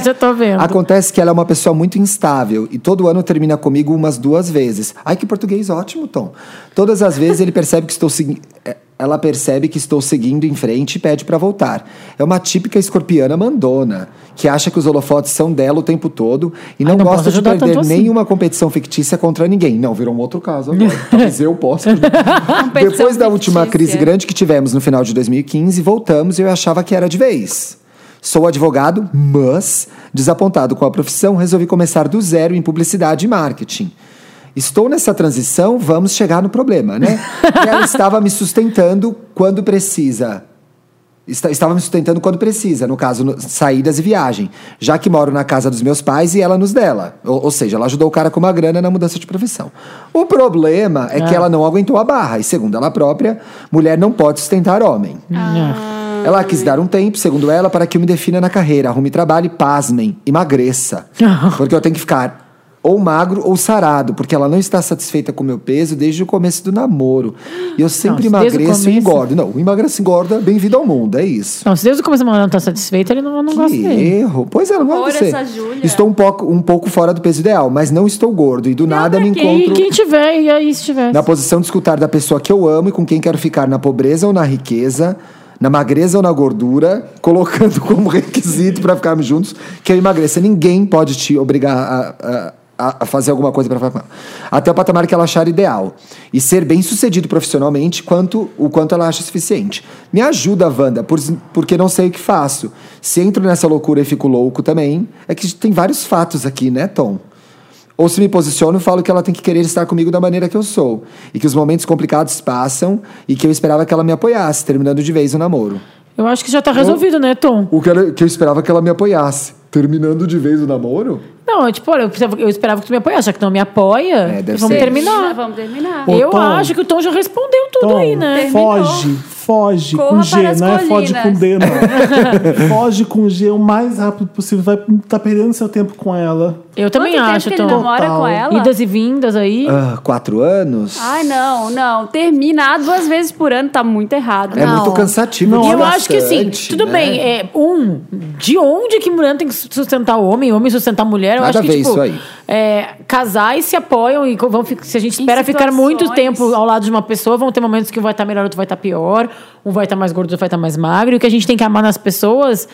S5: *laughs* Já tô vendo.
S3: Acontece que ela é uma pessoa muito instável e todo ano termina comigo umas duas vezes. Ai, que português ótimo, Tom. Todas as vezes ele percebe que estou segui- eh, Ela percebe que estou seguindo em frente e pede para voltar. É uma típica escorpiana mandona, que acha que os holofotes são dela o tempo todo e não,
S5: não
S3: gosta
S5: posso
S3: de
S5: ajudar
S3: perder
S5: tanto assim.
S3: nenhuma competição fictícia contra ninguém. Não, virou um outro caso agora. Talvez eu possa. Depois da última
S2: fictícia.
S3: crise grande que tivemos no final de 2015, voltamos e eu achava que era de vez. Sou advogado, mas, desapontado com a profissão, resolvi começar do zero em publicidade e marketing. Estou nessa transição, vamos chegar no problema, né? E ela estava me sustentando quando precisa. Esta- Estava me sustentando quando precisa, no caso, no- saídas e viagem, já que moro na casa dos meus pais e ela nos dela. Ou, ou seja, ela ajudou o cara com uma grana na mudança de profissão. O problema é
S5: Ah.
S3: que ela não aguentou a barra, e segundo ela própria, mulher não pode sustentar homem.
S5: Ah.
S3: Ela quis dar um tempo, segundo ela, para que eu me defina na carreira, arrume trabalho e pasmem,
S5: *laughs*
S3: emagreça. porque eu tenho que ficar ou magro ou sarado, porque ela não está satisfeita com o meu peso desde o começo do namoro. E eu sempre
S5: Nossa, desde o
S3: emagreço e
S5: começo?
S3: engordo. Não, emagreço e engorda, bem-vindo ao mundo, é isso.
S5: Não, se Deus começa a mandar não tá satisfeito, ele não, eu não gosta
S3: que
S5: dele.
S3: erro. Pois é, não
S2: Horror
S3: gosto de você.
S2: essa Júlia.
S3: Estou um pouco, um pouco fora do peso ideal, mas não estou gordo e do nada me
S5: E
S3: encontro
S5: é quem tiver, e aí se tiver.
S3: na posição de escutar da pessoa que eu amo e com quem quero ficar na pobreza ou na riqueza, na magreza ou na gordura, *laughs* colocando como requisito para ficarmos juntos que eu emagreça. Ninguém pode te obrigar a- a, a- a fazer alguma coisa para ficar com ela. Até o patamar que ela achar ideal. E ser bem sucedido profissionalmente quanto o quanto ela acha suficiente. Me ajuda, Wanda, por- porque não sei o que faço. Se entro nessa loucura e fico louco também, é que tem vários fatos aqui, né, Tom? Ou se me posiciono, falo que ela tem que querer estar comigo da maneira que eu sou. E que os momentos complicados passam e que eu esperava que ela me apoiasse, terminando de vez o namoro.
S5: Eu acho que já tá resolvido, né, Tom?
S3: O que, ela- que eu esperava que ela me apoiasse, terminando de vez o namoro?
S5: Não, eu, tipo, olha, eu, precisava- eu esperava que tu me apoiasse, já que tu não me apoia,
S3: É, deve
S5: vamos
S3: ser.
S5: terminar.
S2: Vamos terminar.
S1: Ô,
S5: eu
S1: Tom.
S5: acho que o Tom já respondeu tudo
S1: Tom,
S5: aí, né?
S1: foge, foge
S2: Corra
S1: com
S2: para
S1: G,
S2: as
S1: não é fode com
S2: colinas.
S1: D,
S2: *laughs*
S1: não. foge com G o mais rápido possível. Vai, tá perdendo seu tempo com ela.
S5: Eu também
S2: Quanto tempo
S5: acho,
S2: que ele
S5: Tom.
S2: namora com
S1: Total.
S2: ela?
S5: Idas e vindas aí.
S3: Ah, quatro anos?
S5: Ah,
S2: Ai, não, não. Termina duas vezes por ano, tá muito errado.
S3: é
S5: não.
S3: muito cansativo.
S5: E eu
S3: desgastante,
S5: acho que assim, tudo
S3: né?
S5: bem, é, um, de onde que mulher tem que sustentar o homem, homem sustentar a mulher? Eu
S3: Nada
S5: acho que,
S3: a ver
S5: tipo,
S3: isso aí.
S5: é, casais se apoiam e co- vão, fi- se a gente espera ficar muito
S2: situações.
S5: tempo ao lado de uma pessoa, vão ter momentos que um vai estar melhor, outro vai estar pior, um vai estar mais gordo, outro vai estar mais magro, e o que a gente tem que amar nas pessoas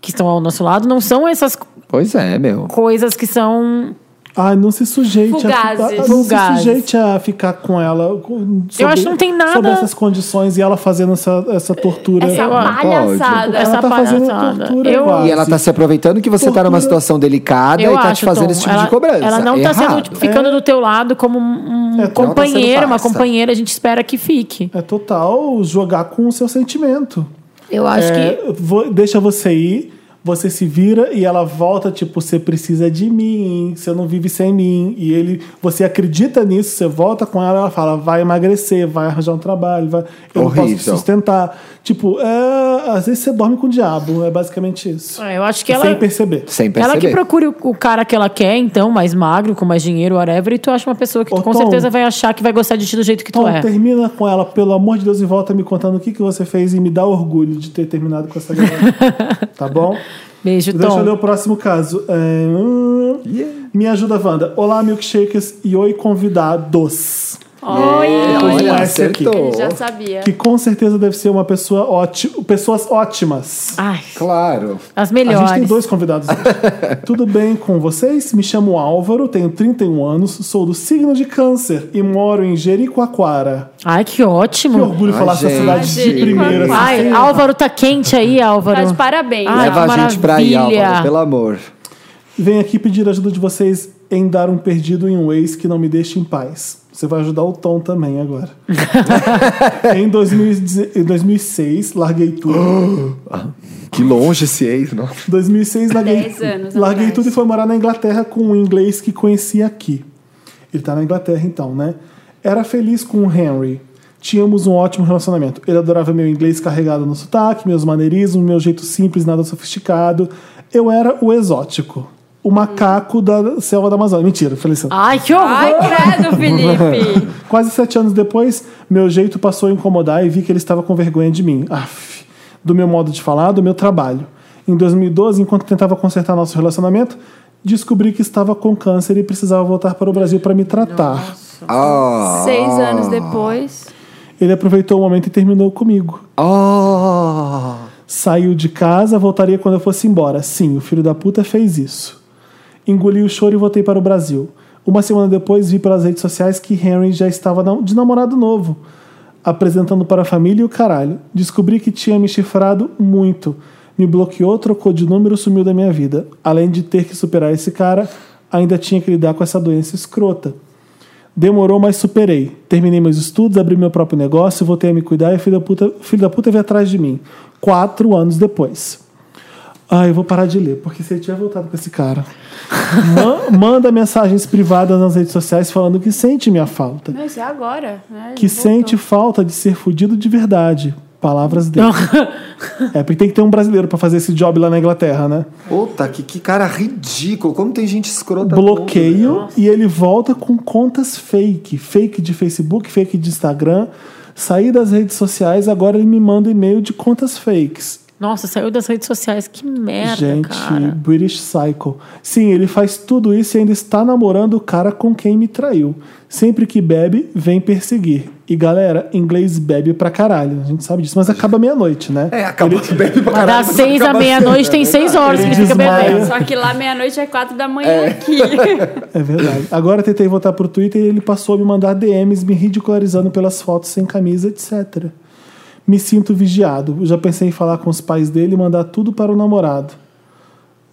S5: que estão ao nosso lado não são essas co-
S3: Pois é, meu.
S5: coisas que são...
S1: Ai, não se sujeite a
S2: Fugazes.
S1: ficar, não se
S5: Fugazes.
S1: sujeite a ficar com ela. com- sobre-
S5: acho que não tem nada- é
S1: Sobre essas condições e ela fazendo essa, essa tortura.
S2: Essa palhaçada.
S1: ela
S5: essa
S1: tá fazendo
S5: palhaçada.
S1: tortura.
S5: Eu-
S1: quase.
S3: E ela tá se aproveitando que você tá numa situação delicada
S5: Eu
S3: e tá
S5: acho,
S3: te fazendo
S5: Tom,
S3: esse tipo
S5: ela,
S3: de cobrança.
S5: Ela não
S3: é
S5: tá sendo,
S3: errado.
S5: tipo, ficando do teu lado como um
S1: É, Tom, ela tá sendo
S5: companheiro, uma
S3: parça.
S5: companheira, a gente espera que fique.
S1: É total jogar com o seu sentimento.
S5: Eu acho
S1: É,
S5: que
S1: vo- deixa você ir, você se vira e ela volta, tipo, você precisa de mim, você não vive sem mim. E ele, você acredita nisso, você volta com ela, ela fala, vai emagrecer, vai arranjar um trabalho, vai, eu não posso te
S3: Horrível.
S1: sustentar. Tipo, é, às vezes você dorme com o diabo, é basicamente isso.
S5: É, eu acho que ela.
S1: Sem perceber.
S3: Sem perceber.
S5: Ela que procure o, o cara que ela quer, então, mais magro, com mais dinheiro, whatever, e tu acha uma pessoa que tu
S1: Ô,
S5: com
S1: Tom.
S5: certeza vai achar que vai gostar de ti do jeito que
S1: Então,
S5: tu é.
S1: termina com ela, pelo amor de Deus, e volta me contando o que, que você fez e me dá orgulho de ter terminado com essa
S5: *laughs*
S1: galera. tá bom? Então,
S5: Beijo,
S1: Deixa eu ler
S5: Tom.
S1: o próximo caso. É, hum, Me ajuda, Wanda. Olá, milkshakers e oi, convidados.
S3: Olha,
S1: um S aqui.
S3: acertou.
S2: Já
S5: É.
S2: sabia.
S1: Que com certeza deve ser uma pessoa ótima. Pessoas ótimas.
S5: Ai,
S3: Claro.
S5: as
S1: A gente tem
S5: Ah, melhores.
S1: dois convidados hoje.
S3: *laughs*
S1: Tudo bem com vocês? Me chamo Álvaro, tenho 31 anos, sou do signo de câncer e moro em Jericoacoara.
S5: Ai, que
S1: Que
S5: ótimo.
S1: orgulho
S3: Hum. Ai,
S1: falar essa
S3: gente.
S1: cidade de
S2: Jericoacoara.
S1: primeira. assim.
S5: Ai, Álvaro tá quente aí,
S2: Tá
S5: Álvaro.
S2: de parabéns.
S5: Ai,
S3: Leva
S5: que
S3: a gente pra aí,
S5: maravilha.
S3: Álvaro, pelo amor.
S1: Venho aqui pedir ajuda de vocês em dar um perdido em um ex que não me deixe em paz. Você vai ajudar o Tom também agora. em, 2000 em 2006, larguei tudo.
S3: Que longe esse ex, nossa.
S1: 2006, larguei,
S2: Dez anos
S1: larguei
S2: atrás.
S1: tudo e foi morar na Inglaterra com um inglês que conheci aqui. Ele tá na Inglaterra então, né? Era feliz com o Henry. Tínhamos um ótimo relacionamento. Ele adorava meu inglês carregado no sotaque, meus maneirismos, meu jeito simples, nada sofisticado. Eu era o exótico. O
S2: Hum.
S1: macaco da selva da Amazônia. Mentira, Feliciano.
S5: Ai, que horror.
S2: Ai, credo, Felipe.
S1: Quase sete anos depois, meu jeito passou a incomodar e vi que ele estava com vergonha de mim. Aff, do meu modo de falar, do meu trabalho. Em 2012, enquanto tentava consertar nosso relacionamento, descobri que estava com câncer e precisava voltar para o Brasil para me tratar.
S3: Ah.
S2: Seis anos depois.
S1: Ele aproveitou o momento e terminou comigo.
S3: Ah.
S1: Saiu de casa, voltaria quando eu fosse embora. Sim, o filho da puta fez isso. Engoli o choro e voltei para o Brasil. Uma semana depois, vi pelas redes sociais que Henry já estava nam- de namorado novo, apresentando para a família e o caralho. Descobri que tinha me chifrado muito. Me bloqueou, trocou de número, sumiu da minha vida. Além de ter que superar esse cara, ainda tinha que lidar com essa doença escrota. Demorou, mas superei. Terminei meus estudos, abri meu próprio negócio, voltei a me cuidar e o filho da puta, o filho da puta veio atrás de mim. Quatro anos depois. Ah, eu vou parar de ler, porque se ele tiver voltado com esse
S2: *laughs*
S1: cara. Ma- manda mensagens privadas nas redes sociais falando que sente minha falta.
S2: Não, isso é agora. né?
S1: Que
S2: Voltou.
S1: sente falta de ser fudido de verdade. Palavras dele. é, porque tem que ter um brasileiro pra fazer esse job lá na Inglaterra, né?
S3: Puta, que, que cara ridículo. Como tem gente escrota.
S1: bloqueio e ele volta com contas fake. Fake de Facebook, fake de Instagram. Saí das redes sociais, agora ele me manda e-mail de contas fakes.
S5: Nossa, saiu das redes sociais. Que merda,
S1: Gente,
S5: cara.
S1: British Psycho. Sim, ele faz tudo isso e ainda está namorando o cara com quem me traiu. Sempre que bebe, vem perseguir. E galera, inglês bebe pra caralho. A gente sabe disso, mas acaba meia-noite, né?
S3: É, acabou que bebe pra caralho.
S5: Das seis à meia-noite tem seis horas que
S1: Ele
S5: ele fica
S1: desmaia.
S5: bebendo.
S2: Só que lá meia-noite é quatro da manhã aqui.
S1: É verdade. Agora tentei voltar pro Twitter e ele passou a me mandar DMs me ridicularizando pelas fotos sem camisa, etc. Me sinto vigiado. Eu já pensei em falar com os pais dele e mandar tudo para o namorado.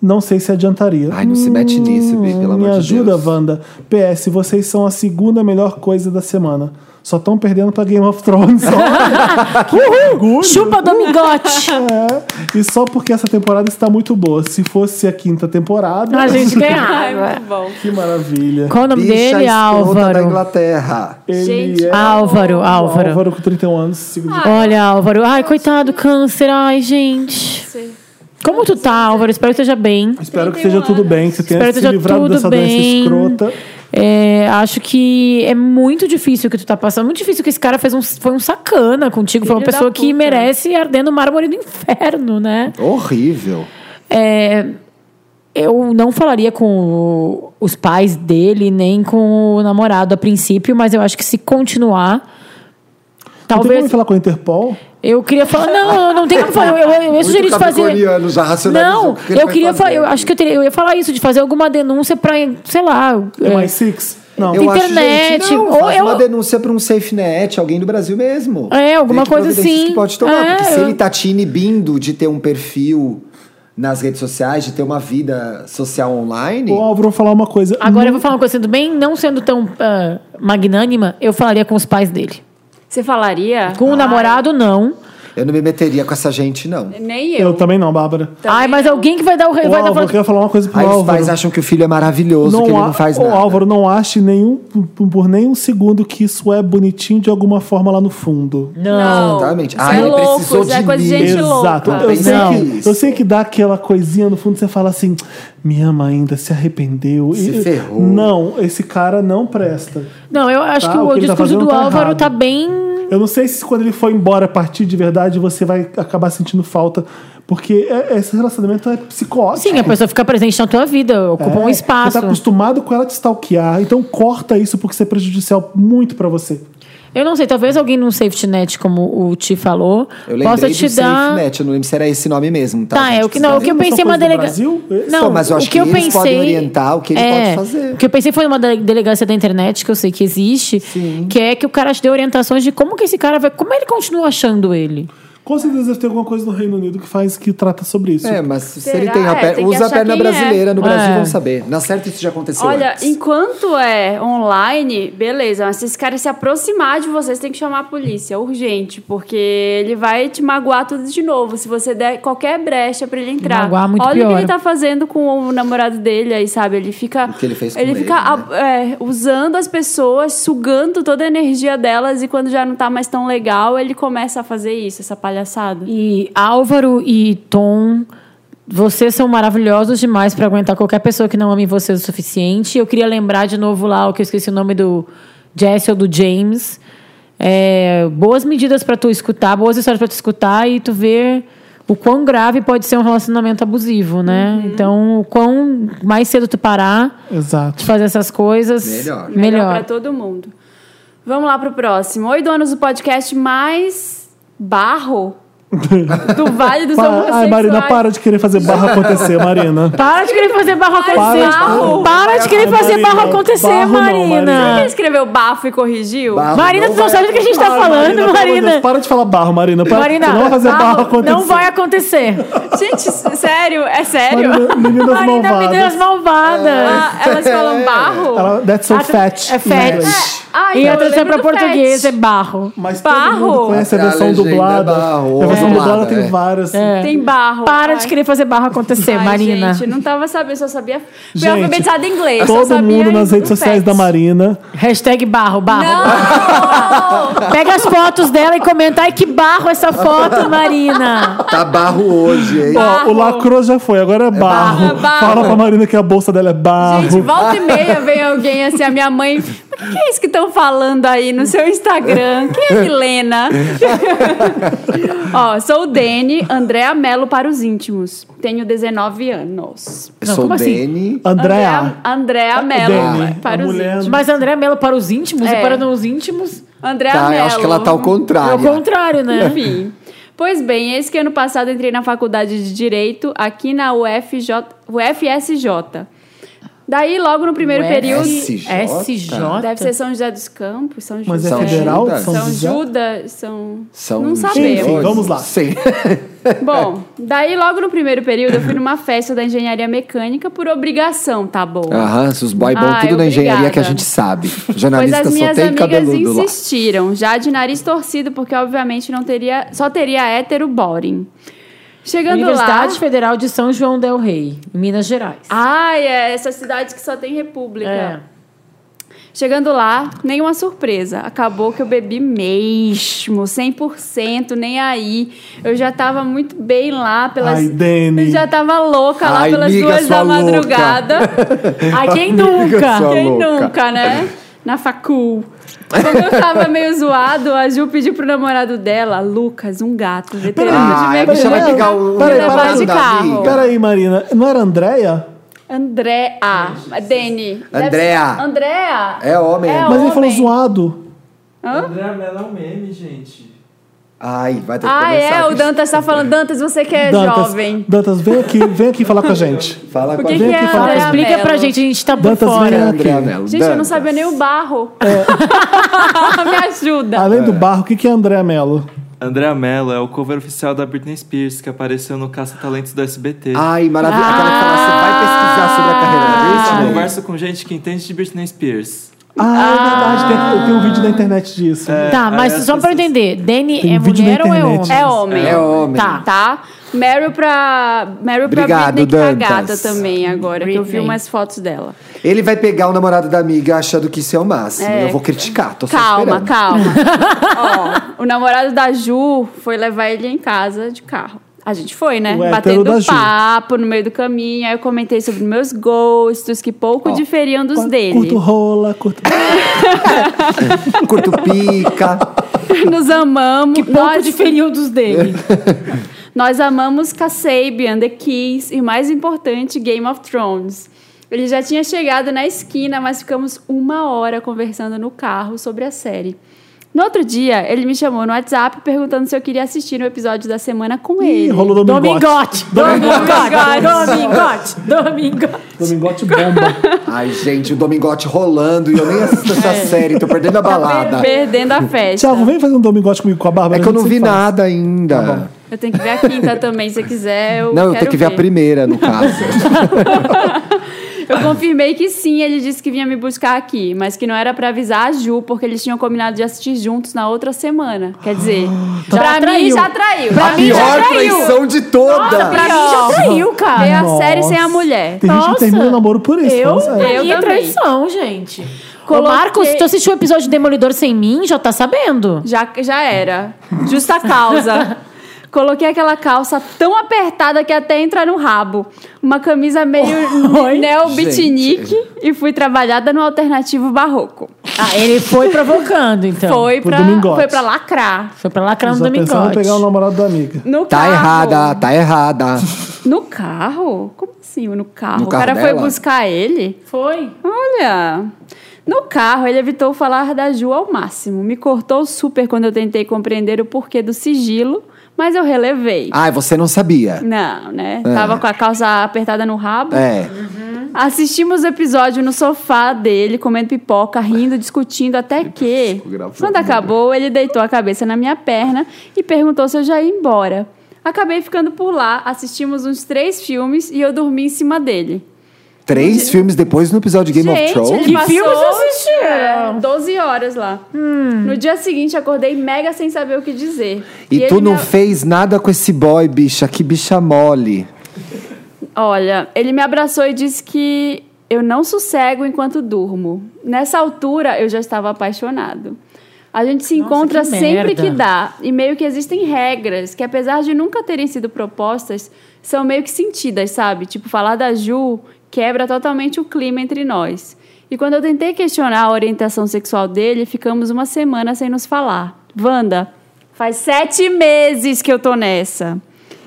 S1: Não sei se adiantaria.
S3: Ai, não se mete nisso, Bi, pelo
S1: Me
S3: amor de
S1: ajuda,
S3: Deus.
S1: Wanda. PS, vocês são a segunda melhor coisa da semana. Só estão perdendo pra Game of Thrones.
S3: *laughs*
S1: né? Olha! que orgulho!
S5: Chupa Domingote!
S1: *laughs* É. E só porque essa temporada está muito boa. Se fosse a quinta temporada,
S5: A gente
S2: Ai,
S5: ganhava.
S2: muito bom.
S1: que maravilha.
S5: Qual o nome
S3: Bicha
S5: dele?
S3: escrota da
S5: Álvaro.
S3: Inglaterra.
S1: Ele
S2: Gente,
S1: é
S5: Álvaro,
S1: Álvaro.
S5: Álvaro.
S1: com 31 anos, segundo
S5: Olha, Álvaro. Ai, coitado, câncer. Ai, gente.
S2: Sim.
S5: Como tu tá, Álvaro? Espero que esteja bem.
S1: Espero que esteja tudo bem, que você tenha
S5: Espero que
S1: se
S5: esteja
S1: livrado
S5: tudo
S1: dessa
S5: bem.
S1: doença escrota.
S5: É, acho que é muito difícil o que tu tá passando. Muito difícil que esse cara fez um, foi um sacana contigo. foi uma
S2: Filho da
S5: pessoa que
S2: puta.
S5: merece arder no mármore do inferno, né?
S3: Horrível.
S5: É, eu não falaria com o- os pais dele, nem com o namorado a princípio, mas eu acho que se continuar.
S1: Talvez... Tem como
S5: Talvez.
S1: falar com a Interpol?
S5: Eu queria falar. Não, não tem como falar. Eu, eu, eu, sugeri de fazer.
S3: capricorniano, já racionalizou
S5: Não,
S3: o que ele
S5: eu
S3: vai
S5: queria
S3: fazer
S5: falar. Eu
S3: aqui.
S5: acho que eu, teria, eu ia falar isso, de fazer alguma denúncia pra, sei lá. é,
S1: Mais six? Não.
S3: Eu acho,
S5: internet,
S3: gente, não,
S5: ou
S3: faz
S5: eu-
S3: uma denúncia pra um safe net, alguém do Brasil mesmo.
S5: É, alguma
S3: Vê que
S5: coisa
S3: providências
S5: assim.
S3: que pode tomar,
S5: É,
S3: porque se
S5: eu-
S3: ele tá te inibindo de ter um perfil nas redes sociais, de ter uma vida social online,
S1: O Álvaro, vou falar uma coisa.
S5: Agora eu vou falar uma coisa, sendo bem, não sendo tão ah, magnânima, eu falaria com os pais dele.
S2: Você falaria?
S5: Com o namorado, não.
S3: eu não me meteria com essa gente, não.
S2: Nem eu.
S1: Eu também não, Bárbara.
S2: Também
S5: Ai, mas
S2: não.
S5: alguém que vai dar o. re-
S1: O
S5: Vai tá dar
S1: Álvaro, eu
S5: fala-
S1: queria falar uma coisa pro
S3: Aí os
S1: Álvaro.
S3: pais acham que o filho é maravilhoso, que ele
S1: há-
S3: não faz
S1: o
S3: nada.
S1: Álvaro não ache nenhum, por, por nenhum segundo que isso é bonitinho de alguma forma lá no fundo.
S2: Não.
S3: Exatamente.
S2: Isso
S3: Ah,
S2: é
S3: ele
S2: louco,
S3: precisou
S2: isso é
S3: de
S2: coisa de
S3: mim.
S2: gente
S1: Exato.
S2: louca.
S1: Eu sei,
S3: Não.
S1: que, eu sei que dá aquela coisinha no fundo, você fala assim, me ama ainda, se arrependeu.
S3: Se
S1: E-
S3: ferrou.
S1: Não, esse cara não presta.
S5: Não, eu acho
S1: Tá,
S5: que o,
S1: o que ele tá
S5: discurso
S1: fazendo
S5: do
S1: tá
S5: Álvaro
S1: errado.
S5: tá bem.
S1: Eu não sei se quando ele for embora a partir de verdade você vai acabar sentindo falta, porque é- esse relacionamento é psicótico.
S5: Sim, a pessoa fica presente na tua vida, ocupa um
S1: É,
S5: espaço.
S1: Você tá acostumado com ela te stalkear, então corta isso porque isso é prejudicial muito pra você.
S5: Eu não sei, talvez alguém num safety net, como o Ti falou,
S3: Eu lembrei
S5: possa
S3: do
S5: te
S3: safe
S5: dar.
S3: net, eu não lembro se era esse nome mesmo. Tá,
S5: Tá,
S3: gente?
S5: é o que não, o que eu
S1: Não são
S5: pensei é uma
S1: coisas do
S5: delegacia.
S1: Brasil? É,
S5: Não,
S3: Então, mas eu
S5: o
S3: acho
S5: que,
S3: que
S5: eu
S3: eles
S5: pensei
S3: podem orientar o que ele
S5: é,
S3: pode fazer.
S5: O que eu pensei foi uma dele- delegacia da internet que eu sei que existe, que é que o cara te deu orientações de como que esse cara vai, como ele continua achando ele.
S1: Com certeza deve ter alguma coisa no Reino Unido que faz que trata sobre isso.
S3: É, mas se ele
S2: Será?
S3: tem a
S2: É,
S3: perna,
S2: tem que
S3: usa a
S2: achar
S3: perna
S2: quem é.
S3: brasileira no Brasil,
S5: É.
S3: vão saber. Na certa isso já aconteceu
S2: Olha,
S3: antes.
S2: enquanto é online, beleza, mas se esse cara se aproximar de vocês, tem que chamar a polícia, urgente, porque ele vai te magoar tudo de novo, se você der qualquer brecha pra ele entrar.
S5: Magoar muito
S2: Olha o
S5: pior.
S2: que ele tá fazendo com o namorado dele aí, sabe? Ele fica.
S3: O que ele fez com ele, né?
S2: fica ab- é, usando as pessoas, sugando toda a energia delas, e quando já não tá mais tão legal, ele começa a fazer isso, essa palhaçada.
S5: E Álvaro e Tom, vocês são maravilhosos demais pra aguentar qualquer pessoa que não ame vocês o suficiente. Eu queria lembrar de novo lá o que eu esqueci o nome do Jesse ou do James. É, boas medidas pra tu escutar, boas histórias pra tu escutar e tu ver o quão grave pode ser um relacionamento abusivo, né? Então, o quão mais cedo tu parar
S1: Exato.
S5: de fazer essas coisas,
S3: Melhor.
S5: melhor.
S2: pra todo mundo. Vamos lá pro próximo. Oi, donos do podcast mais
S1: *laughs*
S2: barro do Vale dos
S1: Pa- Ai,
S2: Homossexuais.
S1: Marina, para de querer fazer barra acontecer,
S5: *laughs*
S1: Marina.
S5: Para de querer fazer barro acontecer.
S2: barro.
S5: Para de querer fazer barro acontecer,
S1: Barro não, Marina.
S5: Marina.
S2: Ele escreveu bafo e corrigiu?
S1: Ah,
S3: Barro
S5: Marina,
S3: não
S5: tu não
S3: vai-
S5: sabe do que a gente tá
S1: Para,
S5: falando,
S1: pelo amor de Deus,
S5: Marina.
S1: para de falar barro, Marina. Para,
S5: Marina,
S1: você não vai fazer barra
S5: barro
S1: acontecer.
S5: não vai acontecer.
S2: Gente, s- sério? É sério?
S1: Marina, meninas
S5: Marina,
S1: malvadas.
S5: meninas malvadas.
S2: Ah, elas falam barro?
S1: Ela- that's so
S2: tá.
S5: Ah,
S1: fat.
S5: é
S1: em
S5: fat.
S1: inglês.
S2: Ah,
S5: E
S2: então
S5: a
S2: eu
S5: tradução
S2: lembro
S5: pra
S2: do
S5: português é
S2: pet.
S5: barro.
S1: Mas
S2: Barro.
S1: todo mundo conhece a
S3: Até a
S1: versão
S3: legenda é
S1: dublada.
S3: barro,
S1: a versão
S3: é.
S1: dublada
S3: É.
S1: tem várias.
S2: Tem barro.
S5: Para de
S2: Ai.
S5: querer fazer barro acontecer,
S2: Ai,
S5: Marina.
S2: Gente, não tava sabendo, só sabia. Fui
S1: Gente,
S2: alfabetizada em inglês. só
S1: Todo
S2: sabia
S1: mundo nas
S2: do
S1: redes sociais
S2: pet.
S1: da Marina.
S5: Hashtag barro, barro.
S2: Não!
S5: Pega as fotos dela e comenta. Ai, que barro essa
S1: *laughs*
S5: foto, Marina.
S3: Tá barro hoje, hein?
S1: Ó, o lacro já foi, agora é barro.
S2: barro. É barro.
S1: Fala pra Marina que a bolsa dela é barro.
S2: Gente, volta e meia vem alguém assim, a minha mãe. Mas que é isso que estão falando aí no seu Instagram? Quem é
S3: *laughs*
S2: Milena? Ó, sou o Dene, Andréa Melo para os íntimos. Tenho 19 anos.
S3: Eu
S5: Não,
S3: sou
S5: como
S3: o
S5: assim?
S3: Dene.
S1: Andréa.
S2: Andréa Melo
S1: Dene,
S2: para
S1: a
S2: os
S1: mulher-
S2: íntimos.
S5: Mas André Mello para os íntimos
S2: É.
S5: e para não os íntimos
S2: Andréa
S3: Tá,
S2: Mello.
S3: eu acho que ela tá ao
S5: é o
S3: contrário.
S5: contrário, né?
S2: Enfim. Pois bem, eis que ano passado entrei na faculdade de Direito aqui na UFJ, UFSJ. Daí, logo no primeiro
S1: É
S2: período.
S3: SJ?
S5: SJ?
S2: Deve ser São José dos Campos, São José.
S1: Mas é
S3: São
S1: federal?
S3: Judas.
S2: São
S1: José?
S2: Judas, são...
S3: São
S2: Não
S3: Judas. É.
S2: sabemos.
S1: Enfim, vamos lá.
S3: Sim.
S2: Bom, daí logo no primeiro período eu fui numa festa da engenharia mecânica por obrigação, tá bom?
S3: Aham, os boy bom,
S2: Ai,
S3: tudo da engenharia
S2: Ah, obrigada.
S3: que a gente sabe.
S2: Pois
S3: Jornalista
S2: as
S3: só
S2: minhas
S3: tem
S2: amigas
S3: cabeludo lá.
S2: insistiram, já de nariz torcido, porque obviamente não teria, só teria hétero boring. Chegando lá.
S5: Universidade Federal de São João del Rei, em Minas Gerais.
S2: Ai, é essa cidade que só tem república.
S5: É.
S2: Chegando lá, nenhuma surpresa. Acabou que eu bebi mesmo, 100%, nem aí. Eu já tava muito bem lá pelas.
S1: Ai, Dani.
S2: Eu já tava louca lá
S3: Hum. Ai,
S2: pelas
S3: miga,
S2: duas da
S3: sua louca.
S2: madrugada. *laughs* Ai, quem
S3: Miga,
S2: nunca?
S3: sua
S2: Quem
S3: tá louca.
S2: nunca, né? Na facul. Quando eu tava meio zoado, a Ju pediu pro namorado dela, Lucas, um gato, veterano
S3: Ah,
S2: de
S3: a bicha vai
S1: Peraí,
S3: pegar o
S1: peraí,
S3: namorado
S2: peraí.
S3: da
S2: Carro.
S3: amiga.
S1: Peraí, Marina, não era Andréia?
S2: André A. Dene.
S3: Andrea.
S2: Deve- Andrea.
S3: É homem, é
S1: Mas ele falou
S2: homem.
S1: zoado.
S6: André Mello é um meme, gente.
S3: Ai, vai ter que
S2: Ah,
S3: começar.
S2: é, o Dantas tá falando. Dantas, você que é jovem.
S1: Dantas, vem aqui, vem aqui falar com a gente.
S3: Fala
S2: Por
S3: com a
S2: que,
S3: gente.
S2: que é
S1: aqui falar.
S2: André
S5: Explica
S2: Mello?
S5: pra gente, a gente tá por
S1: Dantas,
S5: fora.
S1: vem
S3: André
S1: aqui.
S3: Mello.
S2: Gente, eu não
S3: Dantas.
S2: sabia nem o barro.
S3: É.
S2: *laughs* Me ajuda.
S1: Além do barro, o que que é André Mello?
S6: André Mello é o cover oficial da Britney Spears, que apareceu no Caça Talentos do SBT.
S3: Ai, maravilha. Aquela que fala assim, vai
S2: Ah,
S3: pesquisar sobre a carreira
S6: Eu
S3: da
S2: tá.
S3: Britney.
S6: converso com gente que entende de Britney Spears.
S1: Ah, é verdade, tem, eu tenho um vídeo na internet disso.
S3: É.
S5: Tá, mas
S6: Aí as
S5: só pra eu
S6: pessoas-
S5: entender, Dani
S1: Tem
S5: é
S1: vídeo na
S5: mulher ou é
S1: internet.
S5: homem?
S2: É homem.
S3: É homem.
S5: Tá.
S2: Tá? Meryl pra. Meryl pra
S3: Obrigado,
S2: Britney, que tá
S3: Dantas.
S2: gata também agora, que eu vi
S5: Britney.
S2: umas fotos dela.
S3: Ele vai pegar o namorado da amiga achando que isso é o máximo.
S2: É.
S3: Eu vou criticar, tô só
S2: Calma,
S3: tá esperando.
S2: calma. Ó, o namorado da Ju foi levar ele em casa de carro. A gente foi, né?
S1: O hétero
S2: Batendo
S1: da Ju.
S2: papo no meio do caminho. Aí eu comentei sobre meus gostos, que pouco diferiam dos dele.
S1: Curto rola, curto...
S3: Curto pica.
S2: *laughs* Nos amamos.
S5: Que pouco
S2: nós,
S5: diferiu dos dele.
S2: *laughs* nós amamos Kasabian, The Keys e, mais importante, Game of Thrones. Ele já tinha chegado na esquina, mas ficamos uma hora conversando no carro sobre a série. No outro dia, ele me chamou no WhatsApp perguntando se eu queria assistir o episódio da semana com
S1: Ih,
S2: ele.
S1: rolou domingote.
S5: Domingote! Domingote! Domingote! Domingote! *laughs*
S1: Domingote bomba.
S3: Ai, gente, o Domingote rolando e eu nem assisto essa
S2: É.
S3: série, tô perdendo
S2: Tá
S3: a balada.
S2: Perdendo a festa.
S1: Thiago, vem fazer um domingote comigo com a
S3: É
S1: Bárbara.
S3: que eu
S1: a gente
S3: não vi
S1: se fala.
S3: nada ainda.
S2: Eu tenho que ver a quinta também, se quiser. Tá Eu
S3: não, eu
S2: quero
S3: tenho que ver a primeira, no caso.
S2: Eu confirmei que sim, ele disse que vinha me buscar aqui, mas que não era pra avisar a Ju, porque eles tinham combinado de assistir juntos na outra semana. Quer dizer, pra mim
S5: traiu.
S2: já traiu.
S3: a Ah, tá. pior traição de Tá todas!
S2: Pra mim já traiu, cara. Ver a
S1: Nossa.
S2: série sem a mulher.
S1: Tem gente que
S5: Nossa.
S1: termina o namoro por isso.
S5: Eu,
S1: fala sério.
S5: pra mim, é
S2: também.
S5: traição, gente.
S2: Coloquei-
S5: Ô, Marcos, se tu assistiu o episódio de Demolidor sem mim, já tá sabendo.
S2: Já, já era. Justa causa.
S3: *laughs*
S2: Coloquei aquela calça tão apertada que até entra no rabo. Uma
S3: *laughs*
S2: camisa meio neo-bitinique e fui trabalhada no alternativo barroco.
S5: Ah, ele foi provocando, então.
S2: Foi
S1: pro
S2: pra,
S1: domingote.
S2: foi pra lacrar.
S5: Foi pra lacrar no
S1: Só pensando em
S5: Domingote.
S1: pegar o namorado da amiga.
S2: No
S3: Tá
S2: carro.
S3: errada, tá errada.
S2: No carro? Como assim, no carro?
S3: No
S2: o
S3: carro
S2: cara foi
S3: dela?
S2: buscar ele?
S5: Foi.
S2: Olha. No carro, ele evitou falar da Ju ao máximo. Me cortou super quando eu tentei compreender o porquê do sigilo, mas eu relevei.
S3: Ai, você não sabia.
S2: Não, né?
S4: É.
S2: Tava com a calça apertada no rabo.
S3: É.
S2: Assistimos o episódio no sofá dele, comendo pipoca, rindo, discutindo, até que.
S3: gravando.
S2: Quando acabou, ele deitou a cabeça na minha perna e perguntou se eu já ia embora. Acabei ficando por lá, assistimos uns três filmes e eu dormi em cima dele.
S3: Três filmes depois no episódio de Game
S2: Gente,
S3: of Thrones.
S2: ele
S5: Que
S2: passou
S5: filmes assistiu? Hum.
S2: é, 12 horas lá. No dia seguinte, acordei mega sem saber o que dizer.
S3: E, tu
S2: ele
S3: não
S2: me-
S3: fez nada com esse boy, bicha. Que bicha mole.
S2: Olha, ele me abraçou e disse que eu não sossego enquanto durmo. Nessa altura, eu já estava apaixonado. A gente se encontra
S5: que
S2: sempre
S5: merda.
S2: que dá. E meio que existem regras que, apesar de nunca terem sido propostas, são meio que sentidas, sabe? Tipo, falar da Ju quebra totalmente o clima entre nós. E quando eu tentei questionar a orientação sexual dele, ficamos uma semana sem nos falar. Wanda, faz sete meses que eu tô nessa.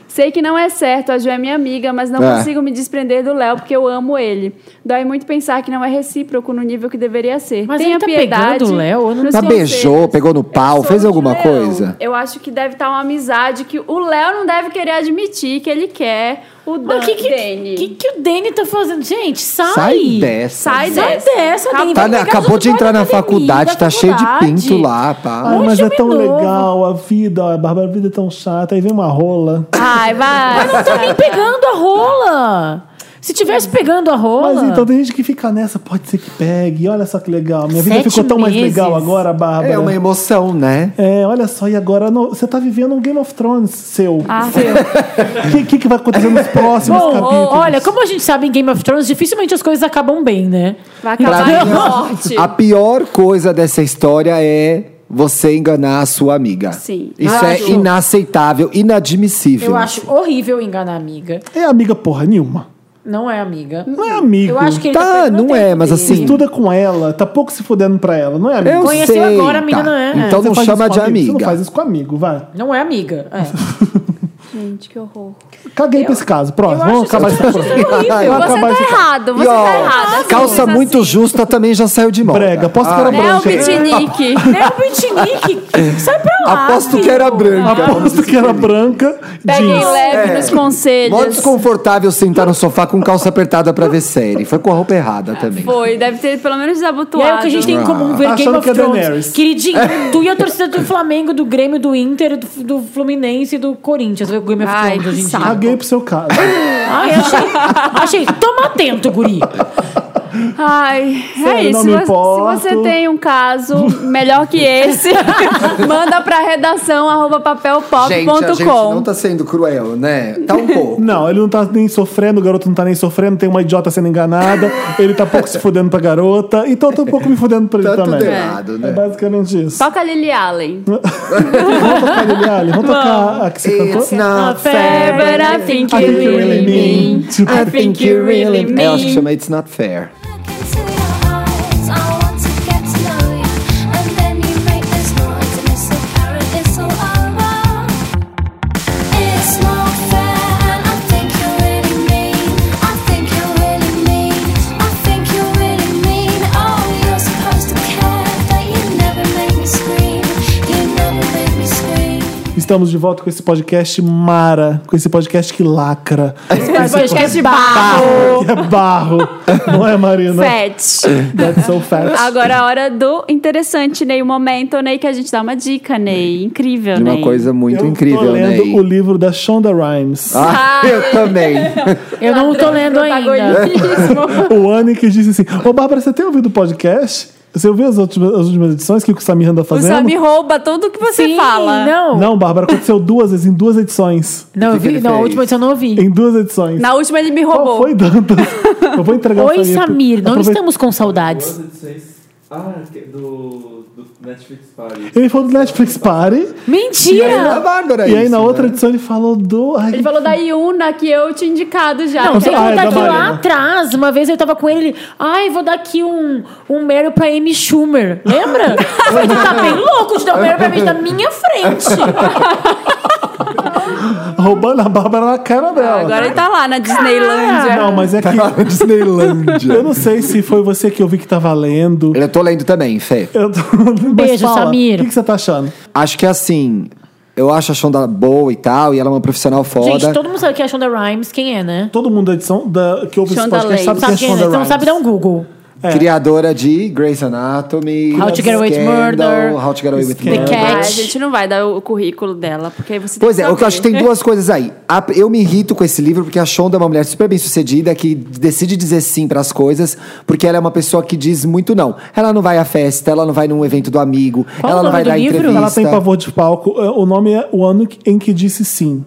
S2: Sei que não é certo, a Ju é minha amiga, mas não
S3: É.
S2: consigo me desprender do Léo porque eu amo ele. Dói muito pensar que não é recíproco no nível que deveria ser.
S5: Mas
S2: Tenha
S5: ele tá
S2: piedade.
S5: pegando o Léo? Eu não
S2: nos
S3: Tá beijou,
S2: conselhos.
S3: pegou no pau,
S2: Eu sou
S3: Ah, fez
S2: de
S3: alguma
S2: Leão.
S3: coisa?
S2: tá Eu acho que deve estar uma amizade que o Léo não deve querer admitir que ele quer O Dan,
S5: Mas o que, que,
S2: Dene.
S5: que, que o Dene tá fazendo? Gente, sai!
S3: Sai dessa.
S2: Sai
S5: Sai
S2: dessa.
S5: dessa, Dene.
S3: Tá,
S5: vai
S3: né,
S5: pegar
S3: acabou
S5: os
S3: de entrar na
S5: outros da
S3: faculdade,
S5: academia, da
S3: tá cheio de
S5: faculdade.
S3: pinto lá, pá.
S1: Ai, mas
S5: Hoje
S1: é tão
S5: me novo.
S1: legal a vida, ó, a Bárbara, a vida é tão chata. Aí vem uma rola.
S2: Ai, vai.
S5: Não tô nem pegando a rola! Se tivesse pegando a rola...
S1: Mas então tem gente que fica nessa, pode ser que pegue. Olha só que legal. Minha vida
S5: Sete
S1: ficou tão mais
S5: meses.
S1: legal agora, Bárbara.
S3: É uma emoção, né?
S1: É, olha só, e agora no- você tá vivendo um Game of Thrones seu. O *laughs*
S2: Ah,
S1: que, que, que vai acontecer nos próximos
S5: Bom,
S1: capítulos?
S5: olha, como a gente sabe em Game of Thrones, dificilmente as coisas acabam bem, né?
S2: vai
S3: Pra
S2: acabar em
S3: mim,
S5: *laughs*
S2: morte.
S3: A pior coisa dessa história é você enganar a sua amiga.
S2: Sim.
S3: Isso
S5: Eu
S3: é
S5: acho-
S3: inaceitável, inadmissível.
S5: Eu acho horrível enganar a amiga.
S1: É amiga porra nenhuma.
S5: Não é amiga.
S1: Não é amigo.
S5: Eu acho que ele tá,
S3: Tá,
S5: perdendo
S3: não
S5: tempo
S3: é, mas
S5: dele.
S3: assim-
S1: Estuda com ela, tá pouco se fodendo pra ela, não é amigo?
S3: Eu
S5: Conheceu
S3: sei,
S5: agora, amiga,
S3: tá.
S5: não é?
S3: Então
S1: Você
S3: não
S1: faz
S3: chama
S1: isso
S3: de
S1: com amigo? Você não
S3: amiga.
S1: faz isso com amigo, vai.
S5: Não é amiga. É.
S2: Gente, que horror.
S1: Caguei pra esse caso. Próximo,
S5: eu
S1: vamos
S5: acho
S1: acabar
S5: isso-
S1: esse programa.
S5: horrível.
S1: Vamos
S2: Você
S1: acabar
S2: tá
S1: esse
S2: errado, você
S3: E, ó,
S2: tá errado. assim,
S3: Calça
S2: mas
S3: muito
S2: assim,
S3: justa também já saiu de moda.
S1: Brega, posso que era
S2: Né, o
S1: branca.
S3: *laughs*
S2: Pitinique.
S5: Não é o Pitnik. Sai pra lá.
S3: Aposto que era branca.
S1: Aposto que era branca.
S2: Peguem
S1: Jeans.
S2: leve
S3: É.
S2: nos
S3: Mó
S2: conselhos.
S3: desconfortável sentar no sofá com calça apertada pra ver série. Foi com a roupa errada também.
S2: Foi, deve ter pelo menos
S5: E
S2: desabotoado.
S5: é o que a gente tem em comum, ver
S1: Tá
S5: Game
S1: achando
S5: of
S1: que é
S5: Thrones.
S1: Daenerys.
S5: Queridinho, tu e a torcida do Flamengo, do Grêmio, do Inter, do, do Fluminense e do Corinthians. Vê o Game of
S2: Ai,
S5: Thrones hoje em
S2: que
S5: dia.
S2: saco.
S1: Caguei pro seu caso.
S5: Ai, achei. Achei. Toma atento, guri.
S2: Ai, é
S1: Sério,
S2: isso.
S1: não
S2: Se
S1: me
S2: você-
S1: importo.
S2: se você tem um caso melhor
S3: *laughs*
S2: que esse, manda pra redação arroba
S3: Gente, a gente não
S2: papelpop.com.
S3: tá sendo cruel, né? Tá um pouco.
S1: Não, ele não tá nem sofrendo, o garoto não tá nem sofrendo, tem uma idiota
S3: *laughs*
S1: sendo enganada, ele tá pouco se fudendo pra garota, então eu tô um pouco me fudendo pra ele
S3: tá tudo
S1: também.
S3: errado,
S1: É
S3: né?
S1: basicamente isso.
S2: Toca Lily Allen.
S1: Vamos tocar Lily Allen? Vamos tocar a que você cantou?
S3: It's not fair.
S5: fair,
S2: But I think
S1: I
S2: you
S1: think you
S2: really
S1: really
S2: mean.
S1: mean to-
S2: I think you really
S3: É, eu acho que
S2: mean.
S3: chama It's Not Fair.
S7: Look into your eyes, I want to get to know you. And then you make this noise, and it's so apparent it's all over. It's not fair, and I think you really mean. I think you really mean. I think you really mean. Oh, you're supposed to care, but you never make me scream. You never make me scream.
S1: Estamos de volta com esse podcast mara, com esse podcast que lacra,
S5: Podcast é barro.
S1: que é barro, não é, Marina?
S2: Fat.
S1: That's so fat.
S2: Agora é a hora do interessante, Ney. O momento, Ney, que a gente dá uma dica, Ney. Incrível,
S3: De
S2: Ney.
S3: uma
S2: *laughs*
S3: coisa muito
S1: eu tô
S3: incrível, né?
S1: lendo o livro da Shonda Rhimes.
S3: Ah,
S5: *laughs*
S3: eu também.
S5: Eu não tô lendo
S3: *laughs*
S5: ainda.
S2: Protagonismo.
S1: O Anne que disse assim: Ô, Bárbara, você tem ouvido o podcast? Você ouviu as últimas, as últimas edições que o Samir anda
S2: O
S1: fazendo?
S2: Sami rouba tudo que você
S5: Sim,
S2: fala.
S5: Não, não,
S1: Não, Bárbara, aconteceu duas vezes, em duas edições.
S5: eu
S3: O que que
S5: vi.
S3: ele
S5: Não, a
S3: fez?
S5: última edição eu não ouvi.
S1: Em duas edições.
S2: Na última ele me
S1: Qual
S2: roubou.
S1: foi, Dantas? Eu vou entregar
S5: Oi,
S1: o Samir.
S5: Samir, não
S1: Aproveita-
S5: estamos com saudades.
S6: Duas edições. Ah, que- do, do Netflix Paris.
S1: Ele falou do Netflix Party,
S3: A
S5: Mentira!
S3: Bárbara
S1: e aí
S3: isso,
S1: na
S3: né?
S1: outra edição ele falou do. Ai,
S2: Ele falou da Yuna que eu tinha indicado já.
S5: Não,
S1: Não,
S5: tem que
S1: ah, é
S5: contar
S1: da
S5: que lá
S1: Mariana.
S5: atrás, uma vez eu tava com ele, ele, ai, vou dar aqui um, um Meryl pra Amy
S1: *laughs*
S5: Schumer. Lembra? Eu falei, tu tá bem louco de dar um Meryl pra mim na
S1: *laughs*
S5: minha frente.
S1: roubando a Bárbara na cara
S5: Ah,
S1: dela.
S2: Agora ele tá lá na Disneylândia.
S1: Não, mas é que. Eu
S3: Disneylândia.
S1: não sei se foi você que eu vi que tá valendo.
S3: Eu tô lendo também, Fê.
S1: Eu tô... Mas
S5: Beijo,
S1: fala,
S5: Samir.
S1: O que, que você tá achando?
S3: Acho que assim, eu acho a Shonda boa e tal, e ela é uma profissional foda.
S5: Gente, todo mundo sabe que é a Shonda Rhimes, quem é, né?
S1: Todo mundo da edição da... que ouve esse
S2: Shonda
S1: podcast sabe
S2: Rhimes.
S1: quem é
S5: Sabe quem é,
S1: Shonda
S5: né?
S1: Rhimes.
S5: Então sabe dar um Google.
S3: Criadora de Grey's Anatomy,
S5: How to Get Away with
S3: Scandal,
S5: Murder,
S3: How to Get Away with
S1: Scandal.
S3: Murder.
S5: Cat.
S2: Ah, a gente não vai dar o currículo dela, porque aí você
S3: Pois
S2: tem
S3: é,
S2: que
S3: o que eu acho que
S2: saber.
S3: tem duas coisas aí. A- eu me irrito com esse livro porque a Shonda é uma mulher super bem sucedida que decide dizer sim pras coisas, porque ela é uma pessoa que diz muito não. Ela não vai à festa, ela não vai num evento do amigo,
S5: Qual
S3: ela
S5: o
S3: não
S5: nome
S3: vai
S5: do
S3: dar
S5: livro?
S3: entrevista.
S1: Ela tem pavor de palco. É, O nome é O Ano em que Disse Sim.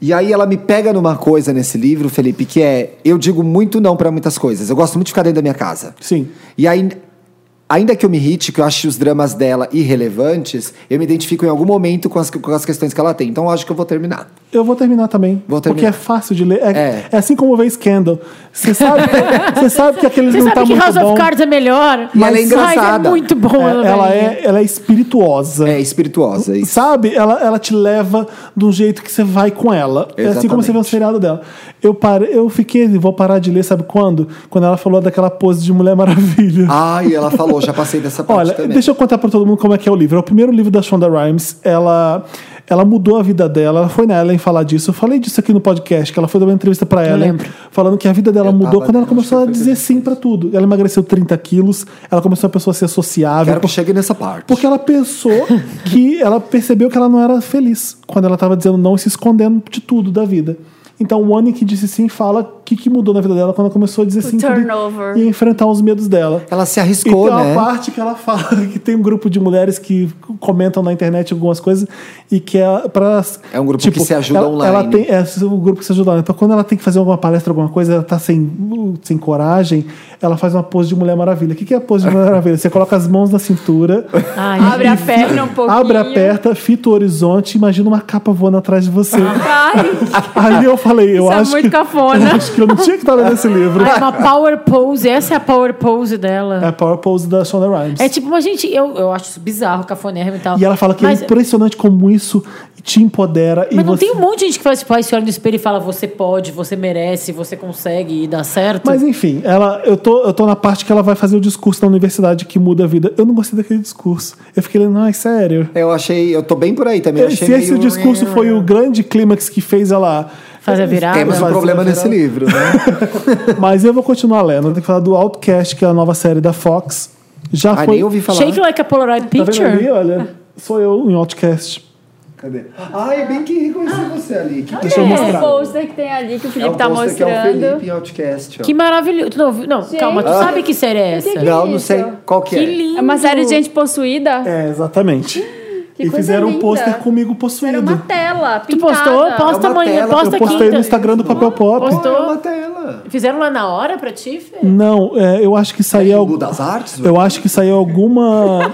S3: E aí ela me pega numa coisa nesse livro, Felipe, que é eu digo muito não pra muitas coisas. Eu gosto muito de ficar dentro da minha casa.
S1: Sim.
S3: E aí, ainda que eu me irrite, que eu ache os dramas dela irrelevantes, eu me identifico em algum momento com as, com as questões que ela tem. Então eu acho que eu vou terminar.
S1: Eu vou terminar também.
S3: Vou
S1: Porque
S3: terminar.
S1: é fácil de ler. É,
S3: É.
S1: é assim como ver Scandal.
S3: *laughs*
S1: Você sabe, você sabe que aquele
S5: Você
S1: não
S5: sabe
S1: tá
S5: que
S1: muito
S5: House
S1: bom.
S5: of Cards é melhor,
S3: E ela é
S5: Mas é
S3: engraçada.
S5: muito bom.
S1: É, ela,
S5: velhinha.
S1: é, ela é espirituosa.
S3: É espirituosa isso.
S1: Sabe? Ela, ela te leva de um jeito que você vai com ela. É assim como
S3: Exatamente.
S1: você vê um seriado dela. Eu, parei, eu fiquei, vou parar de ler, sabe quando? Quando ela falou daquela pose de Mulher Maravilha.
S3: Ai, Ah, ela falou, já passei dessa parte
S1: Olha,
S3: também.
S1: deixa eu contar pra todo mundo como é que é o livro. É o primeiro livro da Shonda Rhimes. Ela, ela mudou a vida dela. Ela foi na Ellen falar disso. Eu falei disso aqui no podcast, que ela foi dar uma entrevista pra Ellen,
S5: lembro.
S1: falando que a vida dela
S3: Eu
S1: mudou
S3: tava
S1: quando
S3: nela,
S1: ela
S3: acho que
S1: começou a
S3: foi
S1: dizer sim pra tudo. Ela emagreceu 30 quilos, ela começou a pessoa a ser sociável.
S3: Quero que chegue nessa parte.
S1: Porque ela pensou que ela percebeu que ela não era feliz quando ela estava dizendo não e se escondendo de tudo da vida. Então, o Annie que disse sim fala o que, que mudou na vida dela quando ela começou a dizer sim tudo
S2: turnover.
S1: e enfrentar os medos dela.
S3: Ela se
S1: E tem
S3: arriscou,
S1: uma
S3: né?
S1: Então, parte que ela fala *laughs* que tem um grupo de mulheres que comentam na internet algumas coisas e que é para
S3: É um grupo que se ajuda
S1: ela,
S3: online.
S1: Ela tem, é um grupo que se ajuda online. Então quando ela tem que fazer alguma palestra, alguma coisa, ela tá sem, sem coragem, ela faz uma pose de Mulher Maravilha. O que que é a pose de Mulher Maravilha? Você coloca as mãos na cintura,
S5: Ai,
S2: Abre a perna *laughs* um pouquinho.
S1: abre, aperta, fita o horizonte, imagina uma capa voando atrás de você.
S2: Ai,
S1: *laughs* Aí eu falei, eu
S2: Ah, isso é
S1: acho
S2: muito
S1: que eu
S2: cafona.
S1: *laughs* acho que eu não tinha que estar lendo esse livro. *laughs*
S5: ai, uma power pose. Essa é a power pose dela.
S1: É a Power Pose da Shonda Rhimes.
S5: É, tipo, uma gente, eu, eu acho isso bizarro, cafonérrimo e tal.
S1: E ela fala que
S5: mas,
S1: é impressionante como isso te empodera e
S5: Mas não
S1: você.
S5: tem um monte de gente que faz, tipo, ai, se olha no espelho e fala, você pode, você merece, você consegue e dá certo.
S1: Mas enfim, ela, eu, tô, eu tô na parte que ela vai fazer o discurso na universidade que muda a vida. Eu não gostei daquele discurso. Eu fiquei lendo, ai, sério.
S3: Eu achei, eu tô bem por aí também. Eu achei
S1: Se esse
S3: meio-
S1: discurso foi o grande clímax que fez ela.
S5: Fazer a virada.
S3: Temos um
S1: Fazer
S3: problema
S1: a
S3: nesse
S1: virada.
S3: livro, né?
S1: Mas eu vou continuar lendo. Eu tenho que falar do Outcast, que é a nova série da Fox. Já
S3: Ah,
S1: *laughs* foi.
S3: nem ouvi falar.
S5: Shake like a Polaroid
S1: tá vendo ali,
S5: picture.
S1: olha? Sou eu em Outcast.
S3: Cadê? Ai, é bem que reconheci você ali. Que
S1: Deixa eu
S2: É o
S1: mostrar.
S2: poster que tem ali que o
S3: É
S2: Felipe
S3: o
S2: tá
S3: poster que é o
S2: mostrando.
S3: Felipe em Outcast. ó.
S5: que maravilhoso. Tu Não, ouviu? não
S2: Gente.
S5: calma, tu
S2: Ah.
S5: sabe que série é essa?
S2: que-
S3: Não, não
S2: isso?
S3: sei qual que, é.
S5: lindo.
S2: É uma série de gente possuída.
S1: É, exatamente.
S2: Que
S1: e
S2: coisa
S1: fizeram um
S2: linda.
S1: pôster comigo
S2: Era
S1: possuído.
S2: uma tela
S5: Tu
S2: pintada.
S5: postou? Posta
S3: É uma
S5: amanhã,
S3: tela,
S5: posta
S1: Eu
S5: quinta.
S1: postei no Instagram do Papel Pop.
S5: Postou.
S3: É uma tela.
S5: Fizeram lá na hora pra ti, Fê?
S1: Não, é, eu acho que saiu
S3: Clube
S1: algum.
S3: das Artes?
S1: Eu acho que saiu
S3: *laughs*
S1: alguma.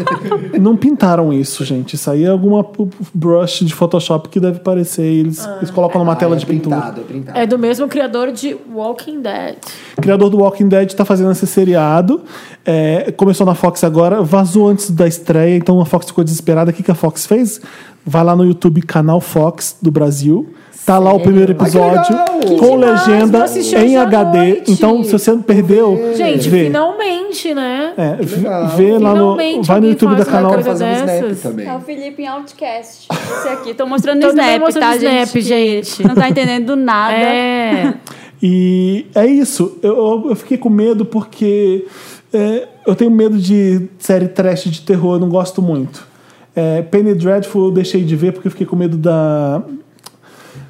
S1: Não pintaram isso, gente. Saiu alguma p- p- brush de Photoshop que deve parecer. Eles, eles colocam numa tela
S3: Ah,
S1: de
S3: é
S1: pintura.
S3: Printado, é printado.
S5: É do mesmo criador de Walking Dead.
S1: O criador do Walking Dead tá fazendo esse seriado. É, começou na Fox agora, vazou antes da estreia, então a Fox ficou desesperada. O que, que a Fox fez? Vai lá no YouTube, canal Fox do Brasil. Tá lá o primeiro episódio
S3: legal! Que
S1: com
S5: demais, vou
S1: legenda
S5: assistir hoje
S1: em
S5: à
S1: HD.
S5: noite.
S1: Então, se você não perdeu,
S5: Gente,
S1: vê.
S5: finalmente, né?
S1: É, v-
S3: legal.
S1: vê lá no. Vai
S5: Finalmente
S1: no
S5: alguém
S1: YouTube
S5: faz
S1: da
S5: uma
S1: canal.
S5: coisa
S3: fazer um
S5: dessas. Tá.
S3: snap também.
S2: É o Felipe em Outcast. Esse aqui. Tô mostrando o
S5: Todo mundo
S2: Snap,
S5: mostrando
S2: tá,
S5: Snap,
S2: gente?
S5: gente.
S2: Não tá entendendo nada.
S5: É.
S1: E é isso. Eu- Eu, eu fiquei com medo porque é, eu tenho medo de série trash de terror, eu não gosto muito. É, Penny Dreadful eu deixei de ver porque eu fiquei com medo da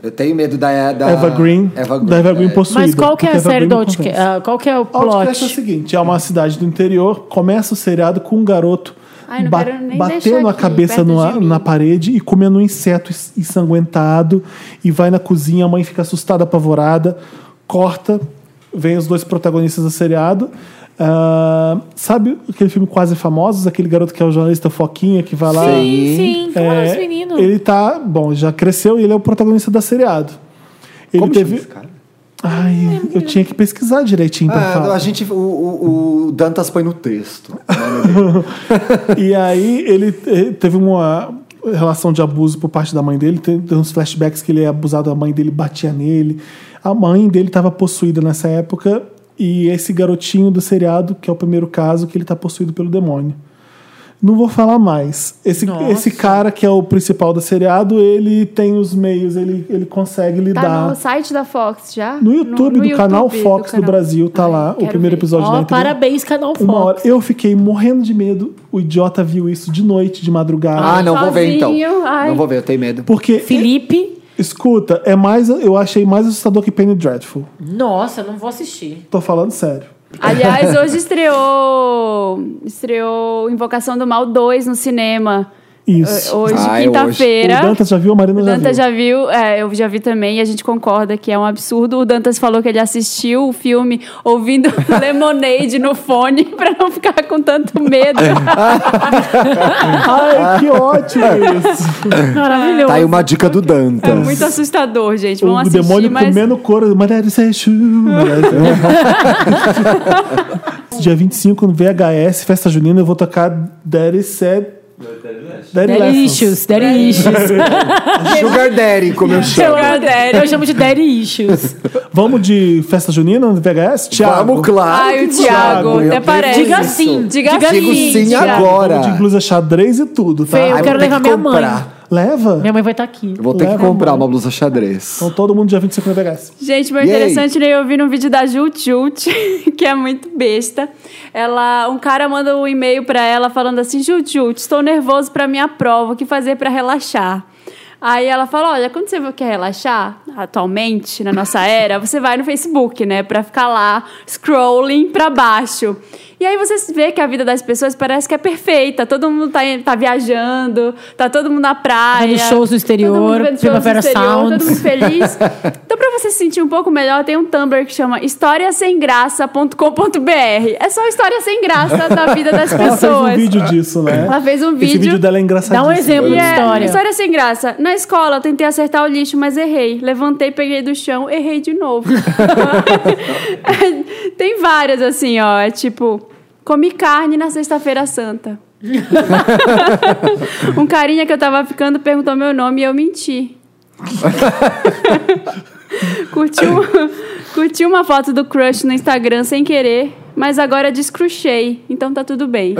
S3: Eu tenho medo da, da
S1: Eva Green,
S3: Eva Green,
S1: da Eva Green
S3: é.
S1: possuída.
S5: Mas qual que é
S1: porque tá
S5: a série
S1: Green
S5: do
S1: me
S5: Outcast?
S1: convence.
S5: Ah, Qual que é o
S1: Outcast é o
S5: plot?
S1: seguinte, é uma cidade do interior, começa o seriado com um garoto
S2: Ai, não
S1: ba-
S2: quero nem deixar
S1: batendo a
S2: aqui,
S1: cabeça
S2: perto
S1: numa-
S2: de mim.
S1: na parede e comendo um inseto es- ensanguentado e vai na cozinha, a mãe fica assustada, apavorada, corta, vem os dois protagonistas do seriado. Ah, sabe aquele filme Quase Famosos? Aquele garoto que é o jornalista Foquinha que vai lá...
S5: Sim, sim. Como é,
S1: assim. É,
S5: os meninos?
S1: Ele tá, bom, já cresceu e ele é o protagonista da seriado. Ele
S3: Como chama
S1: teve...
S3: esse cara?
S1: Ai, eu tinha que pesquisar direitinho pra falar.
S3: Ah, a gente, o, o, o Dantas põe no texto.
S1: E aí ele te- teve uma relação de abuso por parte da mãe dele. Tem tem uns flashbacks que ele é abusado, a mãe dele batia nele. A mãe dele estava possuída nessa época. E esse garotinho do seriado, que é o primeiro caso, que ele tá possuído pelo demônio. Não vou falar mais. Esse,
S5: Nossa.
S1: esse cara que é o principal do seriado, ele tem os meios, ele, ele consegue
S2: Tá
S1: lidar.
S2: no site da Fox já?
S1: No YouTube do canal Fox do Brasil, tá lá o primeiro episódio da
S5: Ó,
S1: entrevista.
S5: parabéns, canal Fox.
S1: Uma hora. Eu fiquei morrendo de medo. O idiota viu isso de noite, de madrugada.
S3: Ah, não vou ver então.
S2: Sozinho, ai.
S3: Não vou ver, eu tenho medo.
S1: Porque,
S5: Felipe,
S1: escuta, é mais, eu achei mais assustador que Penny Dreadful.
S5: nossa, não vou assistir.
S1: Tô falando sério.
S2: Aliás, hoje estreou. Estreou Invocação do Mal 2 no cinema.
S1: Isso.
S2: Hoje,
S3: Ah, é
S1: O
S2: quinta-feira.
S1: Dantas já viu, a Marina
S2: O
S1: já viu.
S2: Dantas já viu, é, eu já vi também, e a gente concorda que é um absurdo. O Dantas falou que ele assistiu o filme ouvindo *laughs* Lemonade no fone *laughs* pra não ficar com tanto medo.
S1: Ai, que ótimo isso.
S5: Maravilhoso.
S3: Tá aí uma dica do Dantas.
S2: É muito assustador, gente. Vamos
S1: o
S2: assistir,
S1: demônio
S2: mas
S1: comendo couro. é Maria de Seixu, Maria de Seixu. Dia 25, no VHS, Festa Junina, eu vou tocar Daddy Said Daddy
S5: Daddy
S1: Lessons.
S5: issues, daddy issues.
S3: Sugar Daddy, como eu chamo.
S5: Eu- Eu chamo de daddy
S1: *laughs*
S5: issues.
S1: Vamos de festa junina no VHS? Thiago.
S3: Vamos, claro.
S4: Ai, o
S3: que
S4: Thiago,
S3: vamos.
S4: até
S3: Eu
S4: parece.
S5: Diga
S3: isso.
S5: sim,
S4: Diga
S5: diga
S3: Digo
S4: sim,
S3: sim
S4: Thiago.
S3: agora.
S1: Vamos de blusa xadrez e tudo, tá?
S5: Feio. Eu
S3: Ai,
S5: quero
S3: vou ter
S5: levar
S3: que
S5: minha mãe.
S3: comprar.
S1: "Ah, Leva.
S5: Minha mãe vai estar aqui.
S3: Vou ter que
S1: Leva,
S3: comprar
S1: mãe.
S3: uma blusa xadrez.
S1: Então todo mundo dia 25 no VHS.
S4: Gente, meu
S3: E aí?
S4: interessante, né? Eu vi num vídeo da Jut Jut, *laughs* que é muito besta. Ela, um cara manda um e-mail pra ela falando assim: Jut Jut, estou nervoso pra minha prova, o que fazer pra relaxar? Aí ela fala: Olha, quando você quer relaxar, atualmente, na nossa era, você vai no Facebook, né? Pra ficar lá scrolling pra baixo. E aí você vê que a vida das pessoas parece que é perfeita. Todo mundo tá, tá viajando, tá todo mundo na praia.
S5: Vendo shows no exterior,
S4: todo mundo vendo shows no
S5: Primavera
S4: exterior,
S5: Sound.
S4: todo mundo feliz. *laughs* Então, pra você se sentir um pouco melhor, tem um Tumblr que chama historiasemgraça.com.br. É só história sem graça da vida das
S1: Ela fez um
S4: pessoas.
S1: vídeo disso, né?
S4: Ela fez um
S1: Esse vídeo
S4: vídeo.
S1: dela é engraçadíssimo.
S5: Dá um exemplo
S4: E
S5: de
S4: é,
S5: história.
S4: história sem graça. Na escola, eu tentei acertar o lixo, mas errei. Levantei, peguei do chão, errei de novo. É, Tem várias, assim, ó. É tipo, comi carne na sexta-feira santa. um carinha que eu tava ficando perguntou meu nome e eu menti. curti, uma, curti uma foto do crush no Instagram sem querer, mas agora descruchei, então tá tudo bem.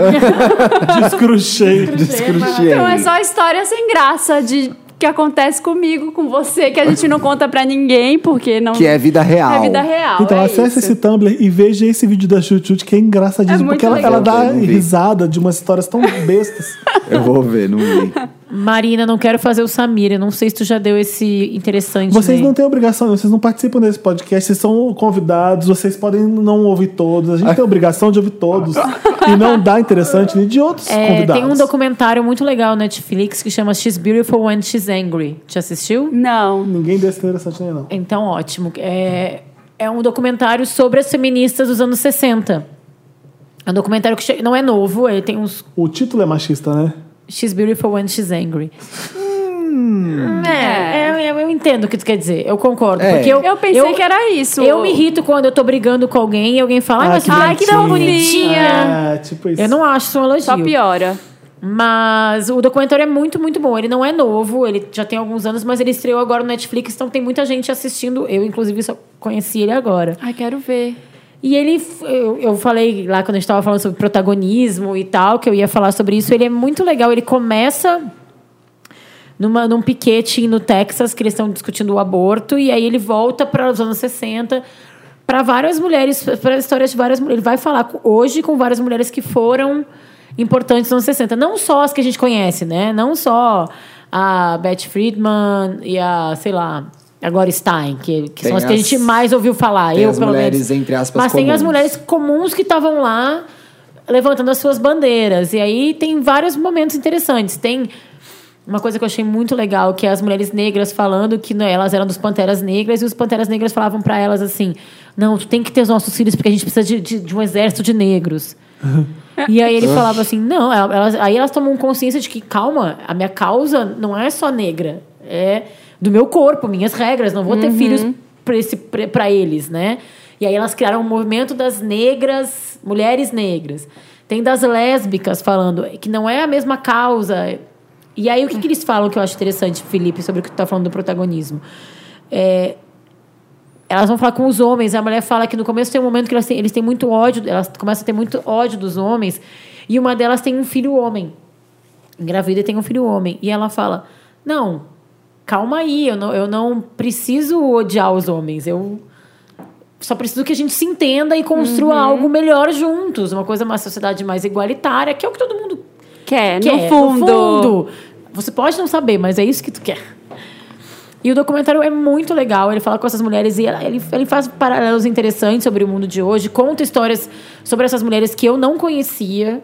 S1: Descruchei.
S3: Descruchei.
S4: Então é só história sem graça de que acontece comigo, com você, que a gente não conta pra ninguém, porque não
S3: Que é vida real.
S4: é vida real.
S1: Então,
S4: é
S1: acesse
S4: isso.
S1: esse Tumblr e veja esse vídeo da Chutchut, que é
S4: É
S1: engraçadíssimo,
S4: muito
S1: porque ela,
S4: legal.
S1: ela dá
S3: Eu não vi.
S1: risada de umas histórias tão bestas.
S3: Eu vou ver, não vi.
S5: Marina, não quero fazer o Samir. Eu não sei se tu já deu esse interessante.
S1: Vocês
S5: né?
S1: não têm obrigação, não, vocês não participam desse podcast, vocês são convidados, vocês podem não ouvir todos, a
S3: *laughs*
S1: gente tem a obrigação de ouvir todos. e não dá interessante nem de outros
S5: É,
S1: convidados.
S5: tem um documentário muito legal na Netflix que chama She's Beautiful When She's Angry. Já assistiu?
S4: Não.
S1: Ninguém desse é interessante nem não.
S5: Então, ótimo. É, é um documentário sobre as feministas dos anos 60. É um documentário que che- não é novo, ele tem uns
S1: O título é machista, né?
S5: She's Beautiful When She's Angry.
S4: É.
S1: Hum.
S5: É, eu, eu- eu entendo o que tu quer dizer, eu concordo.
S3: É.
S5: Porque eu,
S4: Eu pensei que era isso.
S5: Eu me irrito quando eu tô brigando com alguém e alguém fala, ai,
S1: Ah,
S5: mas
S1: que
S5: ai, que tão
S1: bonitinho."
S5: bonitinha.
S1: É, tipo isso.
S5: Eu não acho isso um elogio.
S4: Só piora.
S5: Mas o documentário é muito, muito bom. Ele não é novo, ele já tem alguns anos, mas ele estreou agora no Netflix, então tem muita gente assistindo. Eu, inclusive, só conheci ele agora.
S4: Ai, quero ver.
S5: E ele, f- eu, eu falei lá quando a gente estava falando sobre protagonismo e tal, que eu ia falar sobre isso. Ele é muito legal. Ele começa numa, num piquete no Texas, que eles estão discutindo o aborto, e aí ele volta para os anos 60, para várias mulheres, para histórias de várias mulheres. Ele vai falar co- hoje com várias mulheres que foram importantes nos anos 60. Não só as que a gente conhece, né? Não só a Beth Friedman e a, sei lá. Agora Stein, que, que
S3: Tem
S5: são as que a
S3: as-
S5: gente mais ouviu falar.
S3: tem
S5: eu,
S3: as
S5: pelo
S3: mulheres,
S5: menos.
S3: entre aspas,
S5: Mas tem as
S3: comuns.
S5: mulheres mulheres comuns que estavam lá levantando as suas bandeiras. E aí tem vários momentos interessantes. Tem uma coisa que eu achei muito legal, que é as mulheres negras falando que né, elas eram dos Panteras Negras e os Panteras Negras falavam para elas assim: não, tu tem que ter os nossos filhos porque a gente precisa de, de- de um exército de negros. E aí ele falava assim, não, elas, aí elas tomam consciência de que, calma, a minha causa não é só negra, é do meu corpo, minhas regras, não vou ter filhos pra esse- pra- pra eles, né? E aí elas criaram o movimento das negras, mulheres negras. Tem das lésbicas falando que não é a mesma causa. E aí o que, que eles falam que eu acho interessante, Felipe, sobre o que tu tá falando do protagonismo? É, elas vão falar com os homens. A mulher fala que no começo tem um momento que elas têm, eles têm muito ódio, elas começam a ter muito ódio dos homens. E uma delas tem um filho homem. Engravida e tem um filho homem. E ela fala: Não, calma aí, eu não, eu não preciso odiar os homens. Eu só preciso que a gente se entenda e construa
S4: Uhum.
S5: algo melhor juntos. Uma coisa, uma sociedade mais igualitária, que é o que todo mundo
S4: Quer,
S5: quer.
S4: no fundo.
S5: fundo. Você pode não saber, mas é isso que tu quer. E o documentário é muito legal. Ele fala com essas mulheres e ela- ele, ele faz paralelos interessantes sobre o mundo de hoje. Conta histórias sobre essas mulheres que eu não conhecia.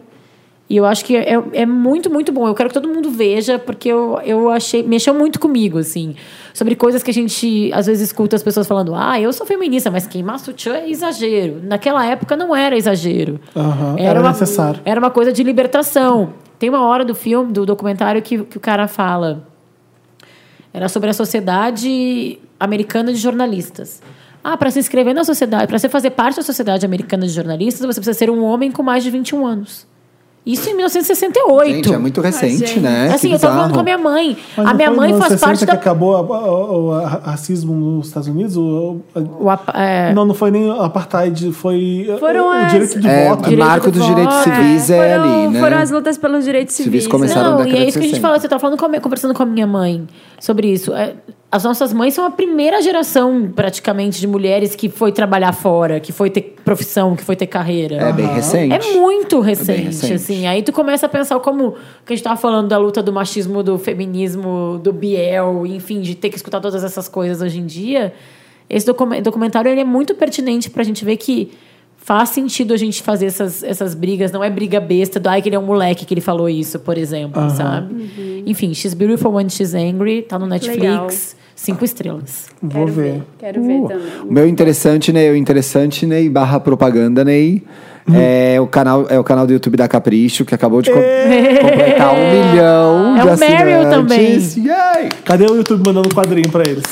S5: E eu acho que é, é muito, muito bom. Eu quero que todo mundo veja, porque eu, eu achei. Mexeu muito comigo, assim. Sobre coisas que a gente, às vezes, escuta as pessoas falando: ah, eu sou feminista, mas queimar sutiã é exagero. Naquela época não era exagero.
S1: Aham, era
S5: uma-
S1: necessário.
S5: Era uma coisa de libertação. Tem uma hora do filme, do documentário, que, que o cara fala. Era sobre a Sociedade Americana de Jornalistas. Ah, para se inscrever na sociedade, para você fazer parte da Sociedade Americana de Jornalistas, você precisa ser um homem com mais de 21 anos. Isso em 1968.
S3: Gente, é muito recente,
S2: gente.
S3: né?
S5: Assim,
S3: Que
S5: eu tava
S3: bizarro.
S5: falando com a minha mãe.
S1: Mas
S5: a
S1: não
S5: minha
S1: foi
S5: mãe
S1: nos
S5: faz
S1: 60
S5: parte
S1: que
S5: da.
S1: acabou a- a- o a- racismo nos Estados Unidos? O- o-
S5: o ap- é,
S1: Não, não foi nem apartheid, foi eh,
S2: Foram
S1: o
S2: as-
S1: direito de
S3: É,
S1: voto.
S3: o marco
S5: do
S3: dos
S5: voto,
S3: direitos
S5: é.
S3: civis é,
S2: foram,
S3: ali, né?
S2: foram as lutas pelos direitos civis. né?
S3: Civis começaram- Começaram na
S5: Não, e
S3: década
S5: é
S3: de
S5: isso que a gente
S3: 60.
S5: fala. Você tá falando com a minha- conversando com a minha mãe sobre isso. É, as nossas mães são a primeira geração, praticamente, de mulheres que foi trabalhar fora, que foi ter profissão, que foi ter carreira.
S3: É bem recente.
S5: É muito recente,
S3: recente.
S5: assim. Aí tu começa a pensar como que a gente tava falando da luta do machismo, do feminismo, do Biel, enfim, de ter que escutar todas essas coisas hoje em dia. Esse docu- documentário ele é muito pertinente pra gente ver que faz sentido a gente fazer essas, essas brigas. Não é briga besta do ai que ele é um moleque que ele falou isso, por exemplo,
S1: Aham.
S5: sabe? Enfim, She's Beautiful When She's Angry, tá no Netflix,
S2: legal.
S5: cinco estrelas.
S1: Vou
S2: Quero
S1: ver.
S2: Quero ver
S3: Uh.
S2: também.
S3: O meu interessante, Ney, o interessante, Ney, barra propaganda, Ney, é, o canal, é o canal do YouTube da Capricho, que acabou de co- completar um milhão
S5: É
S3: de
S5: o Meryl
S3: assinantes. Yay!
S1: Cadê o YouTube mandando um quadrinho pra eles?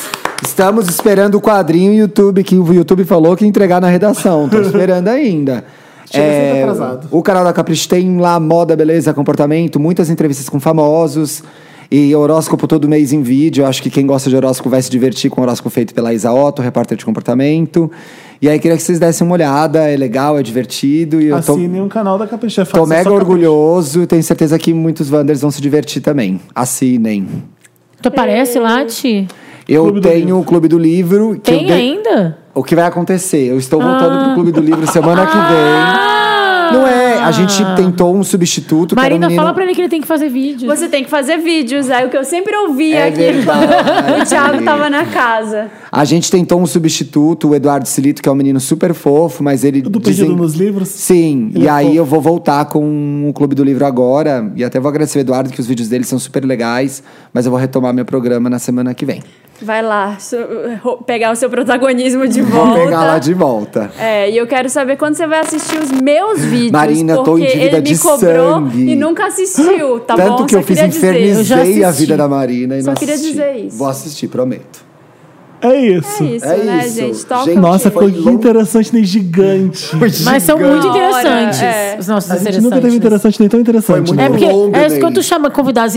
S3: Estamos esperando o quadrinho YouTube, que o YouTube falou que ia entregar na redação.
S1: *laughs*
S3: Tô esperando ainda. É,
S1: Chega sempre atrasado.
S3: O canal da Capricho tem lá moda, beleza, comportamento, muitas entrevistas com famosos e horóscopo todo mês em vídeo. Acho que quem gosta de horóscopo vai se divertir com o horóscopo feito pela Isa Otto, repórter de comportamento. E aí queria que vocês dessem uma olhada, é legal, é divertido. E eu tô,
S1: Assine um canal da Capricho. É fácil,
S3: tô
S1: é
S3: mega
S1: só
S3: orgulhoso e tenho certeza que muitos Wanders vão se divertir também. Assinem.
S5: Tu aparece lá, Ti?
S3: Eu
S1: Clube do
S3: tenho o Clube do Livro. que eu
S5: Tem
S3: dei-
S5: ainda?
S3: o que vai acontecer? Eu estou voltando pro Clube do Livro semana que
S2: Ah!
S3: vem. Não é? A gente tentou um substituto. que era um
S5: Marina,
S3: menino-
S5: fala pra ele que ele tem que fazer vídeo.
S2: Você tem que fazer vídeos, é o que eu sempre ouvia
S3: É
S2: aqui
S3: verdade.
S2: quando o Thiago tava na casa.
S3: A gente tentou um substituto, o Eduardo Silito, que é um menino super fofo, mas ele.
S1: Do
S3: dizem-
S1: pedido nos livros?
S3: Sim,
S1: Ele
S3: e
S1: é
S3: aí
S1: fofo.
S3: eu vou voltar com o Clube do Livro agora. E até vou agradecer o Eduardo, que os vídeos dele são super legais. Mas eu vou retomar meu programa na semana que vem.
S2: Vai lá, so- ro- pegar o seu protagonismo de
S3: Vou
S2: volta.
S3: pegar lá de volta.
S2: É, e eu quero saber quando você vai assistir os meus vídeos.
S3: Marina, tô em
S2: porque
S3: dívida
S2: ele me
S3: de
S2: cobrou
S3: sangue.
S2: e nunca assistiu, tá
S3: Tanto
S2: bom?
S3: que eu
S2: Só
S3: fiz
S2: queria dizer.
S5: já
S3: infernizei a
S5: assisti.
S3: vida da Marina e
S2: Só
S3: não
S2: queria
S3: assisti.
S2: dizer isso.
S3: Vou assistir, prometo.
S1: É isso.
S2: É isso,
S3: É
S2: né,
S3: isso.
S2: gente? Toca
S3: Gente,
S2: o
S1: Nossa,
S2: quê?
S1: ficou
S3: Foi Tá longo.
S1: interessante, nem gigante.
S5: Mas são
S3: Gigante.
S5: muito
S2: Na hora,
S5: interessantes
S2: é.
S5: os nossos
S1: A gente
S5: interessantes.
S1: nunca teve interessante, nem tão interessante. né?
S3: Foi muito
S5: É porque
S3: Longo,
S5: é
S3: Ney.
S5: quando tu chama convidados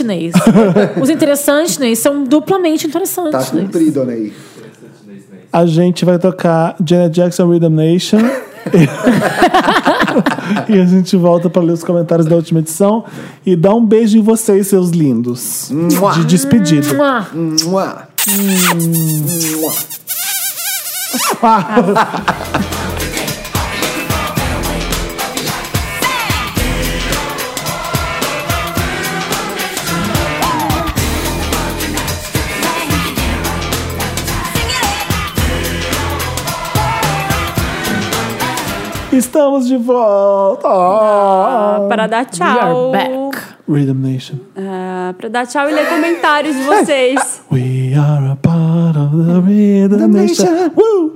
S1: *laughs*
S5: Ney. os interessantes, Ney, são duplamente
S3: Tá
S5: interessantes. Ney.
S3: cumprido, Ney.
S1: A gente vai tocar Janet Jackson Rhythm Nation. *laughs* e a gente volta para ler os comentários da última edição. E dá um beijo em vocês, seus lindos. De despedida.
S5: Mua.
S3: Mua. Mua.
S1: Estamos de volta.
S2: Ah, Para dar tchau.
S5: We are back.
S1: Rhythm Nation.
S4: né?
S2: Ah, para dar tchau e ler comentários
S1: *laughs*
S2: de vocês.
S1: We are a part of the Rhythm Nation. Woo!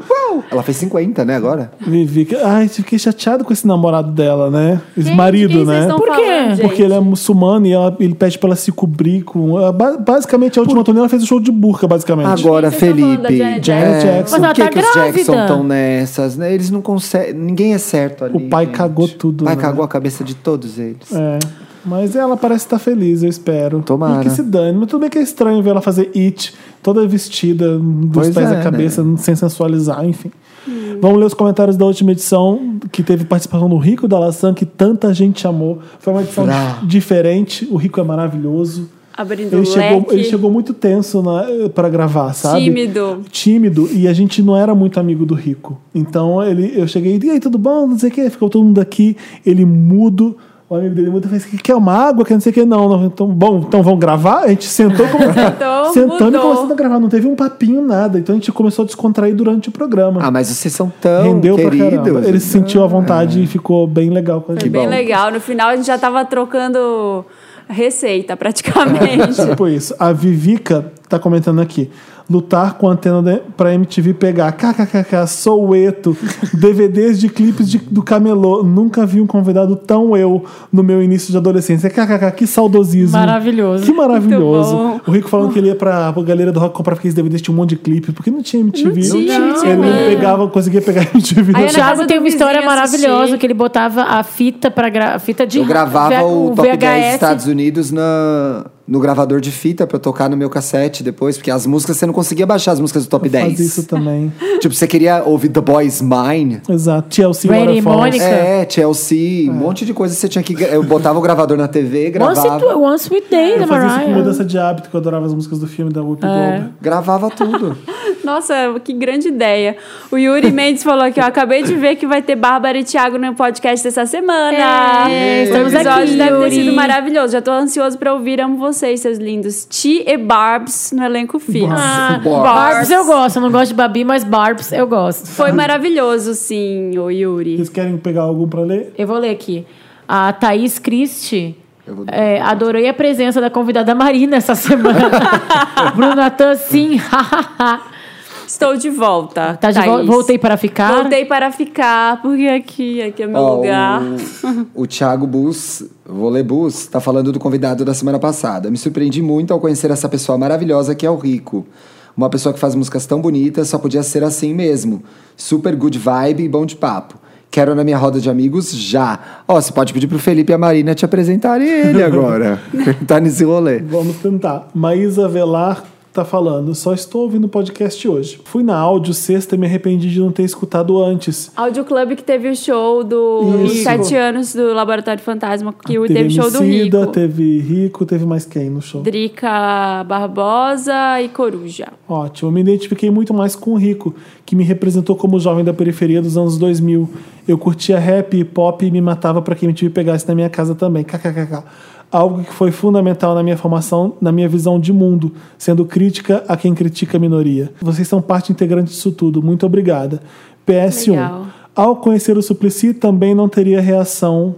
S3: Ela fez 50, né, agora?
S1: Vivi, que- ai, fiquei chateado com esse namorado dela, né? Esse
S2: Gente,
S1: marido,
S2: quem vocês
S1: né?
S2: estão
S5: Por quê?
S2: falando, gente?
S1: Porque ele é muçulmano e ela- ele pede pra ela se cobrir com. ela ba- Basicamente, a última turnê ela fez o show de burca, basicamente.
S3: Agora,
S2: Vocês estão tá falando da
S3: Felipe.
S2: Janet
S1: Janet
S3: É,
S1: Jackson.
S5: Mas
S3: Por
S5: ela
S3: que,
S5: tá
S3: que os
S5: grávida.
S3: Jackson estão nessas, né? Eles não conseguem. Ninguém é certo ali.
S1: O pai
S3: gente.
S1: cagou tudo,
S3: O pai
S1: né?
S3: cagou a cabeça de todos eles.
S1: É. Mas ela parece estar feliz, eu espero.
S3: Tomara.
S1: E que se dane. Mas tudo bem que é estranho ver ela fazer it, toda vestida, dos
S3: Pois
S1: pés
S3: é,
S1: à cabeça, sem sensualizar, enfim. Vamos ler os comentários da última edição, que teve participação do Rico da Laçan, que tanta gente amou. Foi uma edição
S3: Fra.
S1: diferente. O Rico é maravilhoso.
S2: Abrindo
S1: Ele
S2: o
S1: chegou,
S2: leque.
S1: ele chegou muito tenso na, pra gravar, sabe?
S2: Tímido.
S1: um Tímido. E a gente não era muito amigo do Rico. Então ele, eu cheguei, e aí, tudo bom? Não sei o que. Ficou todo mundo aqui. Ele mudo. O amigo dele muda e fez, quer uma água? Quer não sei o que. Não, não. Então, bom, então vamos gravar? A gente sentou como...
S2: Sentou,
S1: Sentando
S2: mudou.
S1: e começando a gravar. Não teve um papinho, nada. Então a gente começou a descontrair durante o programa.
S3: Ah, mas vocês são tão
S1: Rendeu pra
S3: queridos.
S1: caramba. Ele se sentiu à vontade e ficou bem legal com a
S2: Foi
S1: gente.
S2: bem
S3: bom.
S2: legal. No final a gente já tava trocando receita, praticamente.
S1: Tipo isso. A Vivica tá comentando aqui. Lutar com a antena de- pra MTV pegar. KKKK, sou eto. DVDs de clipes de- do camelô. Nunca vi um convidado tão eu no meu início de adolescência. KKK, que saudosismo.
S5: Maravilhoso.
S1: Que maravilhoso.
S2: Muito
S1: O Rico falando que ele ia pra galera do rock comprar aqueles DVDs, tinha um monte de clipe, porque não tinha MTV.
S2: Não tinha, não tinha
S1: Ele
S2: nada.
S1: pegava, conseguia pegar *laughs* MTV.
S2: Aí
S5: O
S2: na casa
S5: Thiago tem
S2: do
S5: uma história
S2: vizinho assistir.
S5: maravilhosa que ele botava a fita para gra... a fita de
S3: Eu gravava
S5: V-
S3: o Top 10
S5: VHS.
S1: tá?
S3: Estados Unidos na, no gravador de fita pra eu tocar no meu cassete depois, porque as músicas você não conseguia baixar as músicas do Top
S1: Faz
S3: 10.
S1: isso também.
S3: Tipo, você queria ouvir The Boys Mine.
S1: Exato. TLC,
S5: Brady
S1: Waterfalls.
S5: Mônica.
S3: É, Chelsea, um monte de coisa que você tinha que. gra- Eu botava o gravador na TV,
S5: Once, it,
S3: gravava.
S5: once we day, da
S1: Eu fazia isso com
S5: Mariah.
S1: mudança de hábito, que eu adorava as músicas do filme da Whoopi Goldberg.
S3: Gravava tudo.
S2: Nossa, que grande ideia. O
S5: *laughs*
S2: Yuri Mendes falou aqui, ó, acabei de ver que vai ter Bárbara e Thiago no podcast dessa semana.
S5: É, estamos
S2: o episódio
S5: aqui,
S2: deve ter
S5: Yuri.
S2: sido maravilhoso. Já tô ansioso pra ouvir. Amo vocês, seus lindos. Ti e Barbs no elenco fixo.
S5: Ah,
S3: Barbs.
S5: Barbs eu gosto. Eu não gosto de Babi, mas Barbs eu gosto.
S2: Foi maravilhoso, sim, o Yuri.
S1: Vocês querem pegar algum pra ler?
S5: Eu vou ler aqui. A Thaís Christi.
S3: Eu vou-
S5: é, adorei a presença da convidada Marina essa semana.
S3: *laughs*
S5: Bruno Natan, sim. *laughs*
S2: Estou de volta.
S5: tá de
S2: Thaís.
S5: vol- voltei para ficar.
S2: Voltei para ficar, porque aqui, aqui é meu
S3: Ó,
S2: lugar.
S3: O, o Thiago Bus, Vole Bus, tá falando do convidado da semana passada. Me surpreendi muito ao conhecer essa pessoa maravilhosa que é o Rico. Uma pessoa que faz músicas tão bonitas, só podia ser assim mesmo. Super good vibe e bom de papo. Quero na minha roda de amigos já. Ó, você pode pedir pro Felipe e a Marina te apresentarem ele
S5: *laughs*
S3: agora. Ele tá nesse rolê.
S1: Vamos tentar. Maísa Velar tá falando, só estou ouvindo o podcast hoje. Fui na áudio sexta e me arrependi de não ter escutado antes.
S2: Audio Club que teve o show dos
S1: Isso.
S2: sete anos do Laboratório Fantasma, que o- teve
S1: teve
S2: o show do
S1: Emicida,
S2: Rico.
S1: Teve Rico, teve mais quem no show?
S2: Drica Barbosa e Coruja.
S1: Ótimo. Eu me identifiquei muito mais com o Rico, que me representou como jovem da periferia dos anos 2000. Eu curtia rap e pop e me matava para quem me tive pegasse na minha casa também. KKKK. Algo que foi fundamental na minha formação, na minha visão de mundo, sendo crítica a quem critica a minoria. Vocês são parte integrante disso tudo. Muito obrigada. PS1.
S2: Legal.
S1: Ao conhecer o Suplicy, também não teria reação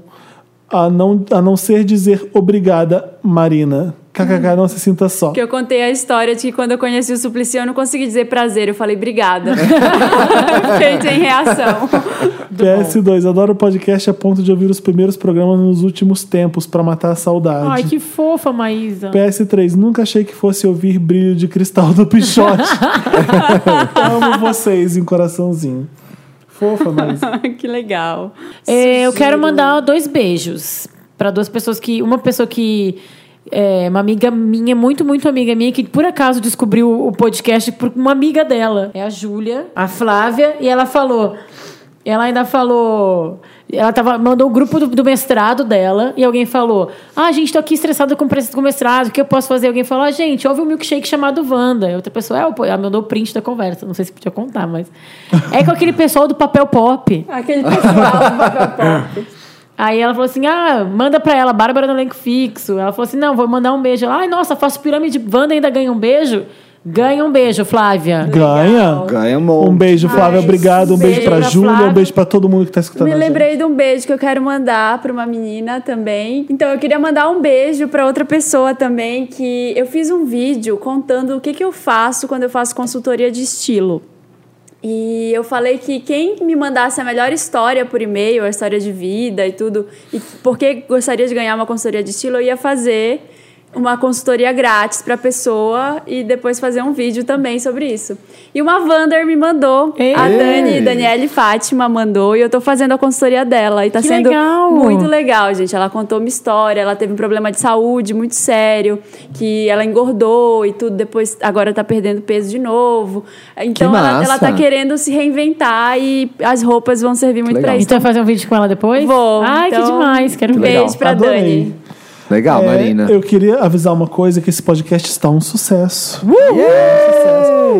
S1: a não, a não ser dizer obrigada, Marina. KKK, não se sinta só.
S2: Que eu contei a história de que quando eu conheci o Suplicy, eu não consegui dizer prazer, eu falei obrigada. *laughs* Fiquei sem reação. *laughs*
S1: PS2, adoro o podcast a ponto de ouvir os primeiros programas nos últimos tempos pra matar a saudade.
S5: Ai, que fofa, Maísa.
S1: PS3, nunca achei que fosse ouvir brilho de cristal do Pichote. Amo vocês em coraçãozinho. Fofa, mas.
S2: que legal.
S5: É, eu quero mandar dois beijos para duas pessoas que. Uma pessoa que. É uma amiga minha, muito, muito amiga minha, que por acaso descobriu o podcast por uma amiga dela. É a Júlia, a Flávia, e ela falou. Ela ainda falou. Ela tava, mandou o grupo do, do mestrado dela e alguém falou: Ah, gente, tô aqui estressada com, o pres- com o mestrado, o que eu posso fazer? Alguém falou: Ah, gente, houve um milkshake chamado Wanda. E outra pessoa, é, o po-" ela mandou o print da conversa. Não sei se podia contar, mas. É com aquele pessoal do papel pop.
S2: Aquele pessoal.
S5: Aí ela falou assim: ah, manda pra ela, Bárbara no elenco fixo. Ela falou assim: não, vou mandar um beijo. Ela, ai, nossa, faço pirâmide, Wanda ainda ganha um beijo? Ganha um beijo, Flávia.
S1: Ganha.
S3: Ganha um
S1: Um beijo, Flávia. Obrigado. Um beijo,
S5: beijo
S1: pra,
S5: pra
S1: Júlia. Um
S5: Flávia.
S1: beijo pra todo mundo que tá escutando.
S2: Me
S1: a gente.
S2: lembrei de um beijo que eu quero mandar para uma menina também. Então eu queria mandar um beijo para outra pessoa também que eu fiz um vídeo contando o que, que eu faço quando eu faço consultoria de estilo. E eu falei que quem me mandasse a melhor história por e-mail, a história de vida e tudo, e porque gostaria de ganhar uma consultoria de estilo, eu ia fazer uma consultoria grátis para pessoa e depois fazer um vídeo também sobre isso. E uma Wander me mandou,
S5: Ei!
S2: a Dani, Daniele Fátima mandou, e eu tô fazendo a consultoria dela. E tá
S5: Que
S2: sendo
S5: legal!
S2: muito legal, gente. Ela contou uma história, ela teve um problema de saúde muito sério, que ela engordou e tudo, depois agora tá perdendo peso de novo. Então ela, ela tá
S3: massa!
S2: querendo se reinventar e as roupas vão servir muito
S3: legal.
S2: pra
S5: A gente
S2: isso.
S5: vai fazer um vídeo com ela depois?
S2: Vou.
S5: Ai,
S2: então,
S5: que demais, quero
S2: um
S5: ver.
S2: Beijo pra
S1: Adorei.
S2: Dani.
S3: Legal,
S1: É,
S3: Marina.
S1: Eu queria avisar uma coisa: que esse podcast está um sucesso.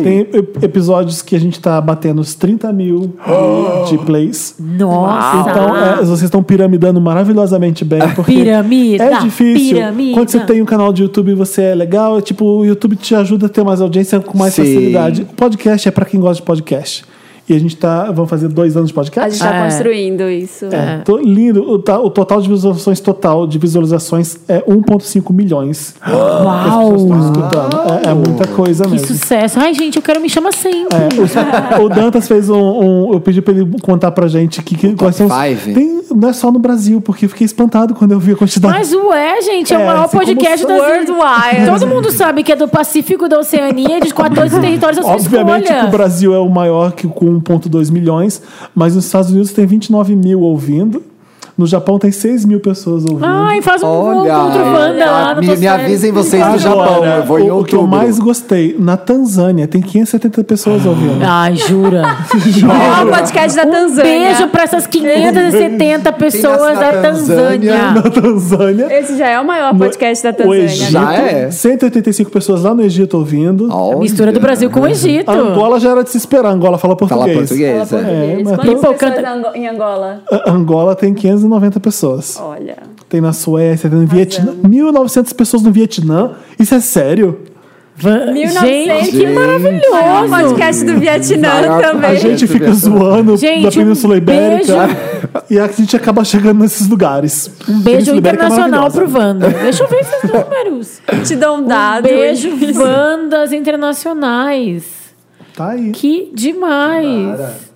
S1: Tem ep- episódios que a gente está batendo os 30 mil de plays.
S5: Nossa!
S1: Então, é, vocês estão piramidando maravilhosamente bem. Porque
S5: Ah, Piramida,
S1: É difícil.
S5: piramida.
S1: Quando você tem um canal de YouTube você é legal, é tipo, o YouTube te ajuda a ter mais audiência com mais
S3: Sim.
S1: facilidade. O podcast é para quem gosta de podcast. E a gente tá. Vamos fazer dois anos de podcast.
S2: A gente tá
S5: É.
S2: construindo isso.
S5: tá.
S1: É, tô lindo. O, ta- o total de visualizações total de visualizações é 1,5 milhões. As
S5: Uau!
S1: pessoas estão escutando. É, é muita coisa
S5: Que
S1: mesmo.
S5: sucesso. Ai, gente, eu quero me chamar sempre.
S1: É, *laughs* o, o Dantas fez um, um- Eu pedi pra ele contar pra gente que, que quais são. os-
S3: five?
S1: Tem, não é só no Brasil, porque eu fiquei espantado quando eu vi a quantidade.
S5: Mas ué, gente, é,
S1: É,
S5: o maior
S1: assim, como
S5: podcast
S1: são-
S5: das
S2: Worldwide.
S5: Todo mundo sabe que é do Pacífico, da Oceania, de 14 territórios à sua
S1: Obviamente que o
S5: escolha.
S1: Brasil é o maior que, com 1,2 milhões, mas nos Estados Unidos tem 29 mil ouvindo. No Japão tem 6 mil pessoas ouvindo.
S2: Ah,
S5: Ai, faz um voo
S3: Olha, é,
S5: contra o Wanda lá no
S3: me, me avisem vocês do
S1: Agora,
S3: Japão, eu vou em
S1: o, o que eu
S3: outubro.
S1: mais gostei, na Tanzânia tem 570 pessoas ouvindo.
S5: Ai, *laughs* jura. Então,
S2: Ó, o
S5: *laughs*
S2: podcast da Tanzânia.
S5: Beijo pra essas 570 pessoas
S3: na
S5: da
S3: Tanzânia?
S5: Tanzânia.
S1: *laughs* Na Tanzânia.
S2: Esse já Ah. é o maior podcast da
S1: O
S2: Tanzânia. né?
S1: Egito,
S3: Já é?
S1: 185 pessoas lá no Egito ouvindo.
S3: Olha.
S5: É Mistura do Brasil com o Egito.
S1: Angola já era de se esperar, Angola fala
S3: Fala
S1: português.
S3: português, é.
S2: Eles-
S1: mas
S2: Quantas
S5: pelo-
S2: pessoas
S5: canta-
S2: Ango- em Angola?
S1: A- Angola tem 590 pessoas.
S2: Olha.
S1: Tem na Suécia, tem no Vietnã.
S5: é.
S1: 1.900 pessoas no Vietnã. Isso é sério?
S5: Va-
S2: 1900.
S5: Gente, que
S2: Maior
S5: maravilhoso.
S2: podcast do Vietnã
S3: Maior-
S1: A
S2: também.
S3: Gente,
S1: gente fica
S3: Vietnã.
S1: zoando
S5: Gente,
S1: da Península
S5: um
S1: Ibérica. *laughs* E a gente acaba chegando nesses lugares.
S5: Beijo
S1: Península Ibérica é
S5: internacional
S1: maravilhosa.
S5: pro Wanda. Deixa eu ver esses números.
S2: Te dou um
S5: Um
S2: dado.
S5: beijo, bandas internacionais.
S1: Tá aí.
S5: Que demais.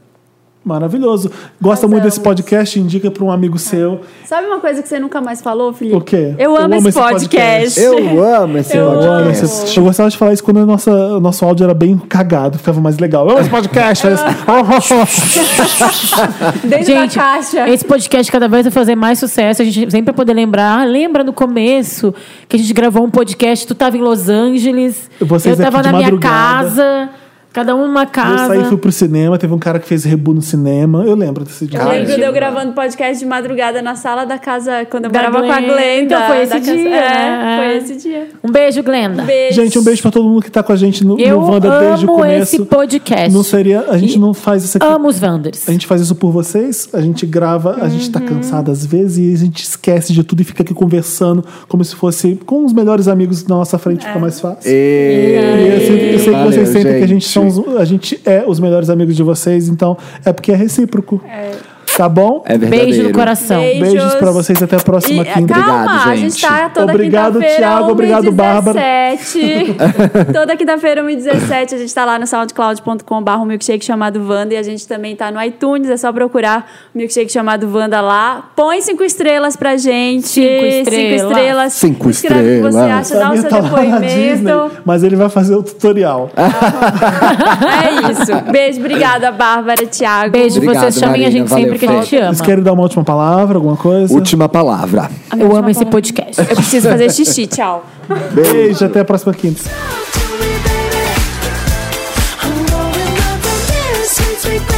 S1: Maravilhoso. Gosta muito
S5: é
S1: desse podcast? Indica pra um amigo seu.
S2: Sabe uma coisa que você nunca mais falou, Felipe?
S1: O quê?
S2: Eu amo, esse podcast.
S3: Eu amo esse
S2: Eu
S1: Eu,
S3: podcast.
S1: amo esses- eu gostava de falar isso quando o nosso, o nosso áudio era bem cagado, ficava mais legal. Eu amo esse podcast. faz-
S5: *laughs*
S1: *laughs*
S2: Dentro
S5: Gente,
S2: da caixa.
S5: Esse podcast cada vez vai fazer mais sucesso. A gente sempre vai poder lembrar. Ah, lembra no começo que a gente gravou um podcast? Tu tava em Los Angeles.
S1: Vocês
S5: eu tava
S1: aqui de
S5: na minha
S1: madrugada.
S5: casa. Cada um numa
S1: Eu
S5: casa.
S1: saí fui pro cinema, teve um cara que fez rebu no cinema. Eu lembro desse dia.
S2: Eu lembro de eu
S3: Caramba.
S2: gravando podcast de madrugada na sala da casa quando eu
S5: Da
S2: morava com a
S5: Glenda.
S2: Glenda.
S5: Então, foi
S2: da
S5: esse
S2: casa-
S5: dia,
S2: É,
S5: né?
S2: foi esse dia.
S5: Um beijo, Glenda.
S2: Beijo.
S1: Gente, um beijo pra todo mundo que tá com a gente no,
S5: Eu
S1: no Wanda desde o
S5: amo
S1: começo.
S5: esse podcast.
S1: Não seria. A gente
S5: E
S1: não faz isso aqui.
S5: Amo os Wanders.
S1: A gente faz isso por vocês, a gente grava, a gente tá cansado às vezes e a gente esquece de tudo e fica aqui conversando como se fosse com os melhores amigos na nossa frente, fica mais fácil. E eu, sinto- eu sei que vocês sentem que a gente, são os- a gente é os melhores amigos de vocês, então é porque é recíproco. Tá bom?
S3: É verdadeiro.
S5: Beijo no coração.
S2: Beijo.
S1: Beijos pra vocês até a próxima
S2: E-
S1: quinta.
S2: Calma,
S3: Obrigado,
S2: a gente
S3: gente.
S2: tá toda
S1: Obrigado,
S2: quinta-feira,
S1: Thiago, obrigado, Bárbara.
S5: *laughs*
S4: *laughs*
S2: 1h17. toda quinta-feira, 1h17, a gente tá lá no soundcloud.com.br, um milkshake chamado Wanda, e a gente também tá no iTunes, é só procurar o milkshake chamado Wanda lá. Põe cinco estrelas pra gente.
S5: Cinco estrelas.
S2: Cinco estrelas.
S3: Cinco
S2: Escreve o que você
S3: estrelas.
S2: acha, dá o
S1: Samir
S2: seu
S1: tá lá na
S2: depoimento.
S1: Disney, mas ele vai fazer o tutorial.
S2: É isso. Beijo, obrigada, Bárbara, Thiago.
S5: Beijo,
S3: Obrigado,
S5: vocês chamem a
S3: Marina.
S5: gente sempre
S3: Valeu,
S5: que a gente ama.
S1: Vocês querem dar uma última palavra, alguma coisa?
S3: Última palavra.
S5: Eu amo esse podcast.
S2: Eu preciso fazer xixi, tchau.
S1: Beijo, até a próxima quinta.
S7: Tell me, baby, I'm going up against some sweet